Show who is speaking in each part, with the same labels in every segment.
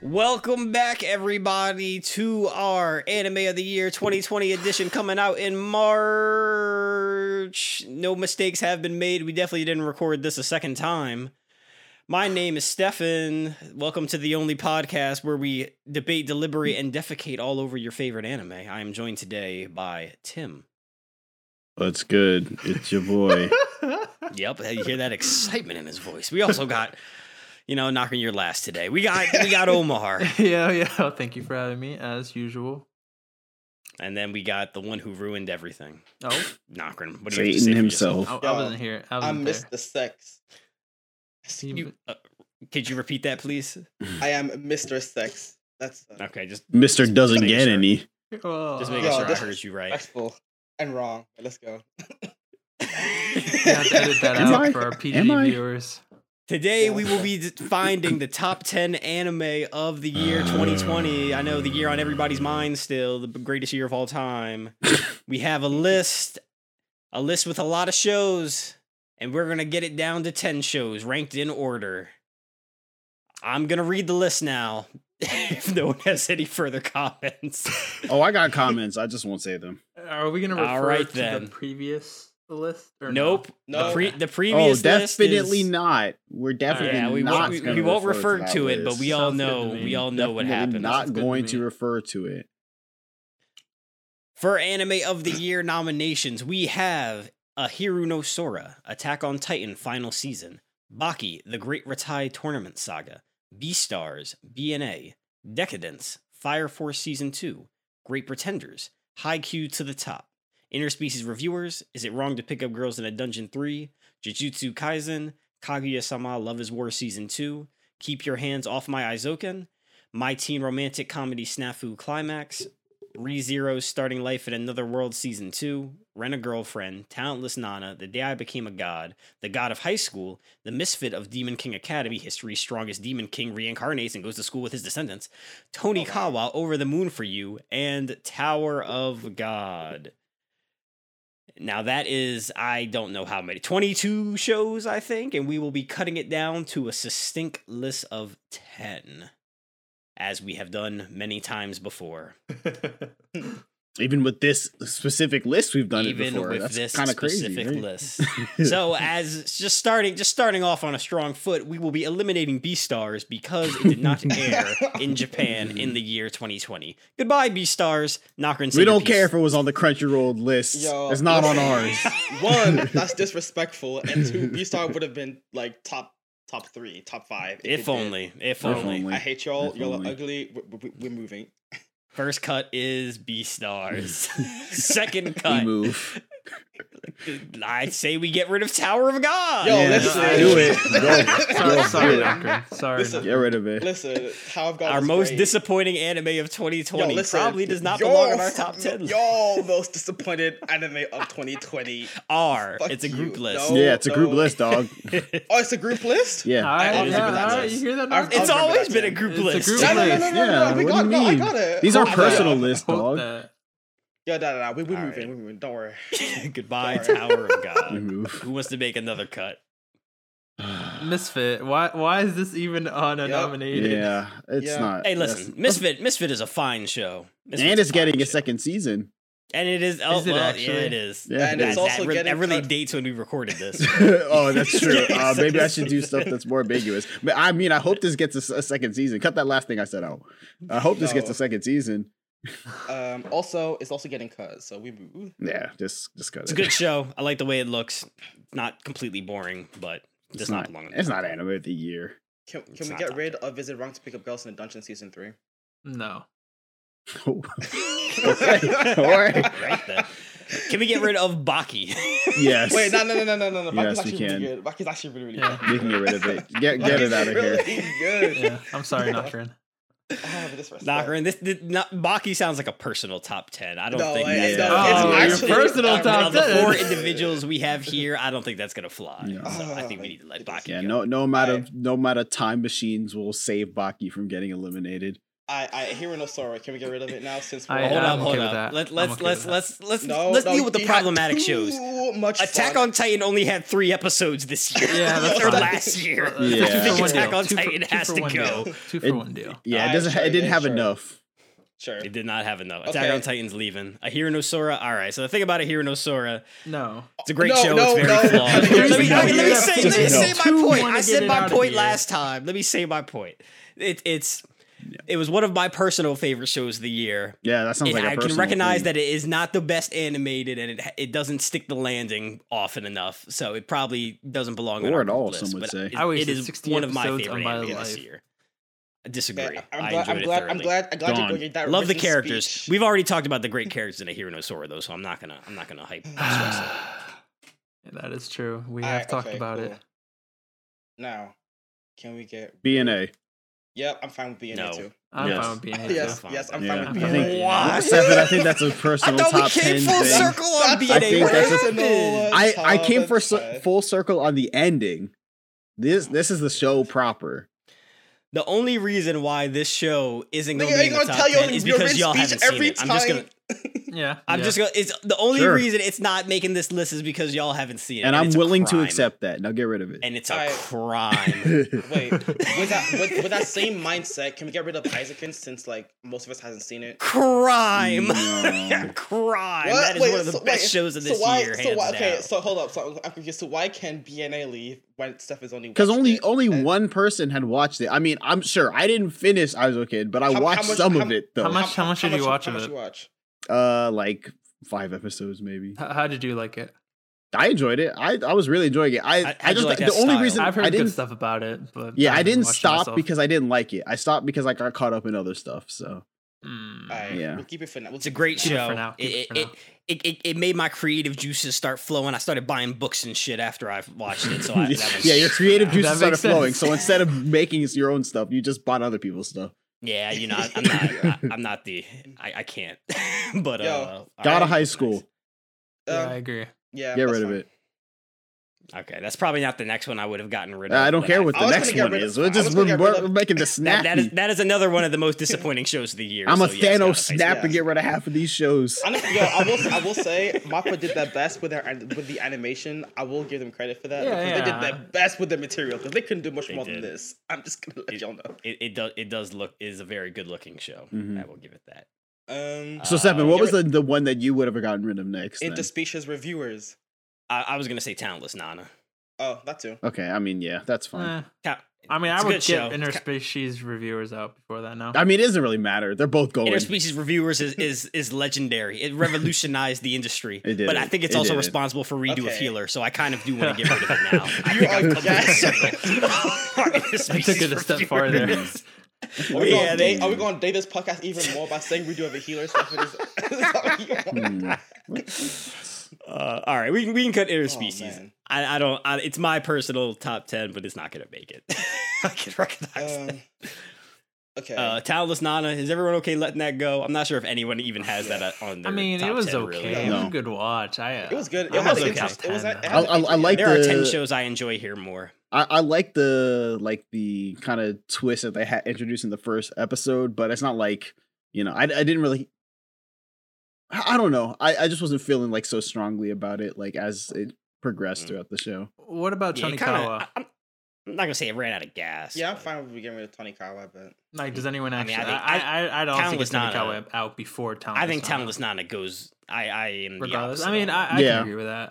Speaker 1: Welcome back, everybody, to our Anime of the Year 2020 edition coming out in March. No mistakes have been made. We definitely didn't record this a second time. My name is Stefan. Welcome to the only podcast where we debate, deliberate, and defecate all over your favorite anime. I am joined today by Tim.
Speaker 2: What's good? It's your boy.
Speaker 1: Yep, you hear that excitement in his voice. We also got, you know, knocking your last today. We got we got Omar.
Speaker 3: yeah, yeah. Thank you for having me, as usual.
Speaker 1: And then we got the one who ruined everything,
Speaker 3: Oh,
Speaker 1: Nokrin. What do you have to say
Speaker 2: Satan
Speaker 1: for yourself?
Speaker 2: himself.
Speaker 3: I, I
Speaker 4: Yo,
Speaker 3: wasn't here. I
Speaker 4: I
Speaker 3: wasn't
Speaker 4: miss
Speaker 3: there.
Speaker 4: the sex.
Speaker 3: See,
Speaker 1: You- uh, could you repeat that, please?
Speaker 4: I am Mr. Sex. That's uh,
Speaker 1: Okay, just
Speaker 2: Mister doesn't
Speaker 1: Thank you,
Speaker 2: get
Speaker 1: sir.
Speaker 2: any.
Speaker 3: but- oh,
Speaker 1: just making
Speaker 4: Yo,
Speaker 1: sure I
Speaker 4: this-
Speaker 1: heard you right.
Speaker 4: respectful and wrong. But let's go.
Speaker 3: You have to edit that
Speaker 2: Am
Speaker 3: out
Speaker 2: I-
Speaker 3: for our
Speaker 2: am I-
Speaker 3: PG viewers.
Speaker 1: Today we will be d- finding the top 10 anime of the year
Speaker 2: Uh,
Speaker 1: 2020. I know the year on everybody's mind still, the greatest year of all time. We have a list, a list with a lot of shows, and we're going to get it down to 10 shows ranked in order. I'm going to read the list now if no one has any further comments.
Speaker 2: Oh, I got comments. I just won't say them. Oh,
Speaker 3: Are we gonna
Speaker 1: All
Speaker 3: refer
Speaker 1: right,
Speaker 3: to the
Speaker 1: then.
Speaker 3: previous list? Or no?
Speaker 1: Nope.
Speaker 4: No.
Speaker 1: The, pre- the
Speaker 2: Oh,
Speaker 1: previous list
Speaker 2: definitely
Speaker 1: is-
Speaker 2: not. We're definitely
Speaker 1: Yeah, we
Speaker 2: not.
Speaker 1: won't, we,
Speaker 2: gonna
Speaker 1: we won't
Speaker 2: refer
Speaker 1: refer
Speaker 2: that
Speaker 1: to it, but
Speaker 2: list.
Speaker 1: we all
Speaker 3: Sounds good to
Speaker 1: know
Speaker 3: me.
Speaker 1: we all know what
Speaker 2: Definitely
Speaker 1: happened.
Speaker 3: Sounds
Speaker 2: Not
Speaker 3: good to
Speaker 2: going
Speaker 3: me.
Speaker 2: to, refer to it.
Speaker 1: For anime of the year nominations, we have A Hero no Sora, Attack on Titan Final Season, Baki, The Great Retai Tournament Saga, Beastars, BNA, Decadence, Fire Force Season 2, Great Pretenders, High Q to the Top, Interspecies Reviewers, Is It Wrong to Pick Up Girls in a Dungeon 3, Jujutsu Kaisen, Kaguya Sama Love is War Season 2, Keep Your Hands Off My Aizoken, My Teen Romantic Comedy Snafu Climax, ReZero Starting Life in Another World Season 2, Rent a Girlfriend, Talentless Nana, The Day I Became a God, The God of High School, The Misfit of Demon King Academy, History's Strongest Demon King Reincarnates and Goes to School with His Descendants, Tony Kawa, Over the Moon for You, and Tower of God. Now that is, I don't know how many, 22 shows, I think, and we will be cutting it down to a succinct list of 10, as we have done many times before.
Speaker 2: Even with this specific list, we've done
Speaker 1: even
Speaker 2: it before.
Speaker 1: with
Speaker 2: That's
Speaker 1: this
Speaker 2: kind of
Speaker 1: specific
Speaker 2: crazy. right?
Speaker 1: list. so as just starting just starting off on a strong foot, we will be eliminating B stars because it did not air in Japan in the year 2020. Goodbye, B stars. Nakarin.
Speaker 2: we don't care if it was on the Crunchyroll list.
Speaker 4: Yo,
Speaker 2: it's not on ours.
Speaker 4: listen. One, that's disrespectful, and two, B-Star would have been like top, top three, top five. it
Speaker 1: if
Speaker 4: did.
Speaker 1: only, if
Speaker 2: If
Speaker 1: only.
Speaker 2: only.
Speaker 4: I hate y'all.
Speaker 2: If
Speaker 4: y'all
Speaker 2: only.
Speaker 4: are ugly. We're, we we're moving.
Speaker 1: First cut is B stars. Second
Speaker 2: We
Speaker 1: cut,
Speaker 2: move.
Speaker 1: I'd say we get rid of Tower of God.
Speaker 4: Yo,
Speaker 2: Yeah,
Speaker 4: let's
Speaker 3: I-
Speaker 2: do it. Go. Go.
Speaker 3: Sorry, sorry,
Speaker 2: Do it.
Speaker 3: Doctor. Sorry.
Speaker 4: Listen,
Speaker 3: Doctor.
Speaker 2: Get rid of it.
Speaker 4: Listen, how I've got
Speaker 1: our most disappointing anime of 2020 probably does not belong in our top 10.
Speaker 4: Y'all most disappointed anime of 2020.
Speaker 1: R.
Speaker 4: Fuck
Speaker 1: It's a group
Speaker 4: you,
Speaker 1: list.
Speaker 4: no.
Speaker 2: yeah, it's a group
Speaker 4: no.
Speaker 2: list, dog.
Speaker 4: Oh, it's a group list.
Speaker 3: All
Speaker 2: Yeah.
Speaker 3: right,
Speaker 4: I'll
Speaker 3: yeah,
Speaker 4: remember that
Speaker 3: all right,
Speaker 4: list.
Speaker 3: you hear that?
Speaker 4: I'll-
Speaker 3: Doctor?
Speaker 1: It's
Speaker 4: I'll remember
Speaker 1: always
Speaker 4: that
Speaker 1: been a
Speaker 4: too.
Speaker 1: group list.
Speaker 3: It's a group
Speaker 4: No, no, no,
Speaker 2: list.
Speaker 4: no,
Speaker 2: Yeah,
Speaker 4: no, no. We
Speaker 2: what do
Speaker 4: got,
Speaker 2: you
Speaker 4: no, I
Speaker 2: mean?
Speaker 4: got it.
Speaker 2: These are
Speaker 4: I got it.
Speaker 2: personal lists,
Speaker 3: Hold
Speaker 2: dog.
Speaker 3: that.
Speaker 4: Yo, no, no, no. We, we
Speaker 1: Oh, All
Speaker 4: moving.
Speaker 1: right.
Speaker 4: We moving. Don't worry.
Speaker 1: Goodbye,
Speaker 4: Sorry.
Speaker 1: Tower of
Speaker 2: We
Speaker 1: God.
Speaker 2: move.
Speaker 1: Who wants to make another cut?
Speaker 3: Misfit. Why? Why is this even on a
Speaker 4: Yep.
Speaker 3: nominated?
Speaker 2: Yeah, it's
Speaker 4: Yeah.
Speaker 2: not.
Speaker 1: Hey,
Speaker 2: that's-
Speaker 1: listen, Misfit. Misfit is a fine show, Misfit's
Speaker 2: and it's
Speaker 1: fine
Speaker 2: getting a
Speaker 1: show.
Speaker 2: second season.
Speaker 1: And it is. Oh,
Speaker 3: Is it
Speaker 1: well,
Speaker 3: actually?
Speaker 1: yeah, it is.
Speaker 2: Yeah.
Speaker 4: And it's
Speaker 1: That-
Speaker 4: also
Speaker 1: that, re-
Speaker 4: getting
Speaker 1: that really
Speaker 4: cut-
Speaker 1: dates when we recorded this.
Speaker 2: oh, that's true. Uh,
Speaker 1: Yes.
Speaker 2: maybe I should do stuff that's more ambiguous. But I mean, I hope this gets a s- a, second season. Cut that last thing I said out. I hope this gets
Speaker 4: No.
Speaker 2: a second season.
Speaker 4: Um, also, it's also getting cut, so we move.
Speaker 2: Yeah, just just cut
Speaker 1: it's a
Speaker 2: it.
Speaker 1: good show. I like the way it looks. Not completely boring, but
Speaker 2: It's
Speaker 1: does not
Speaker 2: not.
Speaker 1: belong. in the
Speaker 2: It's
Speaker 1: top
Speaker 2: not
Speaker 1: ten.
Speaker 2: anime of the year.
Speaker 4: Can,
Speaker 1: It's
Speaker 4: can we
Speaker 1: not
Speaker 4: get
Speaker 1: top
Speaker 4: rid of Is It Wrong to Pick Up Girls in a Dungeon Season 3?
Speaker 3: No.
Speaker 2: all right. All right.
Speaker 1: Right then. Can we get rid of Baki?
Speaker 2: Yes.
Speaker 4: Wait, no, no, no, no, no, no.
Speaker 2: Yes,
Speaker 4: Baki's
Speaker 2: we
Speaker 4: actually
Speaker 2: can.
Speaker 4: really good. Baki's actually really, really
Speaker 3: Yeah.
Speaker 4: good.
Speaker 2: We can get rid of it. Get get it
Speaker 4: Baki's
Speaker 2: out of
Speaker 4: really
Speaker 2: here.
Speaker 4: good. Ah,
Speaker 3: Yeah. I'm sorry, Doctor.
Speaker 4: I have a disrespect.
Speaker 1: Nakarin, this, this not, Baki sounds like a personal top ten. I don't
Speaker 4: No,
Speaker 1: think
Speaker 4: it-
Speaker 1: that's
Speaker 2: no,
Speaker 1: gonna-
Speaker 2: it's Oh, your
Speaker 4: actually-
Speaker 3: personal
Speaker 1: of-
Speaker 3: top
Speaker 1: uh, of the four
Speaker 3: 10.
Speaker 1: individuals we have here. I don't think that's gonna fly.
Speaker 2: Yeah.
Speaker 1: So I think we need to let Baki
Speaker 2: Yeah,
Speaker 1: go.
Speaker 2: no no amount of no amount of time machines will save Baki from getting eliminated.
Speaker 4: I, I Hero no Sora. Can we get rid of it now? Since we're
Speaker 3: I
Speaker 4: all-
Speaker 1: hold
Speaker 3: I'm
Speaker 1: up, hold
Speaker 3: okay with
Speaker 1: up.
Speaker 3: that.
Speaker 1: Let,
Speaker 3: I'm
Speaker 1: let's
Speaker 3: okay
Speaker 1: let's
Speaker 3: with that.
Speaker 1: let's let's
Speaker 4: no,
Speaker 1: let's
Speaker 4: no,
Speaker 1: deal with the
Speaker 4: he had
Speaker 1: problematic shows.
Speaker 4: Too much
Speaker 1: Attack
Speaker 4: fun.
Speaker 1: on Titan only had three episodes this year.
Speaker 3: Yeah, that's
Speaker 1: or
Speaker 3: fine.
Speaker 1: last year.
Speaker 3: Uh, it's a
Speaker 2: Yeah.
Speaker 3: two
Speaker 2: I
Speaker 1: think
Speaker 3: for one
Speaker 1: Attack
Speaker 3: deal.
Speaker 1: on
Speaker 3: Two for-
Speaker 1: Titan
Speaker 3: two
Speaker 1: has
Speaker 3: for
Speaker 1: to
Speaker 3: one
Speaker 1: go.
Speaker 3: deal. Two for
Speaker 2: It-
Speaker 3: one deal.
Speaker 2: Yeah, it
Speaker 4: I
Speaker 2: doesn't.
Speaker 4: sure
Speaker 2: it didn't
Speaker 4: did,
Speaker 2: have
Speaker 4: sure.
Speaker 2: enough.
Speaker 4: Sure.
Speaker 1: It did not have enough. Attack
Speaker 4: Okay.
Speaker 1: on Titan's leaving. A Hironosora. All right. So the thing about a Hironosora,
Speaker 3: No.
Speaker 1: it's a great
Speaker 4: No,
Speaker 1: show.
Speaker 4: no,
Speaker 1: it's
Speaker 4: no.
Speaker 1: very flawed.
Speaker 4: There's
Speaker 1: let me,
Speaker 4: no
Speaker 1: let me- let me
Speaker 4: way.
Speaker 1: say, let
Speaker 2: Just
Speaker 1: me say
Speaker 2: no.
Speaker 1: my
Speaker 3: Two
Speaker 1: point.
Speaker 3: wanna
Speaker 1: I
Speaker 3: get
Speaker 1: said
Speaker 3: it
Speaker 1: my
Speaker 3: out of
Speaker 1: point
Speaker 3: here.
Speaker 1: last time. Let me say my point. It, it's it was one of my personal favorite shows of the year.
Speaker 2: Yeah, that sounds
Speaker 1: And
Speaker 2: like a
Speaker 1: I can
Speaker 2: personal
Speaker 1: recognize
Speaker 2: thing.
Speaker 1: that it is not the best animated, and it it doesn't stick the landing often enough, so it probably doesn't belong on
Speaker 2: Or
Speaker 1: our
Speaker 2: at all,
Speaker 1: list,
Speaker 2: some would
Speaker 1: but
Speaker 2: say.
Speaker 1: it-
Speaker 3: I
Speaker 1: it
Speaker 3: wasted
Speaker 1: is
Speaker 3: 60
Speaker 1: one of my
Speaker 3: episodes
Speaker 1: favorite
Speaker 3: of my
Speaker 1: animes this
Speaker 3: life.
Speaker 1: year. I disagree.
Speaker 4: Yeah, I'm
Speaker 1: I
Speaker 4: glad.
Speaker 1: enjoyed
Speaker 4: I'm
Speaker 1: it
Speaker 4: glad. I'm
Speaker 1: thoroughly.
Speaker 4: glad. I'm glad
Speaker 2: Gone.
Speaker 4: you're bringing that.
Speaker 1: Love the
Speaker 4: original
Speaker 1: characters.
Speaker 4: speech.
Speaker 1: We've already talked about the great characters in a Hero No Sora, though, so I'm not gonna I'm not gonna hype. stress it.
Speaker 3: Yeah, that is true. We
Speaker 4: All
Speaker 3: have
Speaker 4: right,
Speaker 3: talked
Speaker 4: okay,
Speaker 3: about it.
Speaker 4: cool. Now, can we get?
Speaker 2: B and A.
Speaker 4: Yep, I'm fine with being
Speaker 1: No.
Speaker 4: there too.
Speaker 3: I'm
Speaker 2: Yes.
Speaker 3: fine with being here.
Speaker 4: Yes,
Speaker 1: I'm fine
Speaker 4: yes,
Speaker 1: with
Speaker 4: I'm
Speaker 2: that.
Speaker 4: fine
Speaker 2: Yeah.
Speaker 4: with
Speaker 3: I
Speaker 4: being
Speaker 3: think-
Speaker 4: there.
Speaker 1: What?
Speaker 2: Seven. I think that's a
Speaker 1: I
Speaker 2: personal
Speaker 1: thought we
Speaker 2: top
Speaker 1: came
Speaker 2: ten
Speaker 1: full
Speaker 2: thing.
Speaker 1: circle on
Speaker 4: That's- I
Speaker 1: BNA.
Speaker 2: think
Speaker 1: What
Speaker 2: that's a-
Speaker 1: happened?
Speaker 2: I, I came for
Speaker 4: Top
Speaker 2: so,
Speaker 4: of
Speaker 2: full circle on the ending. This this is the show proper.
Speaker 1: The only reason why this show isn't
Speaker 4: Nigga,
Speaker 1: gonna be
Speaker 4: ain't
Speaker 1: in the
Speaker 4: gonna
Speaker 1: top
Speaker 4: tell you
Speaker 1: 10 is
Speaker 4: your
Speaker 1: because
Speaker 4: rich
Speaker 1: y'all
Speaker 4: speech
Speaker 1: haven't seen
Speaker 4: every
Speaker 1: it. I'm just
Speaker 4: time.
Speaker 1: gonna
Speaker 3: Yeah.
Speaker 1: I'm
Speaker 3: yeah.
Speaker 1: just gonna. It's the only
Speaker 2: Sure.
Speaker 1: reason it's not making this list is because y'all haven't seen it,
Speaker 2: And I'm
Speaker 1: it's a
Speaker 2: willing to
Speaker 1: crime.
Speaker 2: accept that. Now get rid of it.
Speaker 1: And it's a
Speaker 4: I-
Speaker 1: crime.
Speaker 4: Wait, with that with, with that same mindset, can we get rid of Isaacson since like most of us hasn't seen it?
Speaker 1: crime.
Speaker 2: No.
Speaker 1: crime.
Speaker 4: What?
Speaker 1: That is
Speaker 4: Wait,
Speaker 1: one of the
Speaker 4: so-
Speaker 1: best
Speaker 4: wait,
Speaker 1: shows of
Speaker 4: so
Speaker 1: this
Speaker 4: why-
Speaker 1: year,
Speaker 4: so
Speaker 1: hands
Speaker 4: why, okay,
Speaker 1: down.
Speaker 4: so hold up. So I'm confused. So why can BNA leave when Steph is only
Speaker 2: Because
Speaker 4: watched
Speaker 2: only
Speaker 4: it?
Speaker 2: only
Speaker 4: And
Speaker 2: one person had watched it. I mean, I'm sure I didn't finish I was a kid, but I
Speaker 4: How- how
Speaker 2: watched
Speaker 4: much-
Speaker 2: some
Speaker 4: how-
Speaker 2: of it though.
Speaker 3: how much- did you watch
Speaker 4: how
Speaker 3: of
Speaker 4: much
Speaker 3: it?
Speaker 4: You watch?
Speaker 2: Uh, like five episodes maybe.
Speaker 3: H- How did you like it?
Speaker 2: I enjoyed it. I, I was really enjoying it. I,
Speaker 1: I-
Speaker 2: I,
Speaker 1: I do
Speaker 2: just
Speaker 1: like
Speaker 2: the
Speaker 1: that
Speaker 2: only
Speaker 1: style.
Speaker 2: reason
Speaker 3: I've
Speaker 2: I
Speaker 3: heard
Speaker 2: didn't
Speaker 3: good stuff about it, but
Speaker 2: yeah I
Speaker 3: haven't
Speaker 2: didn't
Speaker 3: watched it
Speaker 2: stop
Speaker 3: myself.
Speaker 2: because I didn't like it. I stopped because I got caught up in other stuff. So
Speaker 3: Mm.
Speaker 4: Alright,
Speaker 2: Yeah.
Speaker 4: we'll keep it for now. We'll
Speaker 1: It's a
Speaker 4: keep it
Speaker 1: great
Speaker 4: for now.
Speaker 3: it
Speaker 1: show.
Speaker 3: for now, keep
Speaker 1: It,
Speaker 3: it
Speaker 1: it,
Speaker 3: for
Speaker 1: it,
Speaker 3: now.
Speaker 1: it, it, it made my creative juices start flowing. I started buying books and shit after I watched it. So I, that was-
Speaker 2: yeah, your creative
Speaker 1: yeah.
Speaker 2: juices
Speaker 3: That
Speaker 2: started
Speaker 3: makes sense.
Speaker 2: flowing. So instead of making your own stuff, you just bought other people's stuff.
Speaker 1: Yeah, you know, I, I'm not. I, I'm not the. I, I can't. but
Speaker 4: Yo,
Speaker 1: uh,
Speaker 2: Got
Speaker 1: a
Speaker 2: to high school.
Speaker 3: Yeah, I
Speaker 4: Um,
Speaker 3: agree.
Speaker 4: yeah,
Speaker 2: Get
Speaker 4: that's
Speaker 2: rid of
Speaker 4: fine.
Speaker 2: it.
Speaker 1: Okay, that's probably not the next one I would have gotten rid of.
Speaker 2: Uh, I don't
Speaker 1: but
Speaker 2: care what
Speaker 4: I
Speaker 2: the
Speaker 4: was
Speaker 2: next
Speaker 4: gonna get
Speaker 2: one
Speaker 4: rid of-
Speaker 2: is. We're
Speaker 4: I was
Speaker 2: just
Speaker 4: gonna
Speaker 2: we're,
Speaker 4: get rid
Speaker 2: we're
Speaker 4: of-
Speaker 2: making the
Speaker 1: That,
Speaker 2: snappy.
Speaker 1: that is that is another one of the most disappointing shows of the year.
Speaker 2: I'm a
Speaker 1: so yes,
Speaker 2: Thanos
Speaker 1: gotta face
Speaker 2: snap
Speaker 1: it.
Speaker 2: to get rid of half of these shows.
Speaker 4: Honestly, yo, I will, s- I will say, Mappa did their best with their an- with the animation. I will give them credit for that.
Speaker 3: Yeah,
Speaker 4: because They
Speaker 3: yeah.
Speaker 4: did their best with the material because they couldn't do much
Speaker 1: They
Speaker 4: more
Speaker 1: did.
Speaker 4: than this. I'm just gonna let y'all know.
Speaker 1: It, it does it does look is a very good looking show.
Speaker 2: Mhm.
Speaker 1: I will give it that.
Speaker 4: Um,
Speaker 1: Uh,
Speaker 2: So Seven, what
Speaker 4: get
Speaker 2: was the,
Speaker 4: rid-
Speaker 2: the one that you would have gotten rid of next? then?
Speaker 4: interspecies reviewers.
Speaker 1: I, I was gonna say Talentless Nana.
Speaker 4: Oh, that too.
Speaker 2: okay, I mean, yeah, that's fine.
Speaker 3: Eh.
Speaker 1: Ca-
Speaker 3: I mean,
Speaker 1: it's
Speaker 3: I
Speaker 1: a
Speaker 3: would
Speaker 1: good
Speaker 3: get
Speaker 1: show. It's ca-
Speaker 3: interspecies reviewers out before that. Now,
Speaker 2: I mean, it doesn't really matter. They're both going.
Speaker 1: Interspecies Reviewers is, is is legendary. It revolutionized the industry.
Speaker 2: It did
Speaker 1: But I
Speaker 2: it.
Speaker 1: think it's
Speaker 2: It
Speaker 1: also
Speaker 2: did it.
Speaker 1: responsible for redo of
Speaker 4: Okay.
Speaker 1: healer, so I kind of do want to get rid of it now. I
Speaker 4: You
Speaker 1: think
Speaker 4: are
Speaker 1: I've come full
Speaker 4: gassed.
Speaker 1: circle.
Speaker 3: I took it a step
Speaker 1: Interspecies
Speaker 3: farther.
Speaker 1: Reviewers.
Speaker 4: Are we,
Speaker 1: Yeah,
Speaker 4: gonna
Speaker 1: they-
Speaker 4: date, are we gonna date this podcast even more by saying we do have a healer? So if it is,
Speaker 2: Hmm.
Speaker 1: Uh, all right, we can we can cut interspecies.
Speaker 4: Oh, man.
Speaker 1: I, I don't. I, it's my personal top ten, but it's not gonna make it. I can recognize that.
Speaker 4: um, okay.
Speaker 1: Uh, Talentless Nana. Is everyone okay letting that go? I'm not sure if anyone even has that uh, on
Speaker 3: I
Speaker 1: their.
Speaker 3: mean,
Speaker 1: top
Speaker 3: it was
Speaker 1: 10,
Speaker 3: okay.
Speaker 1: really.
Speaker 3: It was
Speaker 2: No.
Speaker 3: a good watch. I uh,
Speaker 4: it was good. It
Speaker 3: I'm
Speaker 4: had
Speaker 1: okay.
Speaker 4: an interest. It was. At, it
Speaker 2: I,
Speaker 4: had
Speaker 1: Oh.
Speaker 3: I'll-
Speaker 4: an
Speaker 2: I, I
Speaker 4: interest-
Speaker 2: like
Speaker 1: There are ten
Speaker 2: the
Speaker 1: shows I enjoy here more.
Speaker 2: I, I like the like the kind of twist that they had introduced in the first episode, but it's not like you know I, I didn't really I, I don't know I, I just wasn't feeling like so strongly about it like as it progressed
Speaker 1: Mm.
Speaker 2: throughout the show.
Speaker 3: What about
Speaker 1: Yeah,
Speaker 3: Oh, Tony
Speaker 1: it kinda-
Speaker 3: Kawa?
Speaker 1: I- I'm, I'm not gonna say it ran out of gas.
Speaker 4: Yeah, I'm
Speaker 1: but-
Speaker 4: fine with getting rid of Tony Kawa, but
Speaker 3: Like, does anyone
Speaker 1: I mean,
Speaker 3: actually?
Speaker 1: I
Speaker 3: I
Speaker 1: think-
Speaker 3: I, I, I'd also get
Speaker 1: Talentless
Speaker 3: Tony
Speaker 1: Nana-
Speaker 3: Kawa out before Town.
Speaker 1: I think Talentless Nana goes. I I am the
Speaker 3: Regardless,
Speaker 1: opposite
Speaker 3: I mean,
Speaker 1: of that.
Speaker 3: I, I
Speaker 2: Yeah.
Speaker 3: can agree with that. was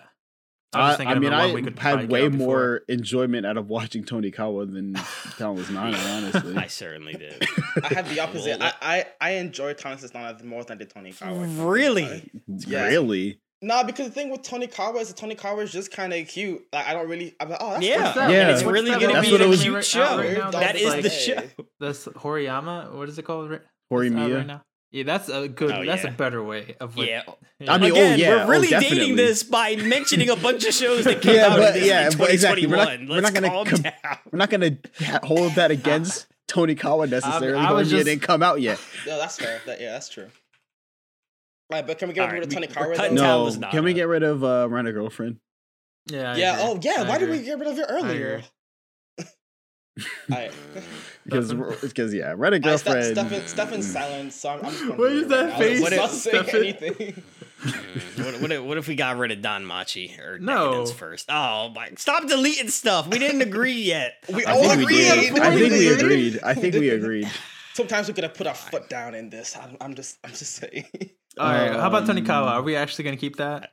Speaker 2: I,
Speaker 3: just
Speaker 2: I
Speaker 3: thinking of
Speaker 2: mean
Speaker 3: the one
Speaker 2: I
Speaker 3: we could probably
Speaker 2: had
Speaker 3: get
Speaker 2: way
Speaker 3: out before.
Speaker 2: more enjoyment out of watching Tony Kawa than Talentless Nana honestly.
Speaker 1: I certainly did.
Speaker 4: I had the opposite.
Speaker 1: Well,
Speaker 4: I, I I enjoy Tony Santana more than I did Tony Kawa.
Speaker 1: really?
Speaker 4: Yeah.
Speaker 2: Really?
Speaker 4: Nah, because the thing with Tony Kawa is that Tony Kawa is just kind of cute. Like I don't really. I'm like, oh, that's
Speaker 1: Yeah,
Speaker 3: What's that?
Speaker 1: and
Speaker 2: Yeah.
Speaker 1: it's really
Speaker 3: What's that
Speaker 1: gonna
Speaker 2: That's
Speaker 1: be
Speaker 2: what it
Speaker 1: a
Speaker 2: was-
Speaker 1: cute
Speaker 3: Right
Speaker 1: show.
Speaker 3: now,
Speaker 4: right now,
Speaker 1: that
Speaker 4: that's
Speaker 1: is the
Speaker 4: like-
Speaker 1: show.
Speaker 3: This Horiyama, what is it called? Right, it's out right
Speaker 2: Horimiya?
Speaker 3: now. Yeah, that's a good.
Speaker 1: Oh,
Speaker 3: that's
Speaker 1: yeah.
Speaker 3: a better way of. What,
Speaker 1: Yeah.
Speaker 2: I mean, oh,
Speaker 1: Again,
Speaker 2: yeah, oh,
Speaker 1: we're really dating
Speaker 2: definitely.
Speaker 1: this by mentioning a bunch of shows that came
Speaker 2: Yeah,
Speaker 1: out
Speaker 2: but-
Speaker 1: in, this,
Speaker 2: yeah,
Speaker 1: in
Speaker 2: but
Speaker 1: 2021.
Speaker 2: exactly. We're not-
Speaker 1: Let's
Speaker 2: we're not gonna
Speaker 1: calm
Speaker 2: com-
Speaker 1: down.
Speaker 2: We're not gonna ha- hold that against Tony Kawa necessarily.
Speaker 3: I was
Speaker 2: Horimiya
Speaker 3: just-
Speaker 2: didn't come out yet.
Speaker 4: No, that's fair. That, yeah, that's true. Like, but can we get
Speaker 1: All
Speaker 4: rid of
Speaker 1: right,
Speaker 4: Tony
Speaker 1: we-
Speaker 4: Kawa?
Speaker 1: we're
Speaker 4: though?
Speaker 1: cutting Tal
Speaker 2: No,
Speaker 1: was not
Speaker 2: can
Speaker 1: a-
Speaker 2: we get rid of uh, Rent a Girlfriend?
Speaker 3: yeah, I
Speaker 4: Yeah.
Speaker 3: agree.
Speaker 4: Oh, yeah.
Speaker 3: I
Speaker 4: why did
Speaker 3: agree.
Speaker 4: we get rid of it earlier?
Speaker 3: agree.
Speaker 4: I,
Speaker 2: because
Speaker 3: Stefan?
Speaker 2: because yeah, Reddit
Speaker 4: I Steph,
Speaker 2: girlfriend.
Speaker 4: Stefan, Stefan's silent, so I'm, I'm just gonna
Speaker 3: What
Speaker 4: do
Speaker 3: is
Speaker 4: it
Speaker 3: that
Speaker 4: right now.
Speaker 1: face,
Speaker 4: I'm not saying
Speaker 3: Stefan?
Speaker 4: anything.
Speaker 1: Hmm, what, what, if- what if we got rid of Don Machi or
Speaker 3: No.
Speaker 1: Decadence first? Oh my! Stop deleting stuff. We didn't agree yet.
Speaker 4: We
Speaker 2: I
Speaker 4: all
Speaker 2: think we
Speaker 4: Oh, agreed.
Speaker 2: did. I think we
Speaker 4: Everybody
Speaker 2: agreed. I think we agreed.
Speaker 4: Sometimes we could have put our foot down in this. I'm, I'm just, I'm just saying.
Speaker 3: All right. how about
Speaker 2: Um,
Speaker 3: Tonikawa? Are we actually going to keep that?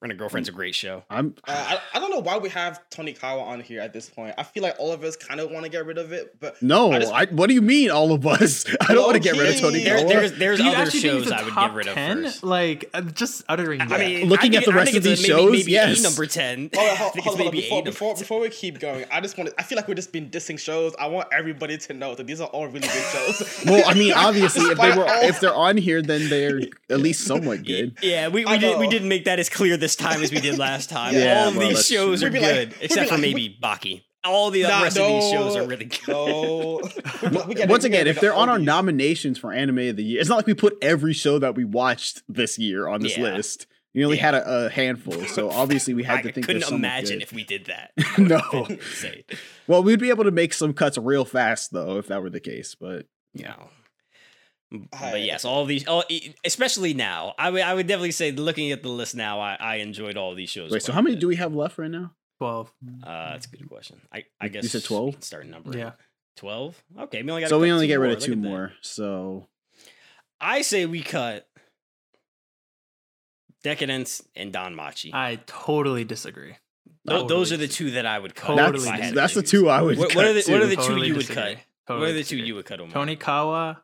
Speaker 1: Rent a Girlfriend's a great show.
Speaker 2: I'm
Speaker 4: Uh, I, I don't know why we have Tony Kawa on here at this point. I feel like all of us kind of want to get rid of it, but
Speaker 2: no. I
Speaker 4: I just-
Speaker 2: what do you mean, all of us? I don't want to get rid of Tony.
Speaker 4: Low-key.
Speaker 1: There,
Speaker 2: Kawa.
Speaker 1: there's there's
Speaker 3: Do you
Speaker 1: other
Speaker 3: actually think it's
Speaker 1: shows
Speaker 3: a
Speaker 1: I would
Speaker 3: top
Speaker 1: get rid of
Speaker 3: 10?
Speaker 1: first.
Speaker 3: Like, uh, just uttering that.
Speaker 1: I mean,
Speaker 2: Looking
Speaker 1: I
Speaker 2: at the
Speaker 1: think- I
Speaker 2: rest
Speaker 1: think
Speaker 2: of
Speaker 1: it's a
Speaker 2: these
Speaker 1: maybe-
Speaker 2: shows,
Speaker 1: maybe a
Speaker 2: yes.
Speaker 1: number ten.
Speaker 4: Hold on,
Speaker 1: I
Speaker 4: hold,
Speaker 1: think it's
Speaker 4: hold on,
Speaker 1: maybe a
Speaker 4: before,
Speaker 1: number
Speaker 4: before,
Speaker 1: 10.
Speaker 4: before we keep going, I just want to, I feel like we've just been dissing shows. I want everybody to know that these are all really good shows.
Speaker 2: well, I mean, obviously, if they
Speaker 4: Despite
Speaker 2: were,
Speaker 4: all-
Speaker 2: if they're on here, then they're at least somewhat good.
Speaker 1: Yeah, we, we
Speaker 4: I
Speaker 1: didn't we
Speaker 4: know.
Speaker 1: didn't make that as clear this time as we did last time.
Speaker 2: Yeah,
Speaker 1: All of
Speaker 2: well,
Speaker 1: these
Speaker 2: that's
Speaker 1: shows
Speaker 2: true.
Speaker 1: are
Speaker 4: We'd be like-
Speaker 1: good,
Speaker 4: we'd be
Speaker 1: except for
Speaker 4: like-
Speaker 1: maybe Baki. All the
Speaker 4: Nah,
Speaker 1: rest of these shows
Speaker 4: no,
Speaker 1: are really good.
Speaker 4: no. We- we gotta-
Speaker 2: Once again,
Speaker 4: we gotta
Speaker 2: if
Speaker 4: get
Speaker 2: they're on
Speaker 4: all
Speaker 2: our
Speaker 4: these.
Speaker 2: nominations for anime of the year, it's not like we put every show that we watched this year on this
Speaker 1: Yeah.
Speaker 2: list. We only
Speaker 1: Yeah.
Speaker 2: had a, a handful, so obviously we
Speaker 1: I
Speaker 2: had to think.
Speaker 1: couldn't imagine if we did that. I
Speaker 2: No.
Speaker 1: would've been insane.
Speaker 2: Well, we'd be able to make some cuts real fast though, if that were the case. But yeah,
Speaker 1: No.
Speaker 4: I-
Speaker 1: But yes, all these, all, e- especially now, I would I would definitely say looking at the list now, I, I enjoyed all these shows.
Speaker 2: wait. So how many do we have left right now?
Speaker 3: 12.
Speaker 1: Uh, that's a good question. I I
Speaker 2: You- you
Speaker 1: guess
Speaker 2: said 12?
Speaker 1: we can Start numbering.
Speaker 3: Yeah.
Speaker 1: twelve. Okay, we only got
Speaker 2: So
Speaker 1: to
Speaker 2: we
Speaker 1: cut
Speaker 2: only get rid
Speaker 1: more,
Speaker 2: of
Speaker 1: look
Speaker 2: two
Speaker 1: at that.
Speaker 2: more. So
Speaker 1: I say we cut Decadence and Don Machi.
Speaker 3: I totally disagree.
Speaker 1: Tho- those
Speaker 3: totally
Speaker 1: are the
Speaker 3: disagree.
Speaker 1: two that I would cut. if
Speaker 3: Totally
Speaker 1: I had
Speaker 2: that's
Speaker 1: to
Speaker 2: that's the
Speaker 1: choose.
Speaker 2: two I would.
Speaker 1: What,
Speaker 2: cut
Speaker 1: what are the, what are
Speaker 2: too.
Speaker 1: the two
Speaker 3: Totally
Speaker 1: you would
Speaker 3: disagree.
Speaker 1: cut?
Speaker 3: Totally
Speaker 1: what are the two
Speaker 3: disagree.
Speaker 1: you would cut? Omar?
Speaker 3: Tony Kawa,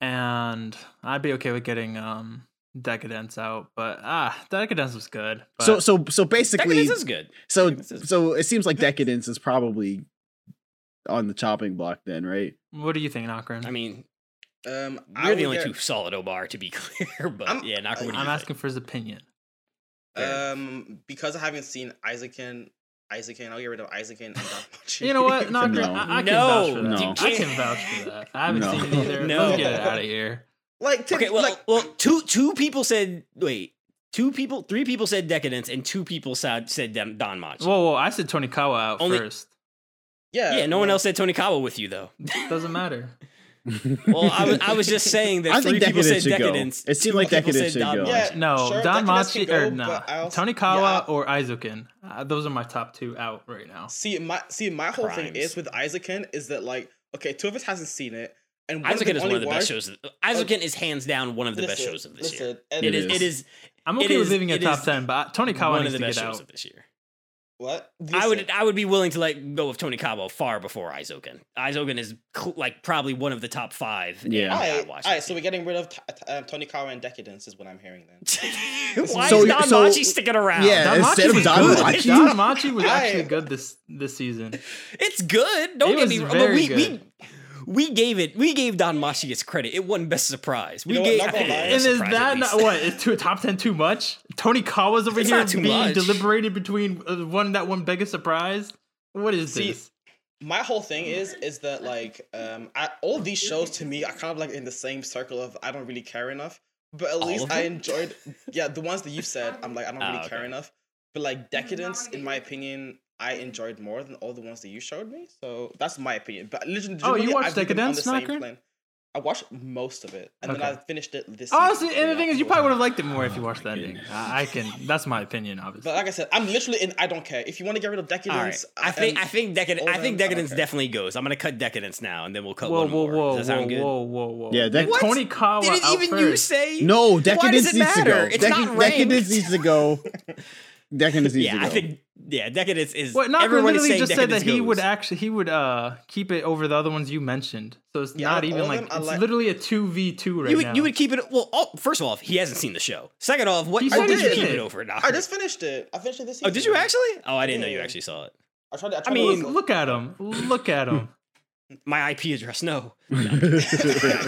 Speaker 3: and I'd be okay with getting um Decadence out, but ah, Decadence was good. But
Speaker 2: So so so basically,
Speaker 1: Decadence is good.
Speaker 2: so
Speaker 1: Decadence is-
Speaker 2: so it seems like decadence is probably on the chopping block then, right?
Speaker 3: what do you think, Nokran?
Speaker 1: I mean,
Speaker 4: Um, I
Speaker 1: we're the
Speaker 4: would
Speaker 1: only
Speaker 4: get-
Speaker 1: two solid Obar to be clear. But
Speaker 4: I'm-
Speaker 1: yeah, not what do you
Speaker 3: I'm
Speaker 1: think?
Speaker 3: asking for his opinion.
Speaker 1: Fair
Speaker 4: Um, because I haven't seen Isaacin, Isaacin, I'll get rid of Isaacin and Danmachi.
Speaker 3: You know what, Nokran?
Speaker 2: No.
Speaker 3: I, I can
Speaker 1: No,
Speaker 3: vouch for that.
Speaker 2: you
Speaker 3: I can
Speaker 1: can't.
Speaker 3: vouch for that. I haven't
Speaker 2: No.
Speaker 3: seen it either.
Speaker 1: No.
Speaker 3: Let's get it out of here.
Speaker 4: Like, to,
Speaker 1: Okay, well,
Speaker 4: like,
Speaker 1: well, two two people said wait, two people, three people said Decadence, and two people said said Don, Don Machi.
Speaker 3: Whoa, whoa! I said Tony Kawa out
Speaker 1: Only-
Speaker 3: first.
Speaker 4: yeah,
Speaker 1: yeah, no one
Speaker 4: well,
Speaker 1: else said Tony Kawa with you though.
Speaker 3: Doesn't matter.
Speaker 1: Well, I was I was just saying that
Speaker 2: I
Speaker 1: three
Speaker 2: think
Speaker 1: people
Speaker 2: decadence
Speaker 1: said
Speaker 2: should go.
Speaker 1: Decadence.
Speaker 2: It seemed
Speaker 1: two
Speaker 2: like
Speaker 1: people said
Speaker 2: decadence should
Speaker 1: Don
Speaker 2: go.
Speaker 1: Machi.
Speaker 4: Yeah,
Speaker 3: No,
Speaker 4: sure,
Speaker 3: Don
Speaker 4: Decadence
Speaker 3: Machi
Speaker 4: can
Speaker 3: or
Speaker 4: go,
Speaker 3: nah.
Speaker 4: but I also-
Speaker 3: Tony Kawa
Speaker 4: yeah.
Speaker 3: or Izukin. Uh, those are my top two out right now.
Speaker 4: See, my see, my whole thing
Speaker 1: Crimes.
Speaker 4: is with Isaacin is that like, okay, two of us hasn't seen it, and one
Speaker 1: Isaacin is one
Speaker 4: only
Speaker 1: of the best
Speaker 4: watched-
Speaker 1: shows. of- Isaacin is hands down one of the best
Speaker 4: Listen,
Speaker 1: shows of this year.
Speaker 4: listen, and
Speaker 1: It is.
Speaker 2: It
Speaker 1: It is
Speaker 3: I'm
Speaker 1: It
Speaker 3: okay with
Speaker 1: is-
Speaker 3: leaving a
Speaker 1: it
Speaker 3: top
Speaker 1: is
Speaker 3: ten, but uh, Tony Kawa
Speaker 1: one of
Speaker 3: needs
Speaker 1: the
Speaker 3: to get
Speaker 1: best shows
Speaker 3: out.
Speaker 1: of this year.
Speaker 4: What
Speaker 1: I would
Speaker 4: Listen,
Speaker 1: I would be willing to let go of Tony Cabo far before Isoken. Isoken is cl- like probably one of the top five. anime
Speaker 2: Yeah.
Speaker 1: I
Speaker 4: Alright,
Speaker 1: watch
Speaker 4: alright,
Speaker 1: this
Speaker 4: so we're
Speaker 1: year.
Speaker 4: getting rid of t- t- um, Tony Kawa and Decadence is what I'm hearing then.
Speaker 1: Why
Speaker 2: So-
Speaker 1: is Don
Speaker 2: so-
Speaker 1: Machi sticking around?
Speaker 2: Yeah,
Speaker 3: Don
Speaker 2: instead
Speaker 3: Machi
Speaker 2: of
Speaker 3: was
Speaker 2: Don
Speaker 3: good.
Speaker 2: Machi?
Speaker 3: Don Machi was
Speaker 4: I-
Speaker 3: actually good this this season.
Speaker 1: It's good. Don't
Speaker 3: It
Speaker 1: get
Speaker 3: was
Speaker 1: me wrong. but
Speaker 3: very
Speaker 1: we, we
Speaker 3: good.
Speaker 1: we gave it we gave Don Machi its credit. It won best surprise. We
Speaker 4: know what,
Speaker 1: gave
Speaker 4: not gonna
Speaker 1: I think it won
Speaker 3: And
Speaker 4: lie.
Speaker 1: Best
Speaker 3: is
Speaker 1: Surprise at
Speaker 3: that not
Speaker 1: least.
Speaker 3: what? Is to, top ten too much? Tony Kawa's over
Speaker 1: It's
Speaker 3: here
Speaker 1: not too
Speaker 3: being
Speaker 1: much.
Speaker 3: deliberated between uh, one that one biggest surprise. What is
Speaker 4: See,
Speaker 3: this?
Speaker 4: My whole thing is is that like um I, all of these shows to me are kind of like in the same circle of I don't really care enough. But at
Speaker 1: All
Speaker 4: least
Speaker 1: of
Speaker 4: I
Speaker 1: them?
Speaker 4: enjoyed yeah, the ones that you've said, I'm like, I don't
Speaker 1: Ah,
Speaker 4: really care
Speaker 1: okay.
Speaker 4: enough. But like Decadence, in my opinion, I enjoyed more than all the ones that you showed me. So that's my opinion. But literally,
Speaker 3: Oh, you
Speaker 4: generally,
Speaker 3: watched
Speaker 4: I've been on
Speaker 3: Decadence,
Speaker 4: the same
Speaker 3: Knocker?
Speaker 4: plane. I watched most of it, and then I
Speaker 3: Okay.
Speaker 4: finished it this.
Speaker 3: Honestly,
Speaker 4: season, so
Speaker 3: and the
Speaker 4: yeah.
Speaker 3: thing is, you probably would have liked it more if you
Speaker 2: Oh
Speaker 3: watched
Speaker 2: my
Speaker 3: the ending.
Speaker 2: goodness.
Speaker 3: I I can. That's my opinion, obviously.
Speaker 4: But like I said, I'm literally in. I don't care if you want to get rid of
Speaker 1: All right.
Speaker 4: decadence. um,
Speaker 1: I think I think decadence
Speaker 4: all
Speaker 1: I think
Speaker 4: them, I don't
Speaker 1: decadence
Speaker 4: care.
Speaker 1: definitely goes. I'm gonna cut decadence now and then we'll cut
Speaker 3: whoa,
Speaker 1: one
Speaker 3: whoa,
Speaker 1: more.
Speaker 3: whoa,
Speaker 1: Does that
Speaker 3: whoa,
Speaker 1: sound good?
Speaker 3: whoa, whoa, whoa!
Speaker 2: Yeah, that-
Speaker 1: What?
Speaker 3: Tony Kawa
Speaker 1: Didn't
Speaker 3: out
Speaker 1: even you
Speaker 3: first.
Speaker 1: say
Speaker 2: No,
Speaker 1: Why does
Speaker 2: decadence
Speaker 1: it
Speaker 2: needs to go.
Speaker 1: matter? It's
Speaker 2: Dec-
Speaker 1: not ranked.
Speaker 2: decadence needs to go. Decadence needs
Speaker 1: yeah,
Speaker 2: to go.
Speaker 1: I think yeah, decadence is.
Speaker 3: What? Not
Speaker 1: everyone is
Speaker 3: literally
Speaker 1: saying
Speaker 3: just said that
Speaker 1: decadence
Speaker 3: he would
Speaker 1: goes.
Speaker 3: actually he would uh keep it over the other ones you mentioned. So it's
Speaker 4: Yeah,
Speaker 3: not
Speaker 4: out of
Speaker 3: even
Speaker 4: all
Speaker 3: like
Speaker 4: of them, I
Speaker 3: it's
Speaker 4: like-
Speaker 3: literally a two v two right
Speaker 1: you would
Speaker 3: now.
Speaker 1: you would keep it. Well, oh, first of all, he hasn't seen the show. Second off, what
Speaker 3: He
Speaker 1: why
Speaker 4: said
Speaker 1: would
Speaker 4: he
Speaker 1: you
Speaker 4: did.
Speaker 1: keep it over? Now?
Speaker 4: I just finished it. I finished it this.
Speaker 1: oh, did you
Speaker 4: season.
Speaker 1: actually? Oh, I didn't know you
Speaker 4: Yeah.
Speaker 1: actually saw it.
Speaker 4: I tried. To, I, tried
Speaker 1: I
Speaker 4: to
Speaker 1: mean,
Speaker 4: look-
Speaker 3: look, look at him. Look at him.
Speaker 1: My IP address, no. My IP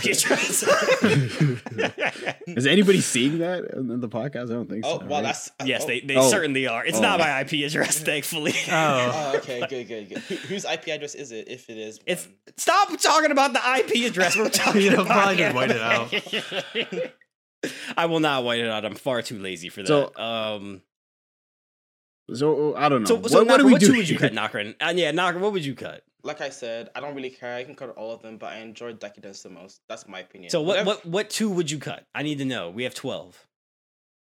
Speaker 2: Is
Speaker 1: address.
Speaker 2: anybody seeing that in the podcast? I don't think
Speaker 4: Oh
Speaker 2: so.
Speaker 4: well,
Speaker 2: right?
Speaker 4: that's uh,
Speaker 1: yes,
Speaker 4: oh.
Speaker 1: they, they
Speaker 2: Oh.
Speaker 1: certainly are. It's
Speaker 2: Oh.
Speaker 1: not my IP address, thankfully.
Speaker 3: Oh,
Speaker 4: Oh, okay, good, good, good. Who, whose IP address is it? If it is,
Speaker 1: It's
Speaker 4: one?
Speaker 1: stop talking about the IP address. We're talking
Speaker 3: You'll
Speaker 1: about
Speaker 3: probably just white it
Speaker 1: it out. I will not white it out. I'm far too lazy for that.
Speaker 2: So-
Speaker 1: um,
Speaker 2: So I don't know.
Speaker 1: So,
Speaker 2: what,
Speaker 1: so
Speaker 2: what
Speaker 1: Knocker,
Speaker 2: do we
Speaker 1: Um, what
Speaker 2: do?
Speaker 1: two would you
Speaker 2: here?
Speaker 1: cut, Knocker? Uh, yeah, Knocker, what would you cut?
Speaker 4: Like I said, I don't really care. I can cut all of them, but I enjoy Decadence the most. That's my opinion.
Speaker 1: So what,
Speaker 4: Whatever-
Speaker 1: what what two would you cut? I need to know. We have twelve.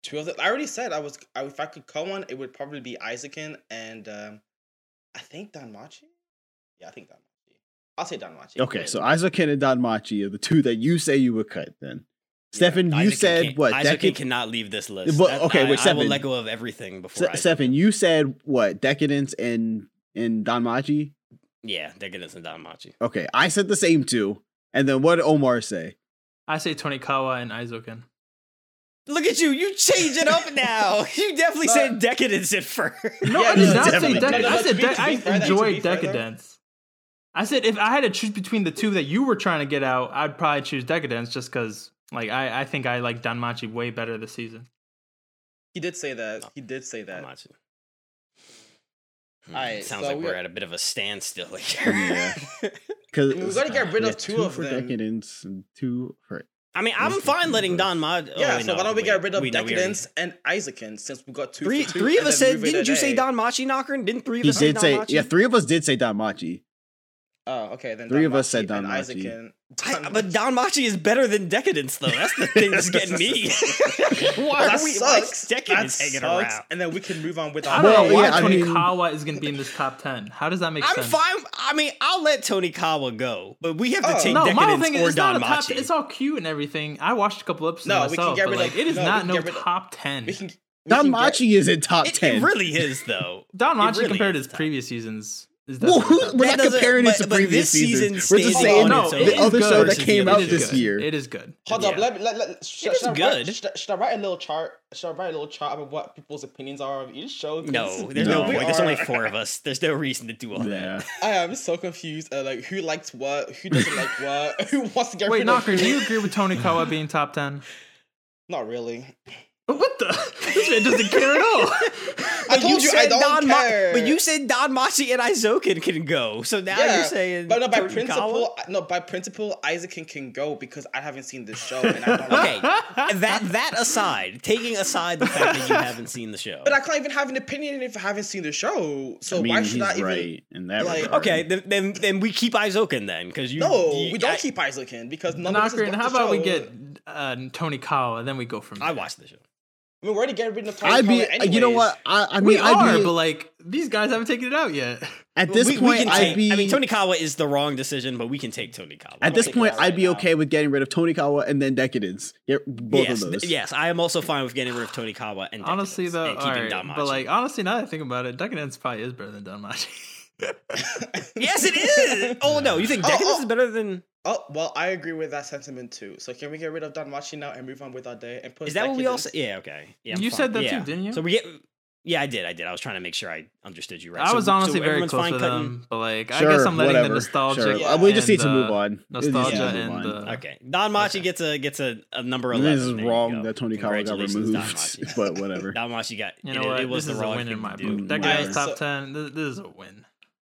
Speaker 4: Two of them. I already said I was. I, if I could cut one, it would probably be Isaacin and um, I think Danmachi. Yeah, I think Danmachi. I'll say Danmachi.
Speaker 2: Okay, so Isaac and Danmachi are the two that you say you would cut. Then, Stefan, you
Speaker 1: Isaacin
Speaker 2: said
Speaker 1: can't-
Speaker 2: what?
Speaker 1: Isaacin
Speaker 2: Decad-
Speaker 1: cannot leave this list.
Speaker 2: Well,
Speaker 1: That-
Speaker 2: okay,
Speaker 1: I,
Speaker 2: wait,
Speaker 1: I will
Speaker 2: Stefan.
Speaker 1: let go of everything before.
Speaker 2: Se-
Speaker 1: I,
Speaker 2: Stefan, you said what? Decadence and and Danmachi.
Speaker 1: yeah, Decadence and Don Machi.
Speaker 2: Okay, I said the same two. And then what did Omar say?
Speaker 3: I say Tonikawa and Izokin.
Speaker 1: Look at you! You change it up now. You definitely
Speaker 4: But-
Speaker 1: said Decadence at first.
Speaker 3: No,
Speaker 4: Yeah,
Speaker 3: I did
Speaker 2: no,
Speaker 3: not say
Speaker 2: definitely.
Speaker 3: decadence.
Speaker 2: No, no,
Speaker 3: I said
Speaker 4: to be-
Speaker 3: dec-
Speaker 4: to
Speaker 3: I
Speaker 4: be fair, that- to
Speaker 3: enjoy
Speaker 4: be fair, though-
Speaker 3: decadence. I said if I had to choose between the two that you were trying to get out, I'd probably choose decadence just because, like, I, I think I like Danmachi way better this season.
Speaker 4: he did say that.
Speaker 1: No.
Speaker 4: He did say that.
Speaker 1: Damachi. Hmm,
Speaker 4: Alright,
Speaker 1: sounds
Speaker 4: so
Speaker 1: like
Speaker 4: we
Speaker 1: we're
Speaker 4: got-
Speaker 1: at a bit of a standstill here.
Speaker 2: Because
Speaker 4: We gotta get rid of two of
Speaker 2: for
Speaker 4: them.
Speaker 2: Decadence and two for
Speaker 1: I mean, I'm
Speaker 2: Mr.
Speaker 1: fine letting
Speaker 2: Bieber.
Speaker 1: Don Mod.
Speaker 4: Yeah,
Speaker 1: oh, wait,
Speaker 4: so why
Speaker 1: no,
Speaker 4: don't we get
Speaker 1: wait,
Speaker 4: rid of
Speaker 1: we- no, we already-
Speaker 4: Decadence and Isaacin since we got two? for
Speaker 1: Three,
Speaker 4: two,
Speaker 1: three of
Speaker 4: and
Speaker 1: us
Speaker 4: then
Speaker 1: said.
Speaker 4: move it
Speaker 1: Didn't you say
Speaker 4: today.
Speaker 1: Don Machi knocker? And didn't three of
Speaker 2: He
Speaker 1: us say
Speaker 2: did
Speaker 1: Don
Speaker 2: say
Speaker 1: Machi?
Speaker 2: yeah. Three of us did say Danmachi.
Speaker 4: Oh, okay. Then
Speaker 2: Three of us
Speaker 4: Danmachi
Speaker 2: said
Speaker 4: and
Speaker 2: Danmachi.
Speaker 4: Isaacin.
Speaker 1: I, but Don Machi is better than Decadence, though. That's the thing that's getting me. why
Speaker 4: that
Speaker 1: are we why is
Speaker 4: sucks.
Speaker 1: Decadence
Speaker 4: that
Speaker 1: hanging
Speaker 4: sucks.
Speaker 1: around?
Speaker 4: And then we can move on with
Speaker 3: I
Speaker 4: our.
Speaker 3: don't
Speaker 2: Well,
Speaker 3: know why
Speaker 2: yeah, I mean-
Speaker 3: Tonikawa is going to be in this top ten. How does that make
Speaker 1: I'm
Speaker 3: sense?
Speaker 1: fine. I mean, I'll let Tony Kawa go, but we have to
Speaker 4: Oh.
Speaker 1: take
Speaker 3: No, my whole
Speaker 1: Decadence
Speaker 3: thing is
Speaker 1: or
Speaker 3: it's not
Speaker 1: Don
Speaker 3: a top.
Speaker 1: Machi.
Speaker 3: Ten. It's all cute and everything. I watched a couple episodes
Speaker 4: No, we can
Speaker 3: myself,
Speaker 4: get
Speaker 3: but
Speaker 4: rid
Speaker 3: like
Speaker 4: of-
Speaker 3: it is
Speaker 4: no, we
Speaker 3: not
Speaker 4: can
Speaker 3: no
Speaker 4: get rid of-
Speaker 3: top ten.
Speaker 4: we can. we can get-
Speaker 2: Danmachi is in top
Speaker 1: It- it,
Speaker 2: ten.
Speaker 1: really is, though.
Speaker 3: Don
Speaker 1: It
Speaker 3: Machi
Speaker 1: really
Speaker 3: compared to
Speaker 1: is
Speaker 3: his
Speaker 1: top.
Speaker 3: previous seasons is
Speaker 2: Well, who-
Speaker 3: definitely
Speaker 2: we're
Speaker 1: That
Speaker 2: not
Speaker 1: doesn't-
Speaker 2: comparing it
Speaker 1: but-
Speaker 2: to
Speaker 1: but
Speaker 2: previous
Speaker 1: this season
Speaker 2: seasons. We're just
Speaker 1: stands
Speaker 2: saying
Speaker 1: on
Speaker 3: no,
Speaker 1: its
Speaker 3: it
Speaker 1: own.
Speaker 2: the
Speaker 3: is
Speaker 2: other
Speaker 3: good.
Speaker 2: show that
Speaker 1: versus the
Speaker 2: came
Speaker 1: other
Speaker 2: out
Speaker 3: It is
Speaker 1: show.
Speaker 2: this
Speaker 3: good.
Speaker 2: year.
Speaker 3: It is good.
Speaker 4: Hold up,
Speaker 1: Yeah.
Speaker 4: let me let, let should,
Speaker 1: It
Speaker 4: should
Speaker 1: is
Speaker 4: I Write,
Speaker 1: good.
Speaker 4: should, I- should I write a little chart? Should I write a little chart about what people's opinions are of each show? 'Cause this
Speaker 1: No,
Speaker 4: is-
Speaker 1: there's no,
Speaker 2: No.
Speaker 1: point. There's
Speaker 4: are-
Speaker 1: only four of us. There's no reason to do all
Speaker 2: Yeah.
Speaker 1: that.
Speaker 4: I am so confused. Uh, like who likes what, who doesn't like what, who wants to get
Speaker 3: Wait,
Speaker 4: rid
Speaker 3: Knocker,
Speaker 4: of
Speaker 3: do you agree with Tony Kawa being top ten?
Speaker 4: Not really.
Speaker 3: What the? This man doesn't care at all.
Speaker 4: I told you, I don't
Speaker 1: Don Ma-
Speaker 4: care.
Speaker 1: but you said Don Machi and Izokin can go. So now
Speaker 4: Yeah,
Speaker 1: you're saying,
Speaker 4: But no, by
Speaker 1: Tony
Speaker 4: principle, no, by principle, Isaac can, can go because I haven't seen this show and I don't.
Speaker 1: Kawa? Okay, that that aside, taking aside the fact that you haven't seen the show.
Speaker 4: But I can't even have an opinion if I haven't seen the show. So
Speaker 2: I mean,
Speaker 4: why
Speaker 2: he's
Speaker 4: should I even?
Speaker 2: right in that
Speaker 4: like-
Speaker 2: regard.
Speaker 1: okay, then, then then we keep Izokin then because you.
Speaker 4: No,
Speaker 1: you-
Speaker 4: we don't
Speaker 1: I,
Speaker 4: keep Isaac in because none of us
Speaker 3: Knocker,
Speaker 4: has
Speaker 3: and
Speaker 4: watched
Speaker 3: how
Speaker 4: the
Speaker 3: about we
Speaker 4: show.
Speaker 3: get uh, Tony Kawa, and then we go from there.
Speaker 1: I watched the show.
Speaker 4: I mean, we're already getting rid of Tony
Speaker 2: I'd be. uh,
Speaker 4: Collar
Speaker 2: You know
Speaker 4: anyways.
Speaker 2: what? I, I mean,
Speaker 3: we
Speaker 2: I'd
Speaker 3: are,
Speaker 2: be,
Speaker 3: but like these guys haven't taken it out yet.
Speaker 2: at this
Speaker 1: we, we
Speaker 2: point,
Speaker 1: can
Speaker 2: I'd
Speaker 1: take,
Speaker 2: be.
Speaker 1: I mean, Tony Kawa is the wrong decision, but we can take Tony Kawa.
Speaker 2: At this
Speaker 4: take
Speaker 2: point,
Speaker 4: it out
Speaker 2: I'd
Speaker 4: right
Speaker 2: be
Speaker 4: now.
Speaker 2: okay with getting rid of Tonikawa and then Decadence. Yeah, both
Speaker 1: yes,
Speaker 2: of
Speaker 1: th-
Speaker 2: those.
Speaker 1: yes, I am also fine with getting rid of Tony Kawa and
Speaker 3: honestly,
Speaker 1: Decadence
Speaker 3: though,
Speaker 1: and keeping
Speaker 3: alright,
Speaker 1: Don Machi.
Speaker 3: but like honestly, now that I think about it, Decadence probably is better than Don Machi.
Speaker 1: yes, it is. Oh no, you think
Speaker 4: Oh,
Speaker 1: Decadence
Speaker 4: oh.
Speaker 1: is better than?
Speaker 4: Oh well, I agree with that sentiment too. So can we get rid of Danmachi now and move on with our day and put?
Speaker 1: Is that what we all
Speaker 4: Decadence-
Speaker 1: said? Yeah, okay. Yeah, I'm
Speaker 3: You
Speaker 1: fine.
Speaker 3: said that too,
Speaker 1: Yeah.
Speaker 3: didn't you?
Speaker 1: So we get. Yeah, I did. I did. I was trying to make sure I understood you right.
Speaker 3: I
Speaker 1: So-
Speaker 3: was
Speaker 1: so
Speaker 3: honestly very
Speaker 1: everyone's
Speaker 3: close
Speaker 1: fine
Speaker 3: with
Speaker 1: cutting-
Speaker 3: them, but like I
Speaker 2: Sure,
Speaker 3: guess I'm letting
Speaker 2: whatever.
Speaker 3: the nostalgia.
Speaker 2: Sure.
Speaker 4: Yeah.
Speaker 2: Uh, we just
Speaker 3: and,
Speaker 2: need to
Speaker 3: uh,
Speaker 2: move on. We just need to
Speaker 3: Nostalgia
Speaker 4: Yeah.
Speaker 2: move
Speaker 3: and
Speaker 2: on.
Speaker 3: the
Speaker 1: Okay, Don Machi
Speaker 3: Okay.
Speaker 1: gets a gets a, a number eleven.
Speaker 2: this is
Speaker 1: There you go.
Speaker 2: wrong that Tony Kawa got
Speaker 1: Congratulations,
Speaker 2: removed,
Speaker 1: Don Machi.
Speaker 2: but whatever.
Speaker 1: Don Machi got.
Speaker 3: You
Speaker 1: it-
Speaker 3: know
Speaker 1: it,
Speaker 3: what?
Speaker 1: was
Speaker 3: this
Speaker 1: the
Speaker 3: is a
Speaker 1: wrong
Speaker 3: win
Speaker 1: thing
Speaker 3: in my
Speaker 1: to do.
Speaker 3: book. That
Speaker 2: Wow.
Speaker 3: guy's top
Speaker 4: So-
Speaker 3: ten. th- This is a win.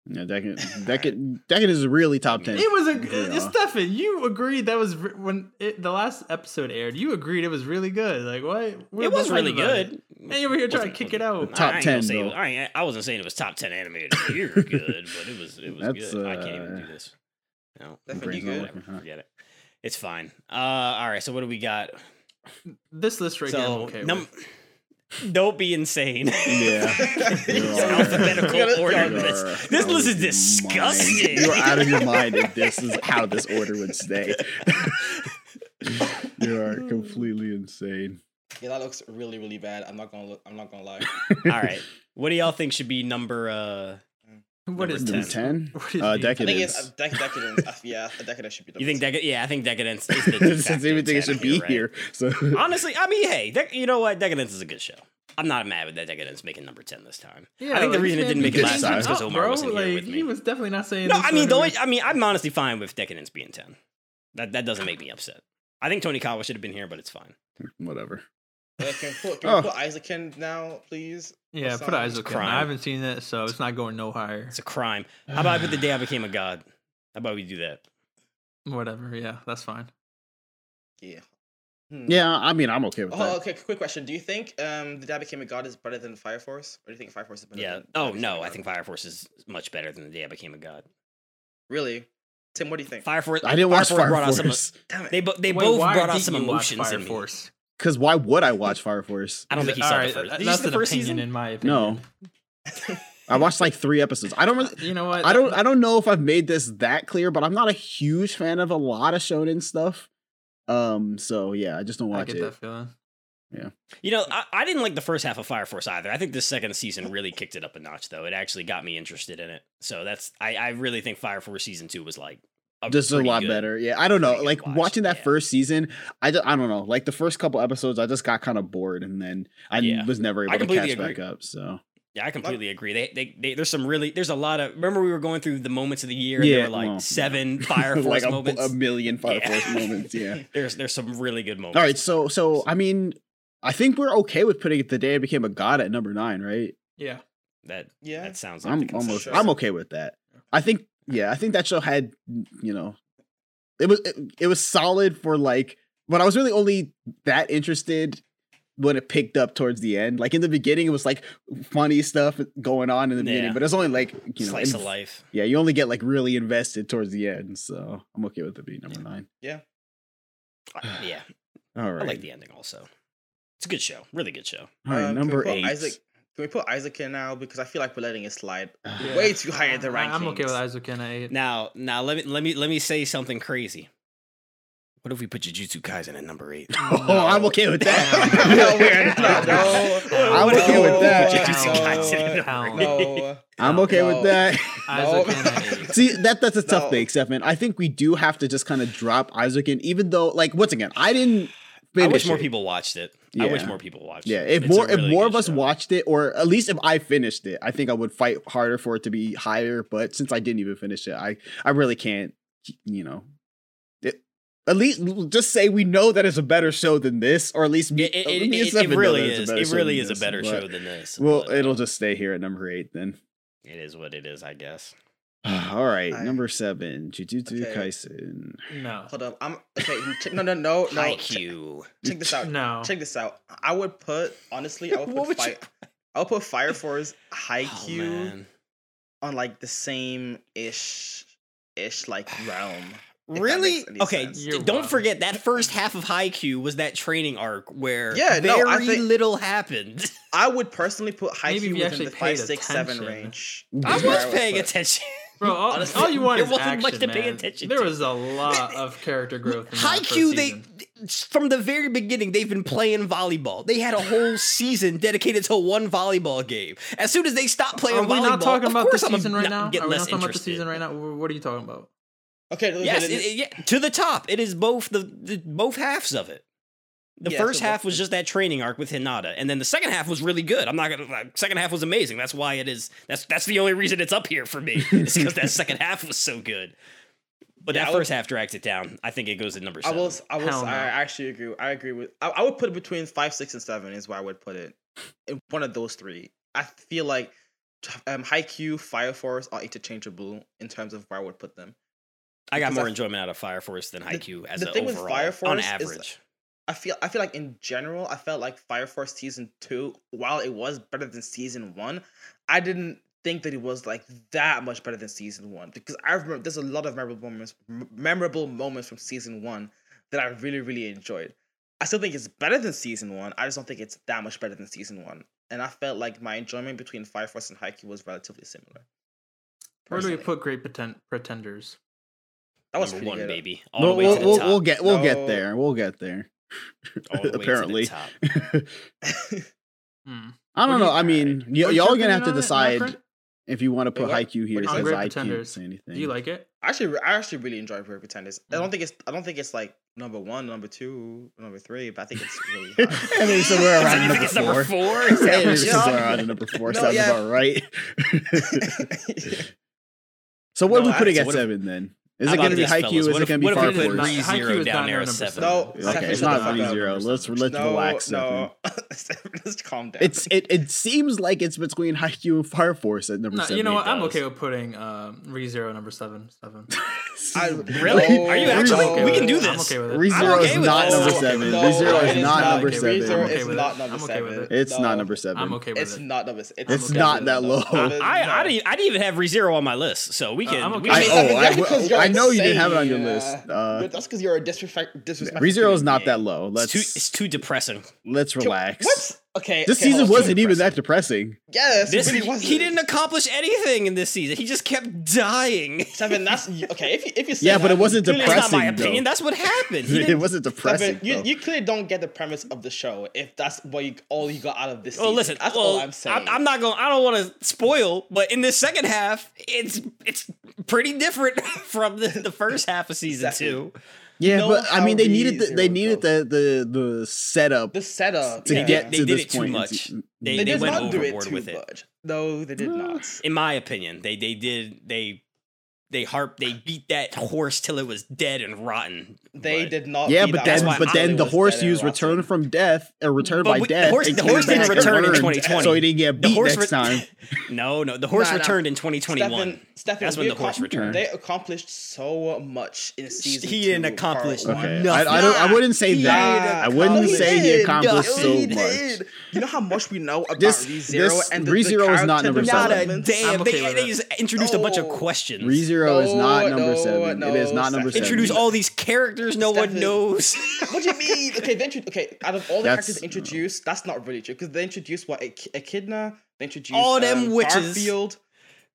Speaker 2: Yeah, Decadence, Decadence, Decadence is really top ten.
Speaker 3: It was a uh,
Speaker 2: Yeah.
Speaker 3: Stefan. You agreed that was re- when it, the last episode aired. You agreed it was really good. Like what? We're
Speaker 1: It was
Speaker 3: both
Speaker 1: really
Speaker 3: hyped about it.
Speaker 1: good.
Speaker 3: And you were here trying to
Speaker 1: Wasn't-
Speaker 3: kick it out.
Speaker 2: Top
Speaker 1: I ain't
Speaker 2: 10
Speaker 1: gonna say it
Speaker 2: though.
Speaker 1: was- I, ain't- I wasn't saying it was top ten animated. of the year good, but it was it was
Speaker 2: That's,
Speaker 1: good. I can't even
Speaker 2: uh,
Speaker 1: do this. No,
Speaker 4: Definitely
Speaker 2: Brain's not
Speaker 4: good.
Speaker 2: working, huh?
Speaker 1: forget it. It's fine. Uh, all right. So what do we got?
Speaker 3: This list right here. I'm
Speaker 1: so
Speaker 3: okay
Speaker 1: num-
Speaker 3: with.
Speaker 1: don't be insane.
Speaker 2: Yeah.
Speaker 1: It's
Speaker 2: are.
Speaker 1: alphabetical
Speaker 4: You're-
Speaker 1: order.
Speaker 4: you're-
Speaker 1: of this.
Speaker 2: You're
Speaker 1: This
Speaker 2: out
Speaker 1: list is
Speaker 2: of your
Speaker 1: disgusting.
Speaker 2: mind. You're out of your mind if this is how this order would stay. you are completely insane.
Speaker 4: Yeah, that looks really really bad. I'm not gonna look. I'm not gonna lie.
Speaker 1: All right. What do y'all think should be number? uh
Speaker 3: What is
Speaker 1: Number
Speaker 2: Number
Speaker 3: this?
Speaker 2: 10?
Speaker 3: What is
Speaker 2: Uh,
Speaker 3: these?
Speaker 4: I think
Speaker 2: decadence.
Speaker 4: it's uh, dec- decadence. Uh, yeah, decadence should be. The
Speaker 1: You think
Speaker 4: first.
Speaker 1: decadence? Yeah, I think decadence is the. de
Speaker 2: Since
Speaker 1: facto
Speaker 2: even think it
Speaker 1: 10
Speaker 2: should be
Speaker 1: right?
Speaker 2: here. So
Speaker 1: Honestly, I mean, hey, dec- you know what? Decadence is a good show. I'm not mad with that Decadence making number ten this time.
Speaker 3: Yeah,
Speaker 1: I think the
Speaker 3: like,
Speaker 1: reason it
Speaker 3: man,
Speaker 1: didn't make it last
Speaker 2: this
Speaker 1: time is
Speaker 2: sucks.
Speaker 1: because
Speaker 3: up,
Speaker 1: Omar
Speaker 3: bro.
Speaker 1: wasn't
Speaker 3: like,
Speaker 1: here with
Speaker 3: He
Speaker 1: me.
Speaker 3: was definitely not saying.
Speaker 1: No,
Speaker 3: this
Speaker 1: I mean, the
Speaker 3: one
Speaker 1: only, I mean, I'm honestly fine with Decadence being ten. That that doesn't make me upset. I think Tony Kawa should have been here, but it's fine.
Speaker 2: whatever.
Speaker 4: Uh, can we put, can
Speaker 2: Oh.
Speaker 4: we put Isaac in now, please?
Speaker 3: Yeah,
Speaker 4: It's
Speaker 3: put
Speaker 4: not-
Speaker 3: eyes okay.
Speaker 1: crime.
Speaker 3: I haven't seen it, so it's not going no higher.
Speaker 1: It's a crime. How about I put the day I became a god? How about we do that?
Speaker 3: Whatever. Yeah, that's fine.
Speaker 4: Yeah. Hmm.
Speaker 2: Yeah, I mean, I'm okay with
Speaker 4: Oh, okay. Quick question: Do you think um, the Dad Became a God is better than Fire Force, or do you think Fire Force is better?
Speaker 1: Yeah.
Speaker 4: than
Speaker 1: Oh
Speaker 4: Dad Became a
Speaker 1: no, I
Speaker 4: God?
Speaker 1: think Fire Force is much better than the day I became a god.
Speaker 4: Really, Tim, what do you think?
Speaker 1: Fire Force.
Speaker 2: that. I didn't
Speaker 1: Fire
Speaker 2: watch
Speaker 1: Force
Speaker 2: Fire
Speaker 1: brought out some.
Speaker 2: Force
Speaker 4: Damn it!
Speaker 1: They bo- they
Speaker 3: Wait,
Speaker 1: both
Speaker 3: why
Speaker 1: brought out
Speaker 3: didn't
Speaker 1: some
Speaker 3: you watch
Speaker 1: emotions
Speaker 3: Fire
Speaker 1: in me.
Speaker 3: Force?
Speaker 2: because why would I watch Fire Force?
Speaker 1: I don't think he saw the
Speaker 3: Alright,
Speaker 1: first.
Speaker 3: that-
Speaker 1: Did you
Speaker 3: That's
Speaker 1: see the
Speaker 3: an
Speaker 1: first
Speaker 3: opinion,
Speaker 1: season?
Speaker 3: in my opinion.
Speaker 2: No, I watched like three episodes. I don't. Really,
Speaker 3: You know what?
Speaker 2: I don't. I don't know if I've made this that clear, but I'm not a huge fan of a lot of shonen stuff. Um. So yeah, I just don't
Speaker 3: I
Speaker 2: watch
Speaker 3: get
Speaker 2: it.
Speaker 3: that feeling.
Speaker 1: You know, I, I didn't like the first half of Fire Force either. I think the second season really kicked it up a notch, though. It actually got me interested in it. So that's I, I really think Fire Force season two was like a
Speaker 2: This is a
Speaker 1: pretty
Speaker 2: lot
Speaker 1: good-
Speaker 2: better. Yeah, I don't know.
Speaker 1: pretty good
Speaker 2: Like
Speaker 1: watch,
Speaker 2: watching that
Speaker 1: yeah.
Speaker 2: first season, I just, I don't know. Like the first couple episodes, I just got kind of bored, and then I
Speaker 1: Yeah.
Speaker 2: was never
Speaker 1: I
Speaker 2: able to
Speaker 1: completely
Speaker 2: catch back
Speaker 1: agree.
Speaker 2: up. So
Speaker 1: Yeah, I completely agree. They, they they there's some really there's a lot of remember we were going through the moments of the year. and
Speaker 2: Yeah,
Speaker 1: there were like
Speaker 2: well,
Speaker 1: seven Fire Force
Speaker 2: like a,
Speaker 1: moments.
Speaker 2: a million Fire
Speaker 1: Yeah.
Speaker 2: Force moments. Yeah.
Speaker 1: there's there's some really good moments.
Speaker 2: All right, so so I mean, I think we're okay with putting the day I became a god at number nine, right?
Speaker 3: Yeah.
Speaker 1: that
Speaker 4: Yeah.
Speaker 1: that sounds like the
Speaker 2: I'm
Speaker 1: consensus.
Speaker 2: almost
Speaker 4: sure.
Speaker 2: I'm okay with that. I think yeah, I think that show had you know, it was it, it was solid for like when I was really only that interested when it picked up towards the end. Like in the beginning, it was like funny stuff going on in the beginning,
Speaker 1: Yeah.
Speaker 2: but it's only like you know,
Speaker 1: slice
Speaker 2: in-
Speaker 1: of life.
Speaker 2: yeah, you only get like really invested towards the end. So I'm okay with it being number nine.
Speaker 1: Uh, Yeah,
Speaker 2: All right,
Speaker 1: I like the ending also. It's a good show, really good show.
Speaker 2: all right,
Speaker 4: Um, can we
Speaker 2: number
Speaker 4: put
Speaker 2: eight.
Speaker 4: Isaac, can we put Isaac in now? Because I feel like we're letting it slide
Speaker 3: Yeah.
Speaker 4: way too high in the
Speaker 3: I-
Speaker 4: rankings.
Speaker 3: I'm okay with Isaac and I.
Speaker 1: Now now let me let me let me say something crazy. What if we put Jujutsu Kaisen at number eight?
Speaker 2: Oh, I'm okay with that.
Speaker 4: no, we're not. No,
Speaker 3: I'm
Speaker 4: no,
Speaker 2: okay with that.
Speaker 1: Jujutsu Kaisen at
Speaker 4: no,
Speaker 1: number
Speaker 3: no.
Speaker 1: eight.
Speaker 4: No,
Speaker 2: I'm
Speaker 3: No.
Speaker 2: okay
Speaker 4: No.
Speaker 2: with that.
Speaker 3: Isaac
Speaker 4: No.
Speaker 3: and I.
Speaker 2: See, that that's a tough
Speaker 4: No.
Speaker 2: thing, Stefan. I think we do have to just kind of drop Isaac in, even though, like, once again, I didn't.
Speaker 1: I
Speaker 2: finish
Speaker 1: wish more
Speaker 2: it.
Speaker 1: people watched it. I wish
Speaker 2: Yeah.
Speaker 1: more people watched.
Speaker 2: Yeah,
Speaker 1: it.
Speaker 2: if
Speaker 1: It's a
Speaker 2: more if
Speaker 1: really
Speaker 2: more
Speaker 1: good
Speaker 2: of us
Speaker 1: show.
Speaker 2: watched it, or at least if I finished it, I think I would fight harder for it to be higher. But since I didn't even finish it, I I really can't. You know, it, at least just say we know that it's a better show than this, or at least me.
Speaker 1: it, it,
Speaker 2: me
Speaker 1: it,
Speaker 2: and
Speaker 1: it-
Speaker 2: Stefan
Speaker 1: it
Speaker 2: know
Speaker 1: really
Speaker 2: that it's a
Speaker 1: is.
Speaker 2: better
Speaker 1: It
Speaker 2: show
Speaker 1: really
Speaker 2: than
Speaker 1: is a
Speaker 2: this,
Speaker 1: better
Speaker 2: but-
Speaker 1: show than this.
Speaker 2: Well,
Speaker 1: but uh,
Speaker 2: it'll just stay here at number eight then.
Speaker 1: it is what it is, I guess.
Speaker 2: All right,
Speaker 4: I-
Speaker 2: number seven, Jujutsu
Speaker 4: Okay.
Speaker 2: Kaisen.
Speaker 3: No.
Speaker 4: hold up. I'm okay. Check, no, no, Oh, no, no. Check,
Speaker 1: IQ.
Speaker 4: check this out.
Speaker 3: No.
Speaker 4: Check this out. I would put honestly. I would
Speaker 1: What
Speaker 4: put
Speaker 1: would you-
Speaker 4: fire. I would put Fire Force
Speaker 1: Oh,
Speaker 4: Haikyuu
Speaker 1: man.
Speaker 4: on like the same ish ish like realm. that
Speaker 1: Really?
Speaker 4: makes any
Speaker 1: Okay.
Speaker 4: sense.
Speaker 1: d-
Speaker 3: You're
Speaker 1: Don't
Speaker 3: wild.
Speaker 1: forget that first half of Haikyuu was that training arc where
Speaker 4: Yeah, no,
Speaker 1: very
Speaker 4: I think-
Speaker 1: little happened.
Speaker 4: I would personally put
Speaker 3: Maybe if
Speaker 4: Haikyuu
Speaker 3: you
Speaker 4: within
Speaker 3: actually
Speaker 4: the five,
Speaker 3: paid
Speaker 4: six, seven
Speaker 3: attention.
Speaker 4: range.
Speaker 1: I
Speaker 4: That's where
Speaker 1: was
Speaker 4: would
Speaker 1: paying
Speaker 4: put-
Speaker 1: attention.
Speaker 3: Bro, all,
Speaker 4: Honestly,
Speaker 3: all you want
Speaker 1: there
Speaker 3: is
Speaker 1: wasn't
Speaker 3: action,
Speaker 1: much to pay
Speaker 3: man.
Speaker 1: attention
Speaker 3: There
Speaker 1: to.
Speaker 3: was a lot of character growth. in that first
Speaker 1: Haikyuu,
Speaker 3: season.
Speaker 1: they from the very beginning they've been playing volleyball. They had a whole season dedicated to one volleyball game. As soon as they stopped playing
Speaker 3: Are
Speaker 1: volleyball,
Speaker 3: we not talking
Speaker 1: of
Speaker 3: about the
Speaker 1: course I'm
Speaker 3: season
Speaker 1: not-
Speaker 3: right now? Are we
Speaker 1: Get
Speaker 3: not
Speaker 1: less
Speaker 3: talking about the
Speaker 1: interested.
Speaker 3: season right now? Wh- What are you talking about?
Speaker 4: Okay. okay,
Speaker 1: Yes,
Speaker 4: then-
Speaker 1: it, it- yeah, to the top. It is both the, the both halves of it. The
Speaker 4: Yeah,
Speaker 1: first
Speaker 4: so
Speaker 1: half
Speaker 4: both-
Speaker 1: was just that training arc with Hinata, and then the second half was really good. I'm not gonna. Like, second half was amazing. That's why it is. That's that's the only reason it's up here for me. It's because that second half was so good. But
Speaker 4: Yeah,
Speaker 1: that
Speaker 4: I would-
Speaker 1: first half drags it down. I think it goes to number
Speaker 4: I
Speaker 1: seven.
Speaker 4: will. s- I will. s-
Speaker 3: Hell no.
Speaker 4: I actually agree. I agree with. I, I would put it between five, six, and seven is where I would put it. In one of those three, I feel like um, Haikyuu, Fire Force are interchangeable in terms of where I would put them.
Speaker 1: I got
Speaker 4: because
Speaker 1: more
Speaker 4: I-
Speaker 1: enjoyment out of Fire Force than Haikyuu as
Speaker 4: the
Speaker 1: an
Speaker 4: thing with
Speaker 1: overall
Speaker 4: Fire
Speaker 1: on
Speaker 4: Force is
Speaker 1: average.
Speaker 4: I feel. I feel like in general, I felt like Fire Force season two, while it was better than season one, I didn't think that it was like that much better than season one because I remember there's a lot of memorable moments, m- memorable moments from season one that I really, really enjoyed. I still think it's better than season one. I just don't think it's that much better than season one. And I felt like my enjoyment between Fire Force and Haikyuu was relatively similar.
Speaker 3: Where do we
Speaker 4: personally.
Speaker 3: put Great Pretend- Pretenders?
Speaker 4: That was
Speaker 1: number
Speaker 4: pretty
Speaker 1: one,
Speaker 4: good.
Speaker 1: baby. All
Speaker 2: We'll,
Speaker 1: the way
Speaker 2: we'll,
Speaker 1: to the
Speaker 2: we'll,
Speaker 1: top.
Speaker 2: we'll get we'll
Speaker 4: No.
Speaker 2: get there. We'll get there.
Speaker 1: All the way
Speaker 2: Apparently,
Speaker 1: to the top.
Speaker 3: Hmm.
Speaker 2: I
Speaker 3: What
Speaker 2: don't know.
Speaker 3: do you-
Speaker 2: I mean, y-
Speaker 3: What's your
Speaker 2: y'all gonna
Speaker 3: opinion
Speaker 2: have to
Speaker 3: on it,
Speaker 2: decide
Speaker 3: Nutcracker?
Speaker 2: if you want to
Speaker 4: Wait,
Speaker 2: put Haikyuu
Speaker 4: what- what
Speaker 2: here
Speaker 4: do you
Speaker 2: because
Speaker 4: think?
Speaker 3: Great
Speaker 2: I can't
Speaker 3: Pretenders.
Speaker 2: say anything.
Speaker 3: Do you like it?
Speaker 4: I actually, I actually really enjoyed Brave Pretenders. I
Speaker 3: Mm.
Speaker 4: don't think it's, I don't think it's like number one, number two, number three, but I think it's really. high.
Speaker 2: I mean, somewhere
Speaker 1: So
Speaker 2: around
Speaker 1: you think
Speaker 2: number
Speaker 1: it's number four?
Speaker 2: four. Hey,
Speaker 1: Is that
Speaker 2: maybe
Speaker 1: what
Speaker 4: Yeah.
Speaker 2: somewhere
Speaker 1: y'all-
Speaker 2: around number four.
Speaker 4: No,
Speaker 2: Sounds
Speaker 4: yeah.
Speaker 2: about right.
Speaker 4: Yeah.
Speaker 2: so what
Speaker 4: No,
Speaker 2: are we putting
Speaker 4: I-
Speaker 2: at
Speaker 1: what if-
Speaker 2: seven then? Is
Speaker 1: How
Speaker 2: it
Speaker 1: about
Speaker 2: going to be
Speaker 1: this,
Speaker 2: Haikyuu?
Speaker 1: fellas?
Speaker 2: Is
Speaker 1: What
Speaker 2: it
Speaker 1: if-
Speaker 2: going to be
Speaker 1: what if we
Speaker 2: Fire
Speaker 1: put
Speaker 2: Force?
Speaker 3: Haikyuu is
Speaker 1: ReZero
Speaker 3: not
Speaker 1: down there
Speaker 3: number
Speaker 1: at
Speaker 3: seven.
Speaker 1: seven?
Speaker 4: No,
Speaker 2: Okay,
Speaker 4: Stefan,
Speaker 2: it's
Speaker 4: shut
Speaker 2: not
Speaker 4: the fuck
Speaker 2: Fire
Speaker 4: up.
Speaker 2: Zero. Let's let's
Speaker 4: no,
Speaker 2: relax.
Speaker 4: No,
Speaker 2: Stefan.
Speaker 4: Stefan, just calm down.
Speaker 2: It's it, it seems like it's between Haikyuu and Fire Force at number
Speaker 3: No,
Speaker 2: seven.
Speaker 3: you know what? I'm
Speaker 2: does.
Speaker 3: okay with putting um, ReZero number seven. Seven.
Speaker 4: I,
Speaker 1: Really? Are you actually- we can do
Speaker 3: I'm
Speaker 1: this.
Speaker 3: okay with it.
Speaker 2: ReZero
Speaker 1: okay
Speaker 2: is
Speaker 1: with
Speaker 2: not
Speaker 1: this. I'm
Speaker 2: number
Speaker 1: okay
Speaker 2: seven.
Speaker 3: with
Speaker 4: this. No,
Speaker 2: ReZero is
Speaker 4: it
Speaker 2: not
Speaker 4: is not.
Speaker 2: number
Speaker 4: Okay,
Speaker 2: seven.
Speaker 4: ReZero
Speaker 3: I'm okay
Speaker 4: is
Speaker 3: with it.
Speaker 4: not number
Speaker 3: I'm okay
Speaker 4: seven.
Speaker 3: with it.
Speaker 2: It's not
Speaker 4: No.
Speaker 2: number seven.
Speaker 3: I'm okay with
Speaker 4: It's
Speaker 3: it.
Speaker 4: not number. It's,
Speaker 2: It's
Speaker 4: okay.
Speaker 2: not that low.
Speaker 1: I, I,
Speaker 4: No.
Speaker 1: didn't, I didn't even have ReZero on my list, so we
Speaker 3: Uh,
Speaker 1: can.
Speaker 3: I'm
Speaker 1: we
Speaker 3: okay.
Speaker 1: can-
Speaker 2: I,
Speaker 4: mean,
Speaker 2: oh, I,
Speaker 4: that's because
Speaker 2: w-
Speaker 4: you're
Speaker 2: I know you didn't have it on your
Speaker 4: insane,
Speaker 2: list.
Speaker 4: uh,
Speaker 2: Uh,
Speaker 4: But that's because you're a disrespect. disrespect
Speaker 2: ReZero is not that low.
Speaker 1: it's,
Speaker 2: Let's
Speaker 1: too, it's too depressing.
Speaker 2: let's relax.
Speaker 4: What? Okay.
Speaker 2: This
Speaker 4: okay, hold
Speaker 2: season
Speaker 4: on.
Speaker 2: wasn't even that depressing.
Speaker 4: Yes,
Speaker 1: This,
Speaker 4: it really wasn't.
Speaker 1: he didn't accomplish anything in this season. He just kept dying.
Speaker 4: Seven. That's okay. If you, if you say
Speaker 2: Yeah, but
Speaker 4: that,
Speaker 2: it wasn't
Speaker 4: you clearly-
Speaker 1: That's not my
Speaker 2: Depressing, though.
Speaker 1: opinion. That's what happened. He
Speaker 2: It
Speaker 1: didn't-
Speaker 2: wasn't depressing.
Speaker 4: Seven, you,
Speaker 2: though.
Speaker 4: you clearly don't get the premise of the show if that's what you all you got out of this.
Speaker 1: well,
Speaker 4: season.
Speaker 1: listen.
Speaker 4: that's
Speaker 1: well,
Speaker 4: all I'm saying.
Speaker 1: I'm not going. to I don't want to spoil, but in this second half, it's it's pretty different from the, the first half of season
Speaker 4: Exactly.
Speaker 1: two.
Speaker 2: yeah,
Speaker 4: know
Speaker 2: but I
Speaker 4: how
Speaker 2: mean, they needed the,
Speaker 4: ReZero
Speaker 2: they needed
Speaker 4: goes.
Speaker 2: the the the setup
Speaker 4: the setup
Speaker 2: to
Speaker 4: yeah.
Speaker 2: get
Speaker 1: They
Speaker 2: to
Speaker 1: did
Speaker 2: this
Speaker 1: it too
Speaker 2: point.
Speaker 1: much.
Speaker 2: It's-
Speaker 1: They,
Speaker 4: They,
Speaker 1: they,
Speaker 4: did
Speaker 1: went
Speaker 4: not do
Speaker 1: overboard
Speaker 4: it too
Speaker 1: with it. Mm.
Speaker 4: much. No, they did not.
Speaker 1: In my opinion, they they did they they harp they beat that horse till it was dead and rotten.
Speaker 4: They
Speaker 1: but-
Speaker 4: did not.
Speaker 2: Yeah,
Speaker 4: beat
Speaker 2: but
Speaker 4: that
Speaker 2: then
Speaker 1: why
Speaker 4: one
Speaker 2: but
Speaker 1: I
Speaker 4: till
Speaker 2: then
Speaker 4: it
Speaker 2: the
Speaker 4: was
Speaker 2: horse
Speaker 4: dead and
Speaker 2: used
Speaker 4: rotten.
Speaker 2: return from death and return
Speaker 1: But
Speaker 2: by
Speaker 1: we- the
Speaker 2: death.
Speaker 1: horse-
Speaker 2: and
Speaker 1: the
Speaker 2: came
Speaker 1: horse didn't
Speaker 2: back and
Speaker 1: return in
Speaker 2: learned,
Speaker 1: 2020.
Speaker 2: so he didn't get
Speaker 1: The
Speaker 2: beat
Speaker 1: horse
Speaker 2: next
Speaker 1: re-
Speaker 2: time.
Speaker 1: No, no, the horse
Speaker 4: Nah, nah.
Speaker 1: returned in 2021.
Speaker 4: Stefan,
Speaker 1: That's when
Speaker 4: we
Speaker 1: the horse
Speaker 4: accom-
Speaker 1: returned.
Speaker 4: They accomplished so much in season.
Speaker 1: He
Speaker 4: two,
Speaker 1: didn't accomplish
Speaker 4: part one.
Speaker 2: Okay,
Speaker 1: Nothing.
Speaker 2: I, I don't. I wouldn't say
Speaker 1: He
Speaker 2: that.
Speaker 1: did
Speaker 2: I wouldn't
Speaker 1: accomplish-
Speaker 2: say he
Speaker 1: did.
Speaker 2: accomplished
Speaker 1: No,
Speaker 2: so
Speaker 1: he
Speaker 2: much.
Speaker 4: You know how much we know about
Speaker 2: This-
Speaker 4: ReZero
Speaker 2: this-
Speaker 4: and the,
Speaker 2: ReZero
Speaker 4: the
Speaker 2: is not number
Speaker 4: character
Speaker 1: Not a
Speaker 2: seven.
Speaker 4: development?
Speaker 1: damn.
Speaker 3: I'm okay
Speaker 1: they,
Speaker 3: with
Speaker 1: they
Speaker 3: it.
Speaker 1: just introduced a bunch of
Speaker 4: No.
Speaker 1: questions.
Speaker 2: Rezero is
Speaker 4: No,
Speaker 2: not number
Speaker 4: no,
Speaker 2: seven. it is
Speaker 4: no,
Speaker 2: not number
Speaker 4: Stefan.
Speaker 2: seven.
Speaker 1: Introduce all these characters no one
Speaker 4: Stefan.
Speaker 1: knows.
Speaker 4: What do you mean? Okay, they intro- okay. Out of all the
Speaker 2: That's-
Speaker 4: characters introduced, that's not really true because they introduced what Ech- Echidna. They introduced
Speaker 1: All them
Speaker 4: um,
Speaker 1: witches.
Speaker 4: Garfield.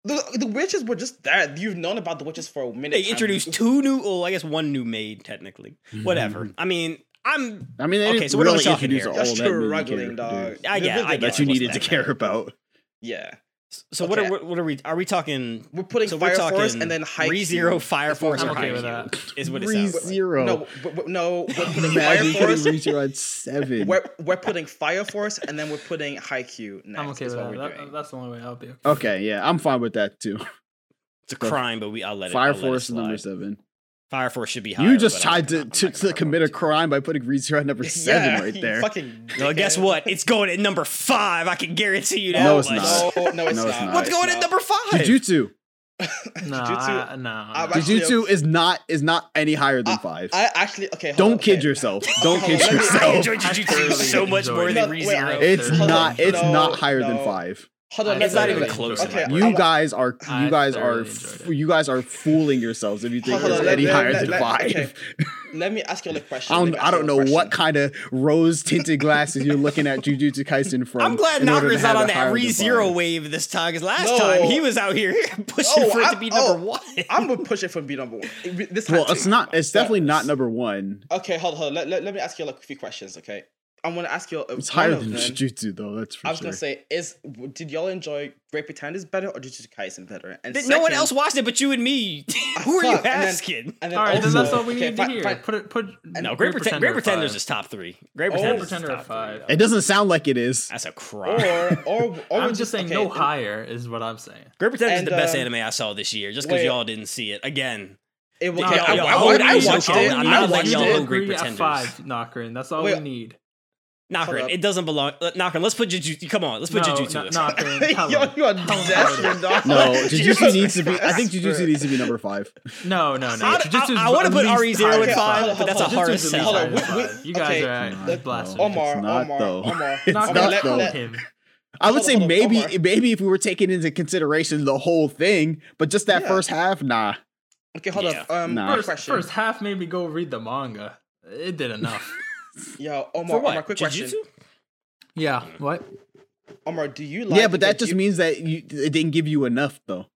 Speaker 4: The, the witches were just there. You've known about the witches for a minute.
Speaker 1: they
Speaker 4: and
Speaker 1: introduced two new, oh, I guess one new maid technically.
Speaker 2: Mm-hmm.
Speaker 1: Whatever. I mean, I'm.
Speaker 2: I mean, they
Speaker 1: Okay,
Speaker 2: didn't
Speaker 1: so what are we
Speaker 2: really
Speaker 1: talking
Speaker 2: introduce
Speaker 1: here?
Speaker 2: all
Speaker 4: You're
Speaker 2: that many
Speaker 4: struggling, dog.
Speaker 2: characters
Speaker 1: I,
Speaker 4: They
Speaker 1: yeah,
Speaker 4: really
Speaker 1: I guess
Speaker 2: that
Speaker 4: did That's
Speaker 2: you
Speaker 1: it wasn't
Speaker 2: needed to
Speaker 1: that
Speaker 2: care
Speaker 1: bad.
Speaker 2: about.
Speaker 4: Yeah,
Speaker 1: So what
Speaker 4: Okay.
Speaker 1: are what are we? Are we talking?
Speaker 4: we're putting
Speaker 1: So
Speaker 4: Fire
Speaker 1: we're talking
Speaker 4: Force and then Haikyuu.
Speaker 1: ReZero, Fire
Speaker 4: That's what
Speaker 1: Force,
Speaker 4: we're
Speaker 1: or
Speaker 3: I'm okay with
Speaker 1: Haikyuu
Speaker 3: that.
Speaker 1: is what it sounds like.
Speaker 2: Rezero.
Speaker 4: No, we're- we're- no, we're putting Fire
Speaker 2: Imagine putting
Speaker 4: Force.
Speaker 2: Rezero at seven.
Speaker 4: We're, we're putting Fire Force and then we're putting Haikyuu next.
Speaker 3: I'm okay with
Speaker 4: is what
Speaker 3: that.
Speaker 4: we're
Speaker 3: That-
Speaker 4: doing.
Speaker 3: That's the only way I'll be okay.
Speaker 2: Okay, yeah, I'm fine with that too.
Speaker 1: It's a crime, but we I'll let it.
Speaker 2: Fire
Speaker 1: I'll let it
Speaker 2: Force is number
Speaker 1: slide.
Speaker 2: seven.
Speaker 1: Fire Force should be higher.
Speaker 2: You just
Speaker 1: but I'm-
Speaker 2: tried to,
Speaker 1: I'm
Speaker 2: to,
Speaker 1: not gonna
Speaker 2: to commit a crime by putting Rezero at number seven
Speaker 4: yeah,
Speaker 2: right
Speaker 4: you
Speaker 2: there.
Speaker 4: Fucking
Speaker 1: Well, guess
Speaker 4: dickhead.
Speaker 1: what? It's going at number five. I can guarantee you that.
Speaker 2: No, it's
Speaker 1: much.
Speaker 2: not.
Speaker 4: No, no, it's,
Speaker 2: No, it's
Speaker 4: not.
Speaker 2: not.
Speaker 1: What's going
Speaker 4: It's
Speaker 1: at
Speaker 4: not.
Speaker 1: number five?
Speaker 2: Jujutsu.
Speaker 3: No,
Speaker 4: Jujutsu-
Speaker 3: I, no, no.
Speaker 4: I'm actually-
Speaker 2: Jujutsu is not is not any higher than five.
Speaker 4: I actually okay. hold on,
Speaker 2: Don't kid
Speaker 4: okay.
Speaker 2: yourself. Don't
Speaker 4: Hold on,
Speaker 2: kid
Speaker 4: let me-
Speaker 1: I
Speaker 2: yourself.
Speaker 1: enjoy Jujutsu
Speaker 3: thoroughly
Speaker 1: so much more
Speaker 3: enjoyed
Speaker 1: than
Speaker 4: it. No, wait,
Speaker 1: ReZero.
Speaker 4: I-
Speaker 2: It's
Speaker 4: Hold on,
Speaker 2: not it's
Speaker 4: no,
Speaker 2: not higher than
Speaker 4: no.
Speaker 2: five.
Speaker 4: Hold on,
Speaker 3: I
Speaker 4: let's
Speaker 1: It's not
Speaker 4: not
Speaker 1: even
Speaker 4: even
Speaker 1: close
Speaker 4: Okay,
Speaker 1: to that.
Speaker 2: You
Speaker 4: I-
Speaker 2: guys are
Speaker 3: I
Speaker 2: you guys are
Speaker 3: thoroughly enjoyed
Speaker 2: f-
Speaker 3: it.
Speaker 2: you guys are fooling yourselves if you think
Speaker 4: Hold
Speaker 2: it's
Speaker 4: on,
Speaker 2: any
Speaker 4: let-
Speaker 2: higher
Speaker 4: let-
Speaker 2: than
Speaker 4: let-
Speaker 2: five.
Speaker 4: okay. Let me ask you all a question.
Speaker 2: I
Speaker 4: Let
Speaker 2: don't,
Speaker 4: me
Speaker 2: I
Speaker 4: ask you
Speaker 2: don't know
Speaker 4: all a
Speaker 2: what
Speaker 4: question.
Speaker 2: kind of rose tinted glasses you're looking at Jujutsu Kaisen from.
Speaker 1: I'm glad
Speaker 2: in order to
Speaker 1: Knocker's not
Speaker 2: have
Speaker 1: on
Speaker 2: it
Speaker 1: that
Speaker 2: higher than
Speaker 1: ReZero
Speaker 2: five.
Speaker 1: wave this time. Because last
Speaker 4: No.
Speaker 1: time he was out here pushing
Speaker 4: Oh,
Speaker 1: for it to
Speaker 4: I-
Speaker 1: be
Speaker 4: oh,
Speaker 1: number one.
Speaker 4: I'm gonna push it for be number one. It- This had
Speaker 2: Well,
Speaker 4: to
Speaker 2: it's
Speaker 4: be
Speaker 2: not.
Speaker 4: number
Speaker 2: It's
Speaker 4: one.
Speaker 2: definitely not number one.
Speaker 4: Okay, hold on, hold on. Let, let, let me ask you all a few questions. Okay, I'm gonna ask you. all-
Speaker 2: It's
Speaker 4: one
Speaker 2: higher
Speaker 4: of
Speaker 2: than
Speaker 4: them,
Speaker 2: Jujutsu though. That's for
Speaker 4: I was
Speaker 2: sure.
Speaker 4: gonna say, is did y'all enjoy Great Pretenders better or Jujutsu Kaisen better? And
Speaker 1: That no one
Speaker 4: second-
Speaker 1: else watched it but you and me. Who are you
Speaker 4: Fuck, and then-
Speaker 1: asking?
Speaker 4: And then
Speaker 3: All right, then
Speaker 4: also-
Speaker 3: that's all we
Speaker 4: okay,
Speaker 3: need
Speaker 4: fine-
Speaker 3: to hear.
Speaker 4: fine.
Speaker 3: Put it, put
Speaker 1: No, Great, Pretend- Great Pretenders
Speaker 3: is
Speaker 1: is top three. Great
Speaker 4: Oh,
Speaker 1: Pretenders
Speaker 3: Pretender
Speaker 1: is
Speaker 3: at
Speaker 1: top
Speaker 3: five.
Speaker 1: three.
Speaker 2: it doesn't sound like it is.
Speaker 1: That's a crime.
Speaker 4: Or or, or
Speaker 3: I'm
Speaker 4: we
Speaker 3: just saying
Speaker 4: okay,
Speaker 3: no
Speaker 4: then-
Speaker 3: higher is what I'm saying.
Speaker 1: Great Pretenders is
Speaker 4: And,
Speaker 1: the best
Speaker 4: um,
Speaker 1: anime I saw this year, just because
Speaker 4: wait.
Speaker 1: y'all didn't see it. Again,
Speaker 4: It, okay,
Speaker 3: No,
Speaker 1: Okay,
Speaker 3: no,
Speaker 4: I,
Speaker 1: yo,
Speaker 4: I,
Speaker 1: I would-
Speaker 4: I
Speaker 1: I would
Speaker 4: watched
Speaker 1: watch
Speaker 4: it.
Speaker 1: it. I'm
Speaker 4: I
Speaker 1: not letting
Speaker 4: watched
Speaker 1: y'all
Speaker 4: it.
Speaker 1: on Great
Speaker 3: Agree at
Speaker 1: Pretenders.
Speaker 3: five, Knocker, and that's all
Speaker 4: Wait,
Speaker 3: we need.
Speaker 1: Knockerin,
Speaker 4: up.
Speaker 1: it doesn't belong. uh, Knockerin, let's put Jujutsu. Come on, let's put
Speaker 3: no,
Speaker 1: Jujutsu.
Speaker 3: no,
Speaker 1: this.
Speaker 3: Knockerin, tell
Speaker 4: Yo,
Speaker 3: him.
Speaker 4: you are
Speaker 3: Tell him.
Speaker 4: desperate, dog.
Speaker 2: No,
Speaker 4: You
Speaker 2: Jujutsu
Speaker 4: are
Speaker 2: needs to be. I think
Speaker 4: desperate.
Speaker 2: Jujutsu needs to be number five.
Speaker 3: No, no, no.
Speaker 1: I- I-
Speaker 3: Jujutsu's
Speaker 1: I wanna
Speaker 3: at
Speaker 1: put
Speaker 3: least
Speaker 1: RE0
Speaker 3: higher
Speaker 1: at
Speaker 3: than
Speaker 1: five,
Speaker 4: hold
Speaker 1: but
Speaker 4: on,
Speaker 1: that's a
Speaker 4: hold on.
Speaker 1: hard
Speaker 3: Jujutsu's at
Speaker 1: sell.
Speaker 3: least
Speaker 4: Hold on,
Speaker 3: higher than
Speaker 4: we- we-
Speaker 3: five. You guys
Speaker 4: okay. oh
Speaker 3: are uh,
Speaker 2: No,
Speaker 3: at
Speaker 2: it's
Speaker 3: blasphemy.
Speaker 2: not.
Speaker 4: Omar,
Speaker 2: It's not,
Speaker 4: Omar,
Speaker 2: though.
Speaker 4: Omar,
Speaker 2: It's
Speaker 4: Omar,
Speaker 2: not,
Speaker 4: let-
Speaker 2: though.
Speaker 4: let-
Speaker 3: him.
Speaker 2: I would
Speaker 4: Hold on,
Speaker 2: say
Speaker 4: hold on,
Speaker 2: maybe
Speaker 4: Omar.
Speaker 2: maybe if we were taking into consideration the whole thing, but just that
Speaker 4: Yeah.
Speaker 2: first half, nah.
Speaker 4: Okay, hold
Speaker 1: Yeah.
Speaker 4: up. Um,
Speaker 2: Nah.
Speaker 4: quick
Speaker 3: First,
Speaker 4: question.
Speaker 3: first half made me go read the manga. It did enough.
Speaker 4: Yo, Omar,
Speaker 1: For
Speaker 4: Omar,
Speaker 1: what?
Speaker 4: quick
Speaker 1: Jujutsu?
Speaker 4: question.
Speaker 3: yeah. What?
Speaker 4: Omar, do you like
Speaker 2: yeah, but that
Speaker 4: do
Speaker 2: just
Speaker 4: you-
Speaker 2: means that you, it didn't give you enough though.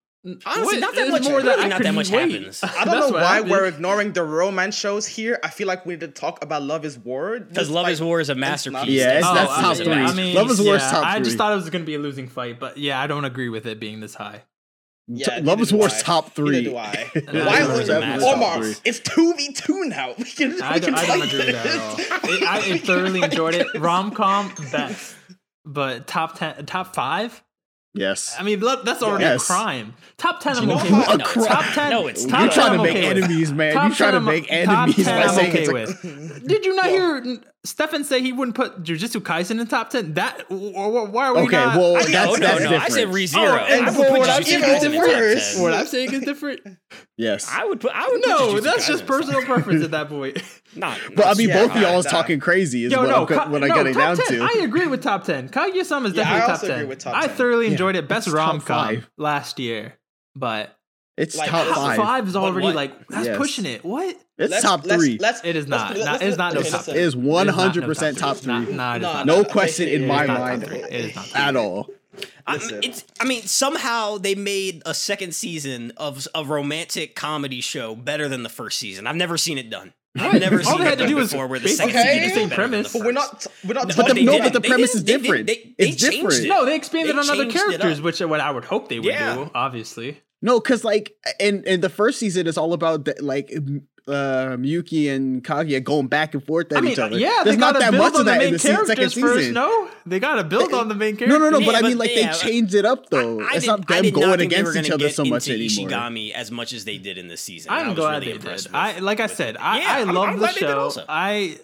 Speaker 1: Honestly,
Speaker 3: What?
Speaker 1: not that
Speaker 3: It's
Speaker 1: much-
Speaker 3: more that
Speaker 1: really
Speaker 3: I
Speaker 1: not
Speaker 3: could
Speaker 1: that much
Speaker 3: wait.
Speaker 1: happens.
Speaker 4: I don't
Speaker 3: That's
Speaker 4: know
Speaker 3: what
Speaker 4: why
Speaker 3: happened.
Speaker 4: we're ignoring the romance shows here. I feel like we need to talk about Love is War.
Speaker 1: Because
Speaker 4: This,
Speaker 1: Love
Speaker 4: like,
Speaker 1: is War is a masterpiece.
Speaker 2: Yeah, it's-
Speaker 1: That
Speaker 2: that's
Speaker 1: season
Speaker 2: top
Speaker 1: is a
Speaker 2: three.
Speaker 3: Oh, I
Speaker 1: masterpiece.
Speaker 3: mean,
Speaker 2: Love is War's
Speaker 3: yeah,
Speaker 2: top
Speaker 3: I
Speaker 2: three.
Speaker 3: just thought it was going to be a losing fight, but yeah, I don't agree with it being this high.
Speaker 4: Yeah,
Speaker 2: T-
Speaker 4: neither
Speaker 2: Love is
Speaker 4: do
Speaker 2: War's
Speaker 4: I.
Speaker 2: top three.
Speaker 4: Neither do I.
Speaker 3: Neither
Speaker 4: Why
Speaker 1: do I.
Speaker 4: would
Speaker 1: Doesn't matter.
Speaker 4: Omar?
Speaker 2: Top
Speaker 4: It's two v two now. We can.
Speaker 3: I
Speaker 4: we
Speaker 3: don't,
Speaker 4: can
Speaker 3: I don't
Speaker 4: fight
Speaker 3: agree with that at all. It, I
Speaker 4: We
Speaker 3: it
Speaker 4: can
Speaker 3: thoroughly
Speaker 4: fight
Speaker 3: enjoyed it.
Speaker 4: this.
Speaker 3: Rom com best, but top ten, top five.
Speaker 2: Yes.
Speaker 3: I mean, look, that's already
Speaker 2: Yes.
Speaker 3: a crime. Top ten,
Speaker 1: Do
Speaker 3: I'm
Speaker 1: you know
Speaker 3: okay
Speaker 1: how-
Speaker 3: with.
Speaker 2: A
Speaker 1: no,
Speaker 2: crime.
Speaker 1: Top 10.
Speaker 3: Top 10.
Speaker 1: No, it's
Speaker 3: Top
Speaker 2: You're
Speaker 1: not.
Speaker 3: 10
Speaker 2: trying to
Speaker 3: I'm
Speaker 2: make
Speaker 3: okay with.
Speaker 2: enemies, man.
Speaker 3: Top
Speaker 2: You're trying
Speaker 3: 10
Speaker 2: to
Speaker 3: I'm-
Speaker 2: make
Speaker 3: top
Speaker 2: enemies
Speaker 3: 10
Speaker 2: by
Speaker 3: I'm
Speaker 2: saying
Speaker 3: okay
Speaker 2: it's like,
Speaker 3: with. Did you not
Speaker 4: Yo.
Speaker 3: hear Stefan say he wouldn't put Jujutsu Kaisen in top ten? That w- w- why are we
Speaker 2: Okay,
Speaker 3: not?
Speaker 2: well,
Speaker 3: I-
Speaker 2: that's,
Speaker 1: no, no,
Speaker 2: that's
Speaker 1: no.
Speaker 2: different.
Speaker 1: I said ReZero.
Speaker 3: Oh, and
Speaker 1: I would
Speaker 3: for
Speaker 1: put
Speaker 3: what I'm
Speaker 1: Jujutsu
Speaker 3: saying,
Speaker 1: Kaisen
Speaker 3: it's
Speaker 1: in top
Speaker 4: worse.
Speaker 1: 10.
Speaker 3: what I'm saying is different.
Speaker 2: Yes.
Speaker 1: I would put. I would.
Speaker 3: No,
Speaker 1: put Jujutsu
Speaker 3: that's
Speaker 1: Kaisen
Speaker 3: just
Speaker 1: in top
Speaker 3: personal preference at that point.
Speaker 1: Not,
Speaker 2: but I mean,
Speaker 4: Yeah,
Speaker 2: both of y'all is
Speaker 4: nah.
Speaker 2: talking crazy is
Speaker 3: Yo,
Speaker 2: what,
Speaker 3: no,
Speaker 2: I'm, co-
Speaker 3: co-
Speaker 2: what
Speaker 3: no,
Speaker 2: I'm getting
Speaker 3: top
Speaker 2: down
Speaker 3: 10.
Speaker 2: to.
Speaker 3: I agree with top ten. Kaguya-sama is
Speaker 4: Yeah, I
Speaker 3: definitely top
Speaker 4: also
Speaker 3: ten.
Speaker 4: agree with top
Speaker 3: I
Speaker 4: 10.
Speaker 3: thoroughly
Speaker 2: Yeah,
Speaker 3: enjoyed it. Best
Speaker 2: it's top
Speaker 3: rom com
Speaker 2: five.
Speaker 3: last year, but
Speaker 2: it's
Speaker 4: Like,
Speaker 2: top
Speaker 4: top
Speaker 3: top
Speaker 2: five.
Speaker 3: five is
Speaker 1: But
Speaker 3: already
Speaker 1: what-
Speaker 3: like that's
Speaker 2: Yes.
Speaker 3: pushing it. What?
Speaker 2: It's top three.
Speaker 4: Let's,
Speaker 3: It is
Speaker 4: let's-
Speaker 3: not.
Speaker 4: let's-
Speaker 3: Not-
Speaker 4: let's-
Speaker 3: it's not no
Speaker 4: okay,
Speaker 3: top
Speaker 4: listen.
Speaker 2: It is
Speaker 3: It is not
Speaker 2: 100% top
Speaker 3: three. It's
Speaker 2: three.
Speaker 3: Not,
Speaker 4: No,
Speaker 3: not,
Speaker 4: no,
Speaker 2: No
Speaker 4: I-
Speaker 2: question
Speaker 4: it
Speaker 2: in
Speaker 4: is
Speaker 2: my
Speaker 4: not top
Speaker 2: mind
Speaker 4: three. It is not top
Speaker 2: at all.
Speaker 1: I,
Speaker 4: Listen.
Speaker 1: it's, I mean, somehow they made a second season of a romantic comedy show better than the first season. I've never seen it done. I've never
Speaker 3: All
Speaker 1: seen
Speaker 3: they
Speaker 1: it
Speaker 3: had to
Speaker 1: done
Speaker 3: do was
Speaker 1: before where the
Speaker 3: basically
Speaker 1: second
Speaker 4: Okay.
Speaker 1: season is
Speaker 4: Same
Speaker 1: better
Speaker 3: premise.
Speaker 1: Than
Speaker 4: But
Speaker 1: the
Speaker 4: we're
Speaker 1: first.
Speaker 4: not. We're
Speaker 1: No,
Speaker 2: But
Speaker 4: not.
Speaker 2: the-
Speaker 1: they
Speaker 4: talking
Speaker 2: no,
Speaker 1: did
Speaker 2: but
Speaker 4: about-
Speaker 2: the
Speaker 1: it. They
Speaker 2: premise
Speaker 1: did-
Speaker 2: is
Speaker 1: they did-
Speaker 2: different.
Speaker 1: they-
Speaker 2: It's
Speaker 1: they changed
Speaker 2: different.
Speaker 1: it.
Speaker 3: No, they expanded
Speaker 1: They
Speaker 3: on other
Speaker 1: changed it
Speaker 3: characters,
Speaker 1: up.
Speaker 3: which is what I would hope they would
Speaker 1: Yeah.
Speaker 3: do. Obviously,
Speaker 2: No, because like in in the first season, it's all about the, like m- uh Miyuki and Kaguya going back and forth at
Speaker 3: I mean,
Speaker 2: each other.
Speaker 3: yeah,
Speaker 2: there's
Speaker 3: they
Speaker 2: not
Speaker 3: gotta
Speaker 2: that
Speaker 3: build
Speaker 2: much
Speaker 3: on
Speaker 2: of that
Speaker 3: the
Speaker 2: in
Speaker 3: main
Speaker 2: the se- second
Speaker 3: characters first.
Speaker 2: season.
Speaker 3: No, they gotta build on the main
Speaker 2: No,
Speaker 3: characters.
Speaker 2: no, no.
Speaker 1: Yeah,
Speaker 2: but I
Speaker 1: but
Speaker 2: mean, like
Speaker 1: yeah,
Speaker 2: they changed it up though.
Speaker 1: I did-
Speaker 2: it's not
Speaker 1: I
Speaker 2: them
Speaker 1: did not
Speaker 2: going
Speaker 1: think they were
Speaker 2: against each
Speaker 1: gonna
Speaker 2: other
Speaker 1: get
Speaker 2: so much
Speaker 1: into
Speaker 2: anymore.
Speaker 1: Ishigami as much as they did in this season. I
Speaker 3: I'm
Speaker 1: was
Speaker 3: glad
Speaker 1: really
Speaker 3: they did.
Speaker 1: impressed with-
Speaker 3: I like I said, I,
Speaker 1: Yeah,
Speaker 3: I
Speaker 1: I'm-
Speaker 3: love
Speaker 1: I'm
Speaker 3: the
Speaker 1: glad they did
Speaker 3: show.
Speaker 1: also.
Speaker 3: I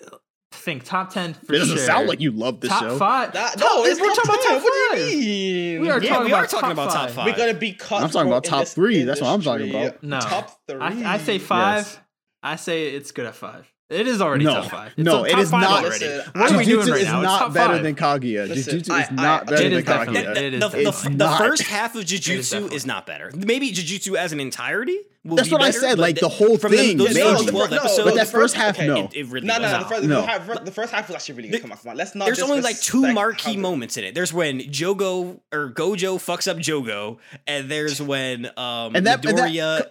Speaker 3: think top ten for
Speaker 2: It doesn't
Speaker 3: sure.
Speaker 2: sound like you love the
Speaker 3: top
Speaker 2: show.
Speaker 3: five.
Speaker 4: That-
Speaker 3: top,
Speaker 4: no, it's
Speaker 3: we're
Speaker 4: top
Speaker 3: talking about
Speaker 4: ten.
Speaker 3: top
Speaker 4: What do
Speaker 3: five.
Speaker 4: you mean?
Speaker 3: We are
Speaker 1: Yeah,
Speaker 3: talking,
Speaker 1: we
Speaker 3: about,
Speaker 1: are talking
Speaker 3: top
Speaker 1: about top
Speaker 3: five.
Speaker 1: five.
Speaker 4: We're gonna be cut.
Speaker 2: I'm talking about top three, that's what I'm talking about.
Speaker 3: No.
Speaker 4: Top three.
Speaker 3: I, I say five.
Speaker 2: Yes.
Speaker 3: I say it's good at five. It is already
Speaker 2: No.
Speaker 3: top five. It's
Speaker 2: No,
Speaker 3: on
Speaker 2: it
Speaker 3: top
Speaker 2: is
Speaker 3: five
Speaker 2: not-
Speaker 3: already.
Speaker 4: Listen,
Speaker 3: What are we
Speaker 2: Jujutsu
Speaker 3: doing right
Speaker 2: is
Speaker 3: now? It's
Speaker 2: not
Speaker 3: top
Speaker 2: better
Speaker 3: five.
Speaker 2: than Kaguya.
Speaker 4: Listen,
Speaker 2: Jujutsu
Speaker 4: I-
Speaker 2: is not
Speaker 4: I-
Speaker 2: better
Speaker 3: It
Speaker 2: than
Speaker 3: is
Speaker 2: Kaguya.
Speaker 3: definitely- it is
Speaker 1: the, the,
Speaker 3: definitely.
Speaker 1: the
Speaker 2: It's
Speaker 1: first half of
Speaker 3: is
Speaker 1: Jujutsu
Speaker 3: definitely.
Speaker 1: is not better. Maybe Jujutsu as an entirety. Will
Speaker 2: That's
Speaker 1: be
Speaker 2: what I
Speaker 1: better,
Speaker 2: said,
Speaker 1: but
Speaker 2: like,
Speaker 1: th-
Speaker 2: the whole
Speaker 1: from
Speaker 2: thing
Speaker 1: Those,
Speaker 2: is
Speaker 1: those
Speaker 2: amazing.
Speaker 1: 12
Speaker 4: No,
Speaker 1: episodes,
Speaker 2: But that
Speaker 4: the
Speaker 2: first
Speaker 4: first-
Speaker 2: half,
Speaker 4: okay,
Speaker 2: no.
Speaker 1: it, it really
Speaker 4: No, no,
Speaker 1: was.
Speaker 4: no. The first,
Speaker 2: No.
Speaker 4: the, half, the first half was actually really good.
Speaker 1: The-
Speaker 4: Come on, come on. Let's not.
Speaker 1: There's only like two
Speaker 4: disrespect
Speaker 1: marquee
Speaker 4: how-
Speaker 1: moments in it. There's when Jogo or Gojo fucks up Jogo, and there's when um
Speaker 2: And
Speaker 1: and
Speaker 2: that- and that-
Speaker 1: Midoriya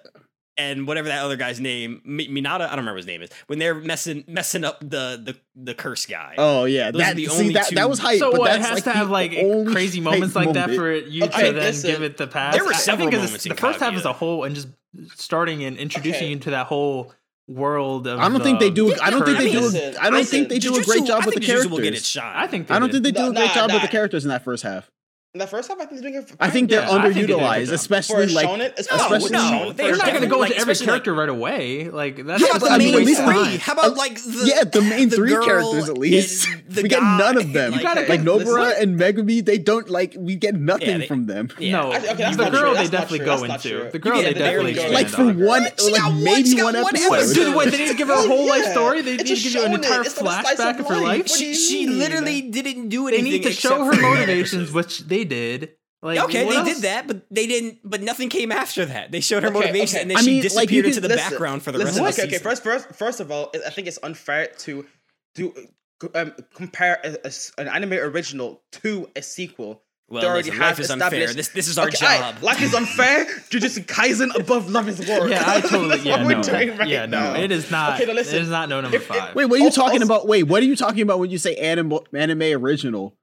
Speaker 1: and, whatever that other guy's name, Mi- Minata, I don't remember his name is, when they're messing messing up the the, the curse guy.
Speaker 2: Oh yeah,
Speaker 1: Those are
Speaker 2: that
Speaker 1: the
Speaker 2: see
Speaker 1: only
Speaker 2: that
Speaker 1: two-
Speaker 2: that was hype.
Speaker 3: So
Speaker 2: but
Speaker 3: what? It
Speaker 2: that's
Speaker 3: has
Speaker 2: like
Speaker 3: to
Speaker 2: the
Speaker 3: have like
Speaker 2: only
Speaker 3: crazy
Speaker 2: hype
Speaker 3: moments like that
Speaker 2: moment.
Speaker 3: for it- you
Speaker 4: Okay,
Speaker 3: to then
Speaker 4: listen.
Speaker 3: give it the pass.
Speaker 1: There were
Speaker 3: I- I
Speaker 1: several
Speaker 3: think it's-
Speaker 1: moments in
Speaker 3: the first half
Speaker 1: Kaguya.
Speaker 3: as a whole, and just starting and introducing
Speaker 4: Okay.
Speaker 3: you to that whole world of.
Speaker 2: I don't think they do.
Speaker 1: Yeah,
Speaker 2: I don't think they do.
Speaker 4: listen,
Speaker 2: a- I don't
Speaker 4: listen,
Speaker 2: think they do a great
Speaker 1: Jujutsu-
Speaker 2: job
Speaker 1: I
Speaker 2: with the
Speaker 1: think Jujutsu will get its
Speaker 2: characters.
Speaker 1: shine.
Speaker 3: I think. They
Speaker 2: I don't think
Speaker 3: did.
Speaker 2: they do a
Speaker 4: Nah,
Speaker 2: great
Speaker 4: nah,
Speaker 2: job with the
Speaker 4: nah.
Speaker 2: characters in that first half.
Speaker 4: In the first half, I think they're doing it.
Speaker 2: I think they're
Speaker 3: Yeah, I think they did a good
Speaker 2: underutilized,
Speaker 3: job.
Speaker 4: for a
Speaker 2: especially like
Speaker 4: shonen. it's-
Speaker 2: especially-
Speaker 4: no,
Speaker 2: No,
Speaker 4: for
Speaker 1: they're
Speaker 4: a
Speaker 3: You're not going to
Speaker 4: shonen.
Speaker 3: go
Speaker 1: Like,
Speaker 3: into every
Speaker 1: especially, like-
Speaker 3: character right away. Like that's
Speaker 2: Yeah,
Speaker 3: just
Speaker 2: but
Speaker 1: the
Speaker 2: I
Speaker 3: gonna
Speaker 2: mean,
Speaker 1: main
Speaker 2: at
Speaker 3: waste
Speaker 2: least
Speaker 1: three.
Speaker 3: time.
Speaker 1: How about
Speaker 2: Uh,
Speaker 1: like the
Speaker 2: yeah, the main three
Speaker 1: girl
Speaker 2: characters at
Speaker 1: and
Speaker 2: least.
Speaker 1: the
Speaker 2: we get
Speaker 1: guy.
Speaker 2: none of them.
Speaker 1: Like,
Speaker 3: gotta
Speaker 2: like
Speaker 3: get- listen.
Speaker 2: Nobara and Megumi, they don't like. We get nothing
Speaker 1: Yeah, they-
Speaker 2: from them.
Speaker 1: yeah.
Speaker 3: No,
Speaker 4: Actually, okay, that's
Speaker 3: the
Speaker 4: not true.
Speaker 3: girl they
Speaker 4: That's not
Speaker 3: definitely
Speaker 4: true.
Speaker 3: go
Speaker 4: That's not
Speaker 3: into.
Speaker 4: true.
Speaker 3: The girl
Speaker 4: Yeah,
Speaker 3: they
Speaker 4: they
Speaker 3: definitely
Speaker 4: barely go
Speaker 3: go
Speaker 4: into
Speaker 2: Like
Speaker 4: Yeah,
Speaker 3: into.
Speaker 2: for
Speaker 4: no.
Speaker 2: one,
Speaker 1: She got
Speaker 2: like
Speaker 1: one-
Speaker 2: maybe
Speaker 1: she got
Speaker 2: one
Speaker 1: one
Speaker 2: episode.
Speaker 1: episode.
Speaker 3: Dude, wait, they need to give her a whole life
Speaker 4: Yeah.
Speaker 3: story. They
Speaker 4: It's
Speaker 3: need to
Speaker 4: a
Speaker 3: give you an
Speaker 4: shonen.
Speaker 3: entire
Speaker 4: It's not a slice
Speaker 3: flashback of her life.
Speaker 4: What do
Speaker 1: she,
Speaker 4: you
Speaker 1: she
Speaker 4: mean?
Speaker 1: literally didn't do
Speaker 3: They
Speaker 1: anything.
Speaker 3: need to
Speaker 1: except
Speaker 3: show her
Speaker 1: for that
Speaker 3: motivations,
Speaker 1: episode.
Speaker 3: which they did. Like
Speaker 1: okay,
Speaker 3: what
Speaker 1: they
Speaker 3: else?
Speaker 1: did that, but they didn't. But nothing came after that. They showed her
Speaker 4: Okay,
Speaker 1: motivations,
Speaker 4: okay.
Speaker 1: and then
Speaker 2: I
Speaker 1: she
Speaker 2: mean, like,
Speaker 1: disappeared
Speaker 2: you can-
Speaker 1: into the
Speaker 4: listen,
Speaker 1: background for the
Speaker 4: listen,
Speaker 1: rest of the
Speaker 4: okay, okay.
Speaker 1: season.
Speaker 4: First, first, first of all, I think it's unfair to do um, compare a- a s- an anime original to a sequel.
Speaker 1: well,
Speaker 4: they already
Speaker 1: listen,
Speaker 4: have
Speaker 1: life is unfair.
Speaker 4: established-
Speaker 1: This this is our
Speaker 4: Okay, aye,
Speaker 1: job.
Speaker 4: life is unfair. Jujutsu Kaisen above Love is War.
Speaker 3: Yeah, I totally.
Speaker 4: That's
Speaker 3: Yeah,
Speaker 4: what we're
Speaker 3: no,
Speaker 4: doing right
Speaker 3: yeah, no.
Speaker 4: now.
Speaker 3: It is not.
Speaker 4: Okay, now listen.
Speaker 3: it is not no number
Speaker 4: If- if-
Speaker 3: five.
Speaker 2: Wait, what are you
Speaker 4: Also-
Speaker 2: talking
Speaker 4: also-
Speaker 2: about? Wait, what are you talking about when you say anime anime original?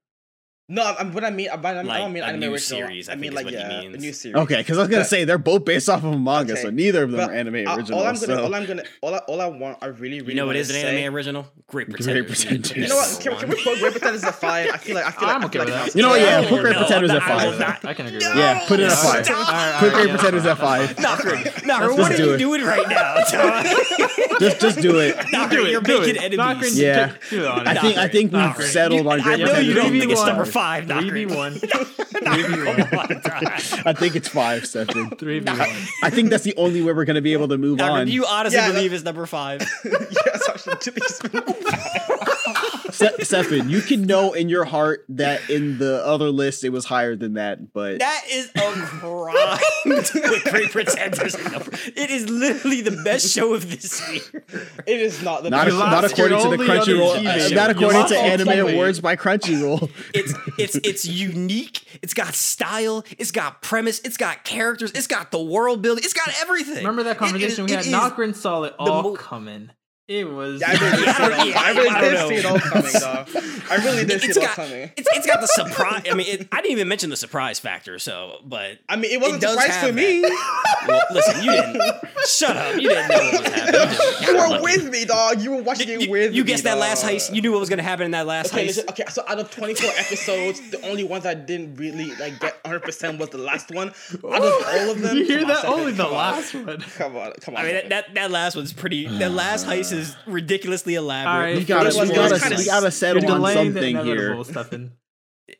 Speaker 4: No, I'm, what I mean, I, I
Speaker 1: Like,
Speaker 4: don't mean
Speaker 1: a
Speaker 4: anime
Speaker 1: new
Speaker 4: original.
Speaker 1: series, I
Speaker 4: I
Speaker 1: think
Speaker 4: mean
Speaker 1: is
Speaker 4: like
Speaker 1: what he
Speaker 4: yeah, a
Speaker 1: means.
Speaker 4: new series.
Speaker 2: Okay, because I was gonna
Speaker 4: But-
Speaker 2: say they're both based off of manga,
Speaker 4: Okay,
Speaker 2: so neither of them
Speaker 4: but
Speaker 2: are anime
Speaker 4: I-
Speaker 2: original.
Speaker 4: all I'm gonna,
Speaker 2: so.
Speaker 4: all I'm gonna, all I, all I want, I really, really
Speaker 1: You know what
Speaker 4: wanna
Speaker 1: is an
Speaker 4: say-
Speaker 1: anime original? Great pretenders.
Speaker 2: Pretenders.
Speaker 4: You know what? Can, can we put Great Pretenders at five? I feel like I feel like
Speaker 3: I'm
Speaker 4: I
Speaker 3: okay
Speaker 4: feel
Speaker 3: with
Speaker 4: like
Speaker 3: that.
Speaker 2: You know what, Oh, yeah,
Speaker 4: No,
Speaker 2: put Great
Speaker 1: no,
Speaker 2: Pretenders at
Speaker 1: I
Speaker 2: five.
Speaker 1: will not-
Speaker 3: I can agree.
Speaker 1: No!
Speaker 3: with that.
Speaker 2: yeah, put it at
Speaker 1: No,
Speaker 2: five.
Speaker 1: stop.
Speaker 2: Put Great Pretenders at five.
Speaker 1: Knocker, knocker,
Speaker 2: Let's
Speaker 1: what are
Speaker 2: just do
Speaker 1: you
Speaker 2: it.
Speaker 1: doing right now? Todd?
Speaker 2: Just just do it.
Speaker 1: Knocker,
Speaker 3: Do it,
Speaker 1: you're
Speaker 3: do
Speaker 1: making
Speaker 3: it.
Speaker 1: enemies.
Speaker 3: Knocker, do
Speaker 2: Yeah.
Speaker 3: it, do it on
Speaker 2: I
Speaker 3: it.
Speaker 2: think I think we've
Speaker 1: Knocker.
Speaker 2: settled on
Speaker 1: You-
Speaker 2: Great
Speaker 1: I know you
Speaker 2: Pretenders
Speaker 1: don't
Speaker 2: being
Speaker 1: think it's
Speaker 2: five.
Speaker 1: number five, Knocker.
Speaker 3: 3v1.
Speaker 1: Knocker, come on, Todd.
Speaker 2: I think it's five, Stefan.
Speaker 3: 3v1.
Speaker 2: I think that's the only way we're gonna be able to move
Speaker 1: Knocker,
Speaker 2: on.
Speaker 1: do you honestly
Speaker 4: Yeah,
Speaker 1: believe it's number five?
Speaker 4: yes, I should do these.
Speaker 2: Se- Stefan, you can know in your heart that in the other list it was higher than that, but
Speaker 1: That is a crime with Great Pretenders. It is literally the best show of this year.
Speaker 4: It is not the
Speaker 2: not,
Speaker 3: You
Speaker 2: ac-
Speaker 4: best.
Speaker 2: not
Speaker 3: lost
Speaker 2: according to
Speaker 3: your
Speaker 2: the
Speaker 3: only other
Speaker 2: Crunchyroll,
Speaker 3: TV
Speaker 2: uh,
Speaker 3: show.
Speaker 2: not
Speaker 3: You
Speaker 2: according
Speaker 3: lost
Speaker 2: to
Speaker 3: all
Speaker 2: Anime
Speaker 3: TV.
Speaker 2: Awards by Crunchyroll.
Speaker 1: It's it's it's unique. It's got style. It's got premise. It's got characters. It's got the world building. It's got everything.
Speaker 3: Remember that
Speaker 1: It is-
Speaker 3: conversation we
Speaker 1: it
Speaker 3: had?
Speaker 1: is-
Speaker 3: Knocker and Solid all
Speaker 1: mo-
Speaker 3: coming. It was.
Speaker 4: Yeah, I really did
Speaker 1: I don't
Speaker 4: see it all- I really did see it all
Speaker 1: know.
Speaker 4: coming, though. I really did see
Speaker 1: It's
Speaker 4: it all
Speaker 1: got-
Speaker 4: coming.
Speaker 1: It's, it's got the surprise. I mean, it, I didn't even mention the surprise factor. So, but
Speaker 4: I mean, it wasn't
Speaker 1: does
Speaker 4: a surprise
Speaker 1: have
Speaker 4: for me.
Speaker 1: well, listen, you didn't. Shut up. You didn't know what was happening. just
Speaker 4: you
Speaker 1: got
Speaker 4: were
Speaker 1: lucky.
Speaker 4: with me, dog. You were watching
Speaker 1: You,
Speaker 4: it
Speaker 1: you-
Speaker 4: with me.
Speaker 1: you guessed that last
Speaker 4: dog.
Speaker 1: heist. You knew what was going to happen in that last
Speaker 4: Okay,
Speaker 1: heist.
Speaker 4: listen, okay, so out of 24 episodes, the only ones I didn't really like get 100% was the last one. Out of all of them,
Speaker 3: you hear
Speaker 4: come on,
Speaker 3: that?
Speaker 4: Sandra,
Speaker 3: Only the
Speaker 4: come on.
Speaker 3: last one.
Speaker 4: Come on, come on.
Speaker 1: I mean, that, that, that last one's pretty. That last heist is ridiculously elaborate.
Speaker 3: All right.
Speaker 2: We gotta,
Speaker 4: It was-
Speaker 2: we
Speaker 4: it was
Speaker 2: gotta,
Speaker 4: kinda
Speaker 2: we gotta
Speaker 4: s-
Speaker 2: settle
Speaker 3: You're
Speaker 2: on
Speaker 3: delaying the
Speaker 2: something here.
Speaker 3: inevitable, Stefan.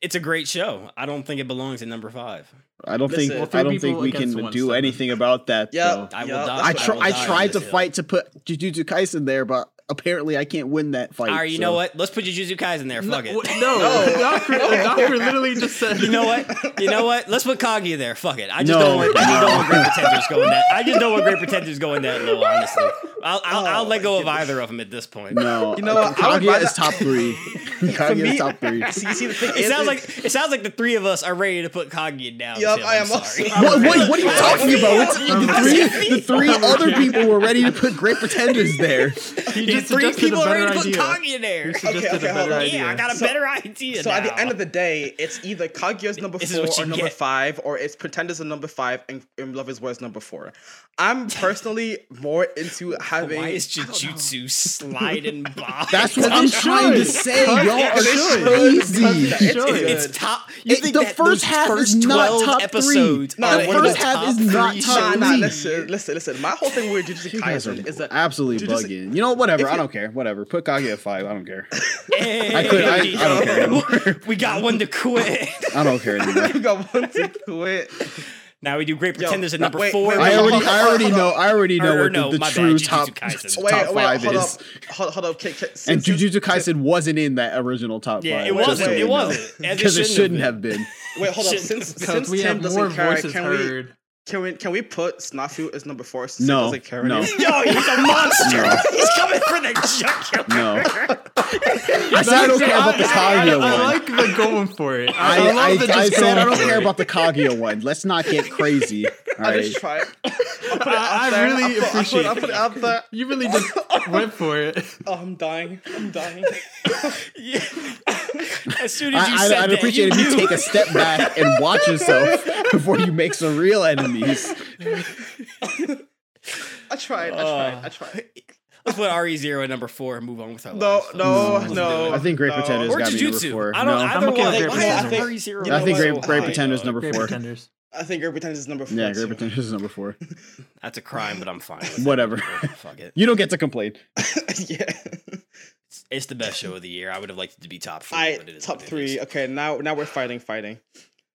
Speaker 1: It's a great show. I don't think it belongs in number five.
Speaker 2: I don't
Speaker 4: Listen,
Speaker 2: think,
Speaker 4: Well,
Speaker 2: I
Speaker 3: three
Speaker 2: don't think
Speaker 3: people
Speaker 2: we
Speaker 3: against
Speaker 2: can
Speaker 3: one,
Speaker 2: do
Speaker 3: Stefan.
Speaker 2: anything about that.
Speaker 4: yeah,
Speaker 2: though.
Speaker 1: I will die.
Speaker 4: yeah, that's
Speaker 2: I,
Speaker 1: what I
Speaker 2: tr-
Speaker 1: will
Speaker 2: I
Speaker 1: die on
Speaker 2: tried to
Speaker 1: this hill.
Speaker 2: fight to put Jujutsu Kaisen there, but apparently I can't win that fight.
Speaker 1: All right, you
Speaker 2: so-
Speaker 1: know what? Let's put Jujutsu Kaisen there. Fuck
Speaker 3: no,
Speaker 1: it.
Speaker 3: no, the doctor, the doctor literally just said.
Speaker 1: You know what? You know what? Let's put Kaguya there. Fuck it. I just
Speaker 2: No.
Speaker 1: don't want. I just don't want Great Pretenders going that. I just don't want Great Pretenders going that low. Honestly, I'll I'll, I'll
Speaker 4: Oh,
Speaker 1: let go
Speaker 4: my
Speaker 1: of either of them at this point.
Speaker 2: No,
Speaker 4: You know
Speaker 2: uh,
Speaker 4: what? I would
Speaker 2: Kaguya
Speaker 4: rather-
Speaker 2: is top three.
Speaker 4: For
Speaker 2: Kaguya
Speaker 4: me,
Speaker 2: is top three.
Speaker 4: See, you see the thing
Speaker 1: It
Speaker 4: is-
Speaker 1: sounds like it sounds like the three of us are ready to put Kaguya down.
Speaker 4: Yup,
Speaker 1: Tim.
Speaker 4: I
Speaker 1: I'm
Speaker 4: am
Speaker 1: sorry.
Speaker 4: also-
Speaker 2: What, what, what are you talking about? What's-
Speaker 3: Yeah.
Speaker 2: the, three, the three other people were ready to put Great Pretenders there.
Speaker 3: He
Speaker 1: You
Speaker 3: just
Speaker 1: three
Speaker 3: suggested a
Speaker 1: people are
Speaker 3: better
Speaker 1: ready to put
Speaker 3: idea.
Speaker 1: Kaguya there.
Speaker 3: He suggested
Speaker 4: okay,
Speaker 3: a
Speaker 4: hold
Speaker 3: better
Speaker 4: on.
Speaker 3: idea.
Speaker 1: Yeah, I got a
Speaker 4: So-
Speaker 1: better idea.
Speaker 4: So at the end
Speaker 1: now.
Speaker 4: of the day, it's either Kaguya's number
Speaker 1: This is
Speaker 4: four
Speaker 1: what you
Speaker 4: or number
Speaker 1: get.
Speaker 4: five, or it's Pretenders are number five and, and Love Is War is number four. I'm personally more into having.
Speaker 1: Why is Jujutsu sliding by?
Speaker 2: That's what I'm
Speaker 3: They
Speaker 2: trying to
Speaker 3: should.
Speaker 2: say.
Speaker 3: Because
Speaker 2: Y'all are
Speaker 3: they should.
Speaker 2: crazy.
Speaker 4: Because they should.
Speaker 1: It's
Speaker 4: Good.
Speaker 1: top. You
Speaker 2: It-
Speaker 1: think
Speaker 2: the
Speaker 1: that
Speaker 2: first
Speaker 1: those
Speaker 2: half
Speaker 1: first
Speaker 2: is not
Speaker 1: 12
Speaker 2: top three.
Speaker 1: episodes
Speaker 4: No,
Speaker 1: are
Speaker 4: the
Speaker 1: one of
Speaker 4: first
Speaker 1: the
Speaker 2: half
Speaker 1: top
Speaker 2: is not
Speaker 1: three shows.
Speaker 2: top
Speaker 4: Nah, nah,
Speaker 2: Three.
Speaker 4: listen, listen, listen. My whole thing with Jujutsu
Speaker 2: You guys are
Speaker 4: Kaisen is that
Speaker 2: absolutely
Speaker 4: Jujutsu-
Speaker 2: bugging. You know, whatever.
Speaker 4: If
Speaker 2: I
Speaker 4: you-
Speaker 2: don't care. Whatever. Put Kaguya at five. I don't care.
Speaker 1: I
Speaker 2: quit. I- I don't care
Speaker 1: We got one to quit.
Speaker 2: I don't care anymore.
Speaker 4: you got one to quit.
Speaker 1: now we do Great Pretenders at
Speaker 4: no,
Speaker 1: number
Speaker 4: wait,
Speaker 1: four.
Speaker 4: wait,
Speaker 2: I
Speaker 4: wait, hold
Speaker 2: already,
Speaker 4: on,
Speaker 2: I
Speaker 4: hold
Speaker 2: already
Speaker 4: on.
Speaker 2: know, I already know
Speaker 1: Or- or
Speaker 2: what
Speaker 1: no,
Speaker 2: the,
Speaker 1: my
Speaker 2: the
Speaker 1: bad,
Speaker 2: true
Speaker 1: Jujutsu
Speaker 2: top,
Speaker 1: Kaisen.
Speaker 2: top
Speaker 4: Wait, wait,
Speaker 2: five
Speaker 4: hold
Speaker 2: is.
Speaker 4: up, hold, hold up. K- K-
Speaker 2: And
Speaker 4: since-
Speaker 2: Jujutsu Kaisen wasn't in that original top
Speaker 1: yeah,
Speaker 2: five.
Speaker 1: it
Speaker 4: wait,
Speaker 1: wasn't.
Speaker 4: wait,
Speaker 1: it
Speaker 4: no.
Speaker 1: wasn't. As
Speaker 2: Because it shouldn't have been.
Speaker 4: Wait, hold up.
Speaker 1: Shit,
Speaker 4: Since
Speaker 3: Because
Speaker 4: since
Speaker 3: we
Speaker 4: Tim
Speaker 3: have more
Speaker 4: doesn't care,
Speaker 3: voices
Speaker 4: can we
Speaker 3: heard.
Speaker 4: can we can we put Snafu as number four? Since
Speaker 2: No,
Speaker 4: Tim doesn't care
Speaker 2: no.
Speaker 4: anymore?
Speaker 1: Yo, he's a monster. he's coming for the jugular.
Speaker 2: No. I said I don't care about the
Speaker 3: I,
Speaker 2: Kaguya
Speaker 3: I
Speaker 2: one.
Speaker 3: like the going for it. I,
Speaker 2: I,
Speaker 3: love the
Speaker 2: I,
Speaker 3: just
Speaker 2: I said I
Speaker 3: going
Speaker 2: don't
Speaker 3: for
Speaker 2: care
Speaker 3: it.
Speaker 2: about the Kaguya one. Let's not get crazy. All
Speaker 4: I
Speaker 2: right.
Speaker 4: just try. it. I'll put it
Speaker 3: I- I
Speaker 4: out there.
Speaker 3: really
Speaker 4: I'll put,
Speaker 3: appreciate
Speaker 4: I'll put,
Speaker 3: it.
Speaker 4: I'll put it out there.
Speaker 3: You really just went for it.
Speaker 4: Oh, I'm dying. I'm dying.
Speaker 1: Yeah. As soon as you
Speaker 2: I,
Speaker 1: said
Speaker 2: I, I'd
Speaker 1: that,
Speaker 2: appreciate
Speaker 1: you
Speaker 2: if
Speaker 1: knew.
Speaker 2: you take a step back and watch yourself before you make some real enemies.
Speaker 4: I tried. I tried. I tried.
Speaker 2: Uh,
Speaker 1: Let's put RE zero at number four and move on with our
Speaker 4: No,
Speaker 1: lives.
Speaker 4: no,
Speaker 1: Let's do
Speaker 4: no.
Speaker 1: it.
Speaker 2: I think Great
Speaker 4: No.
Speaker 2: Pretenders
Speaker 1: Or
Speaker 2: got to be number
Speaker 1: Jujutsu.
Speaker 2: four.
Speaker 1: I don't.
Speaker 2: no,
Speaker 1: either
Speaker 3: I'm okay
Speaker 1: one.
Speaker 3: with Great
Speaker 1: Why
Speaker 4: Pretenders.
Speaker 1: is RE zero?
Speaker 4: You know
Speaker 2: I think
Speaker 4: what?
Speaker 2: Great,
Speaker 4: so
Speaker 2: Great
Speaker 4: high,
Speaker 2: Pretenders
Speaker 1: uh,
Speaker 4: though.
Speaker 2: number
Speaker 3: Great
Speaker 2: four.
Speaker 3: pretenders.
Speaker 4: I think Great Pretenders is number four.
Speaker 2: Yeah, Great
Speaker 4: too.
Speaker 2: Pretenders is number four.
Speaker 1: That's a crime, but I'm fine. with it.
Speaker 2: Whatever.
Speaker 1: Fuck it.
Speaker 2: You don't get to complain.
Speaker 4: yeah.
Speaker 1: It's, it's the best show of the year. I would have liked it to be top three.
Speaker 4: All
Speaker 1: but it
Speaker 4: right,
Speaker 1: is
Speaker 4: top
Speaker 1: what it
Speaker 4: three.
Speaker 1: is.
Speaker 4: Okay, now now we're fifighting, fighting.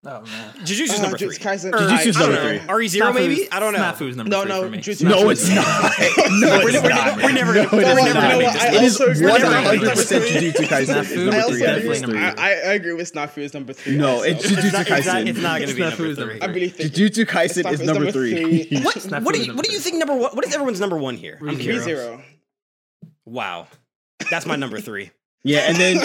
Speaker 3: Oh man.
Speaker 1: Jujutsu's
Speaker 4: Uh,
Speaker 1: number three.
Speaker 4: Jujutsu Kaisen-
Speaker 1: Or,
Speaker 2: Jujutsu's
Speaker 1: I- I don't
Speaker 2: number
Speaker 1: know.
Speaker 2: three.
Speaker 1: RE zero maybe. I don't know.
Speaker 3: Snafu's number
Speaker 4: No,
Speaker 3: three
Speaker 4: no,
Speaker 3: for me.
Speaker 4: Jujutsu-
Speaker 2: No, it's not. No,
Speaker 4: we're
Speaker 2: it's
Speaker 4: never-
Speaker 2: not.
Speaker 1: We're never. gonna-
Speaker 2: No, it
Speaker 1: we're
Speaker 2: is
Speaker 1: never gonna
Speaker 2: not.
Speaker 4: You know
Speaker 1: make
Speaker 4: what? I
Speaker 1: this
Speaker 2: It
Speaker 1: list.
Speaker 2: is
Speaker 4: also agree with
Speaker 2: 100%
Speaker 4: that.
Speaker 2: Jujutsu Kaisen is
Speaker 3: Snafu
Speaker 2: number
Speaker 4: I
Speaker 3: is
Speaker 4: also
Speaker 2: three.
Speaker 3: definitely
Speaker 2: Definitely
Speaker 4: agree.
Speaker 2: number
Speaker 4: With,
Speaker 3: number
Speaker 2: three.
Speaker 4: I, I I agree with Snafu is number three.
Speaker 2: No,
Speaker 4: also.
Speaker 2: it's
Speaker 1: It's
Speaker 2: Jujutsu
Speaker 1: not, it's not,
Speaker 2: Kaisen.
Speaker 1: it's not gonna be number
Speaker 3: Snafu's number
Speaker 1: three.
Speaker 4: I'm really thinking.
Speaker 2: Jujutsu Kaisen
Speaker 4: Snafu
Speaker 2: is number three.
Speaker 4: three.
Speaker 1: What? What do
Speaker 3: Snafu's
Speaker 1: you? What
Speaker 3: number
Speaker 1: do you think number one? What is everyone's number one here? I'm
Speaker 3: RE0.
Speaker 1: curious.
Speaker 4: Zero.
Speaker 1: Wow. That's my number three.
Speaker 2: Yeah, and then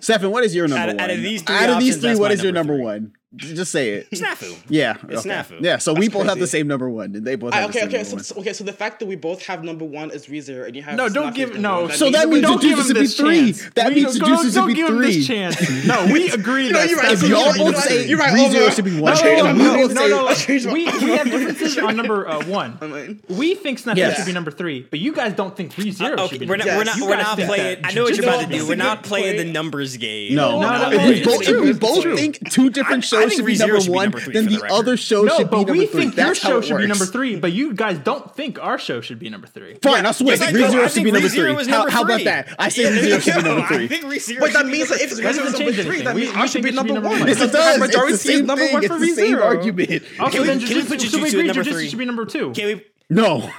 Speaker 2: Stefan, what is your number
Speaker 1: Out of-
Speaker 2: one?
Speaker 1: out of these three
Speaker 2: out of these
Speaker 1: options,
Speaker 2: three,
Speaker 1: that's
Speaker 2: what
Speaker 1: my
Speaker 2: is your
Speaker 1: number
Speaker 2: number
Speaker 1: three.
Speaker 2: one? J- Just say it.
Speaker 1: Snafu.
Speaker 2: Yeah,
Speaker 1: It's Snafu.
Speaker 2: Yeah, so we
Speaker 4: That's
Speaker 2: both have the
Speaker 4: crazy.
Speaker 2: same number one, and they both
Speaker 4: I,
Speaker 2: have the
Speaker 4: okay,
Speaker 2: same
Speaker 4: okay,
Speaker 2: number
Speaker 4: so,
Speaker 2: one.
Speaker 4: so- okay. So the fact that we both have number one is Rezero, and you have
Speaker 3: No, don't
Speaker 4: Snafu
Speaker 3: give
Speaker 4: as number
Speaker 3: no.
Speaker 4: one, that
Speaker 2: So that means
Speaker 3: don't
Speaker 2: Jujutsu
Speaker 3: give him
Speaker 2: should be
Speaker 3: this
Speaker 2: three.
Speaker 3: chance.
Speaker 2: That
Speaker 3: We-
Speaker 2: means
Speaker 3: go-
Speaker 2: Jujutsu should
Speaker 3: don't
Speaker 2: be
Speaker 3: give him
Speaker 2: three.
Speaker 3: this chance. No, we agree. that
Speaker 4: you're right,
Speaker 3: Snafu
Speaker 2: if
Speaker 4: so
Speaker 3: should
Speaker 2: y'all
Speaker 3: be
Speaker 4: you're
Speaker 2: both
Speaker 3: number
Speaker 4: right,
Speaker 2: say
Speaker 4: you're right,
Speaker 2: Rezero
Speaker 4: Omar.
Speaker 2: should be
Speaker 4: No,
Speaker 2: one,
Speaker 3: No,
Speaker 4: change
Speaker 3: no,
Speaker 4: my
Speaker 2: and we
Speaker 4: mind.
Speaker 3: no,
Speaker 2: both
Speaker 3: no,
Speaker 2: say
Speaker 3: no.
Speaker 4: change my-
Speaker 3: We, we have differences on number uh, one.
Speaker 4: I mean,
Speaker 3: We think Snafu
Speaker 2: Yes.
Speaker 3: should be number three, but you guys don't think three zero
Speaker 1: Okay,
Speaker 3: should be.
Speaker 1: we're
Speaker 3: number
Speaker 1: not, we're not,
Speaker 4: Yes. You
Speaker 1: we're
Speaker 3: guys
Speaker 1: not
Speaker 3: think
Speaker 1: playing.
Speaker 3: that
Speaker 1: I know what you're
Speaker 4: Jujutsu
Speaker 1: about to
Speaker 4: is
Speaker 1: do.
Speaker 4: a
Speaker 1: We're
Speaker 4: good
Speaker 1: not playing
Speaker 4: point.
Speaker 1: the numbers game.
Speaker 2: No,
Speaker 1: We're
Speaker 3: No,
Speaker 1: not
Speaker 3: no,
Speaker 2: if we
Speaker 1: playing
Speaker 3: it's
Speaker 2: both,
Speaker 1: the
Speaker 2: if we
Speaker 1: numbers
Speaker 2: both
Speaker 1: game.
Speaker 2: think two different
Speaker 1: I- I
Speaker 2: shows
Speaker 1: think
Speaker 2: should be
Speaker 1: ReZero
Speaker 2: number
Speaker 1: should be
Speaker 2: one,
Speaker 1: number three
Speaker 2: then
Speaker 1: for the
Speaker 2: the,
Speaker 1: record.
Speaker 2: other show
Speaker 3: No,
Speaker 2: should be
Speaker 3: but
Speaker 2: number
Speaker 3: we
Speaker 2: three.
Speaker 3: think your
Speaker 2: That's how
Speaker 3: show
Speaker 2: it
Speaker 3: should be
Speaker 2: works.
Speaker 3: number three, but you guys don't think our show should be number three.
Speaker 2: Fine, I'll switch.
Speaker 1: Yes, I do. I
Speaker 2: Rezero should
Speaker 1: think
Speaker 2: be number
Speaker 1: ReZero
Speaker 2: three.
Speaker 1: is
Speaker 2: How
Speaker 1: number
Speaker 2: how about
Speaker 1: three.
Speaker 2: that? I say
Speaker 1: Yeah, there
Speaker 2: Rezero
Speaker 1: you
Speaker 2: should be
Speaker 1: go.
Speaker 2: number
Speaker 1: I
Speaker 2: three.
Speaker 1: think ReZero
Speaker 4: but
Speaker 1: should be
Speaker 4: that means
Speaker 1: number
Speaker 4: that if
Speaker 1: three.
Speaker 3: doesn't
Speaker 4: Rezero's number
Speaker 3: change
Speaker 4: three,
Speaker 3: anything.
Speaker 4: that
Speaker 3: We-
Speaker 4: means
Speaker 3: we
Speaker 4: you should
Speaker 3: think
Speaker 4: be
Speaker 3: it should be
Speaker 4: number
Speaker 3: number
Speaker 4: one.
Speaker 3: one.
Speaker 4: It's
Speaker 2: It's
Speaker 4: the
Speaker 2: the same,
Speaker 4: majority
Speaker 2: it's the same
Speaker 4: number
Speaker 2: thing.
Speaker 4: one
Speaker 2: It's
Speaker 4: for
Speaker 2: the same
Speaker 4: Rezero.
Speaker 2: argument.
Speaker 3: Also,
Speaker 1: we-
Speaker 3: then
Speaker 1: can we put
Speaker 3: Jujutsu,
Speaker 1: Jujutsu
Speaker 3: so we
Speaker 1: at
Speaker 3: agree
Speaker 1: number
Speaker 3: Jujutsu
Speaker 1: three?
Speaker 3: should be number two.
Speaker 1: Can we?
Speaker 2: No.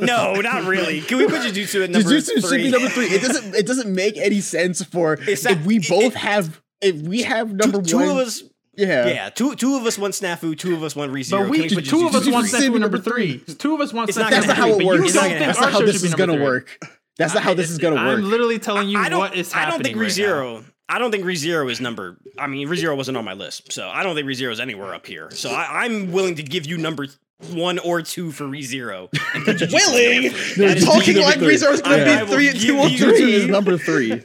Speaker 1: No, not really. Can we put Jujutsu at number
Speaker 2: Jujutsu should
Speaker 1: three?
Speaker 2: be number three. It doesn't. It doesn't make any sense for
Speaker 1: It's not-
Speaker 2: if we
Speaker 1: it-
Speaker 2: both
Speaker 1: it-
Speaker 2: have if we have number
Speaker 1: Two, two
Speaker 2: one.
Speaker 1: of us.
Speaker 2: yeah.
Speaker 1: Yeah, two two of us want Snafu. Two of us want ReZero.
Speaker 3: But
Speaker 1: Can
Speaker 3: we,
Speaker 1: put
Speaker 3: two of
Speaker 1: Jujutsu
Speaker 3: us
Speaker 1: at three?
Speaker 3: want
Speaker 2: Jujutsu should
Speaker 3: Snafu
Speaker 2: be
Speaker 3: number
Speaker 2: number
Speaker 3: three. Two of us want
Speaker 1: It's not
Speaker 3: Snafu
Speaker 1: gonna
Speaker 2: That's
Speaker 3: number
Speaker 2: not how
Speaker 3: three,
Speaker 2: it
Speaker 3: but
Speaker 2: works.
Speaker 3: you
Speaker 1: It's not
Speaker 3: don't
Speaker 1: gonna
Speaker 3: think
Speaker 2: That's
Speaker 3: our
Speaker 2: not how
Speaker 3: show should
Speaker 2: this
Speaker 3: be
Speaker 2: is
Speaker 3: number
Speaker 2: gonna
Speaker 3: three.
Speaker 2: work. That's not how this is gonna
Speaker 3: I'm
Speaker 2: work.
Speaker 3: literally telling you
Speaker 1: I don't-
Speaker 3: what is
Speaker 1: I don't think
Speaker 3: happening
Speaker 1: ReZero. I don't think ReZero is number. I mean, ReZero wasn't on my list, so I don't think ReZero is anywhere up here. So I, I'm willing to give you number one or two for ReZero. and Pikachu's
Speaker 4: Willing!
Speaker 1: number three.
Speaker 2: They're
Speaker 1: That is
Speaker 4: Talking
Speaker 2: either
Speaker 4: like
Speaker 2: three.
Speaker 4: Reezer is going
Speaker 2: I- I
Speaker 4: to
Speaker 1: will
Speaker 4: be three,
Speaker 1: give
Speaker 4: two, or
Speaker 1: you
Speaker 2: Jutsu
Speaker 4: three.
Speaker 2: is number three.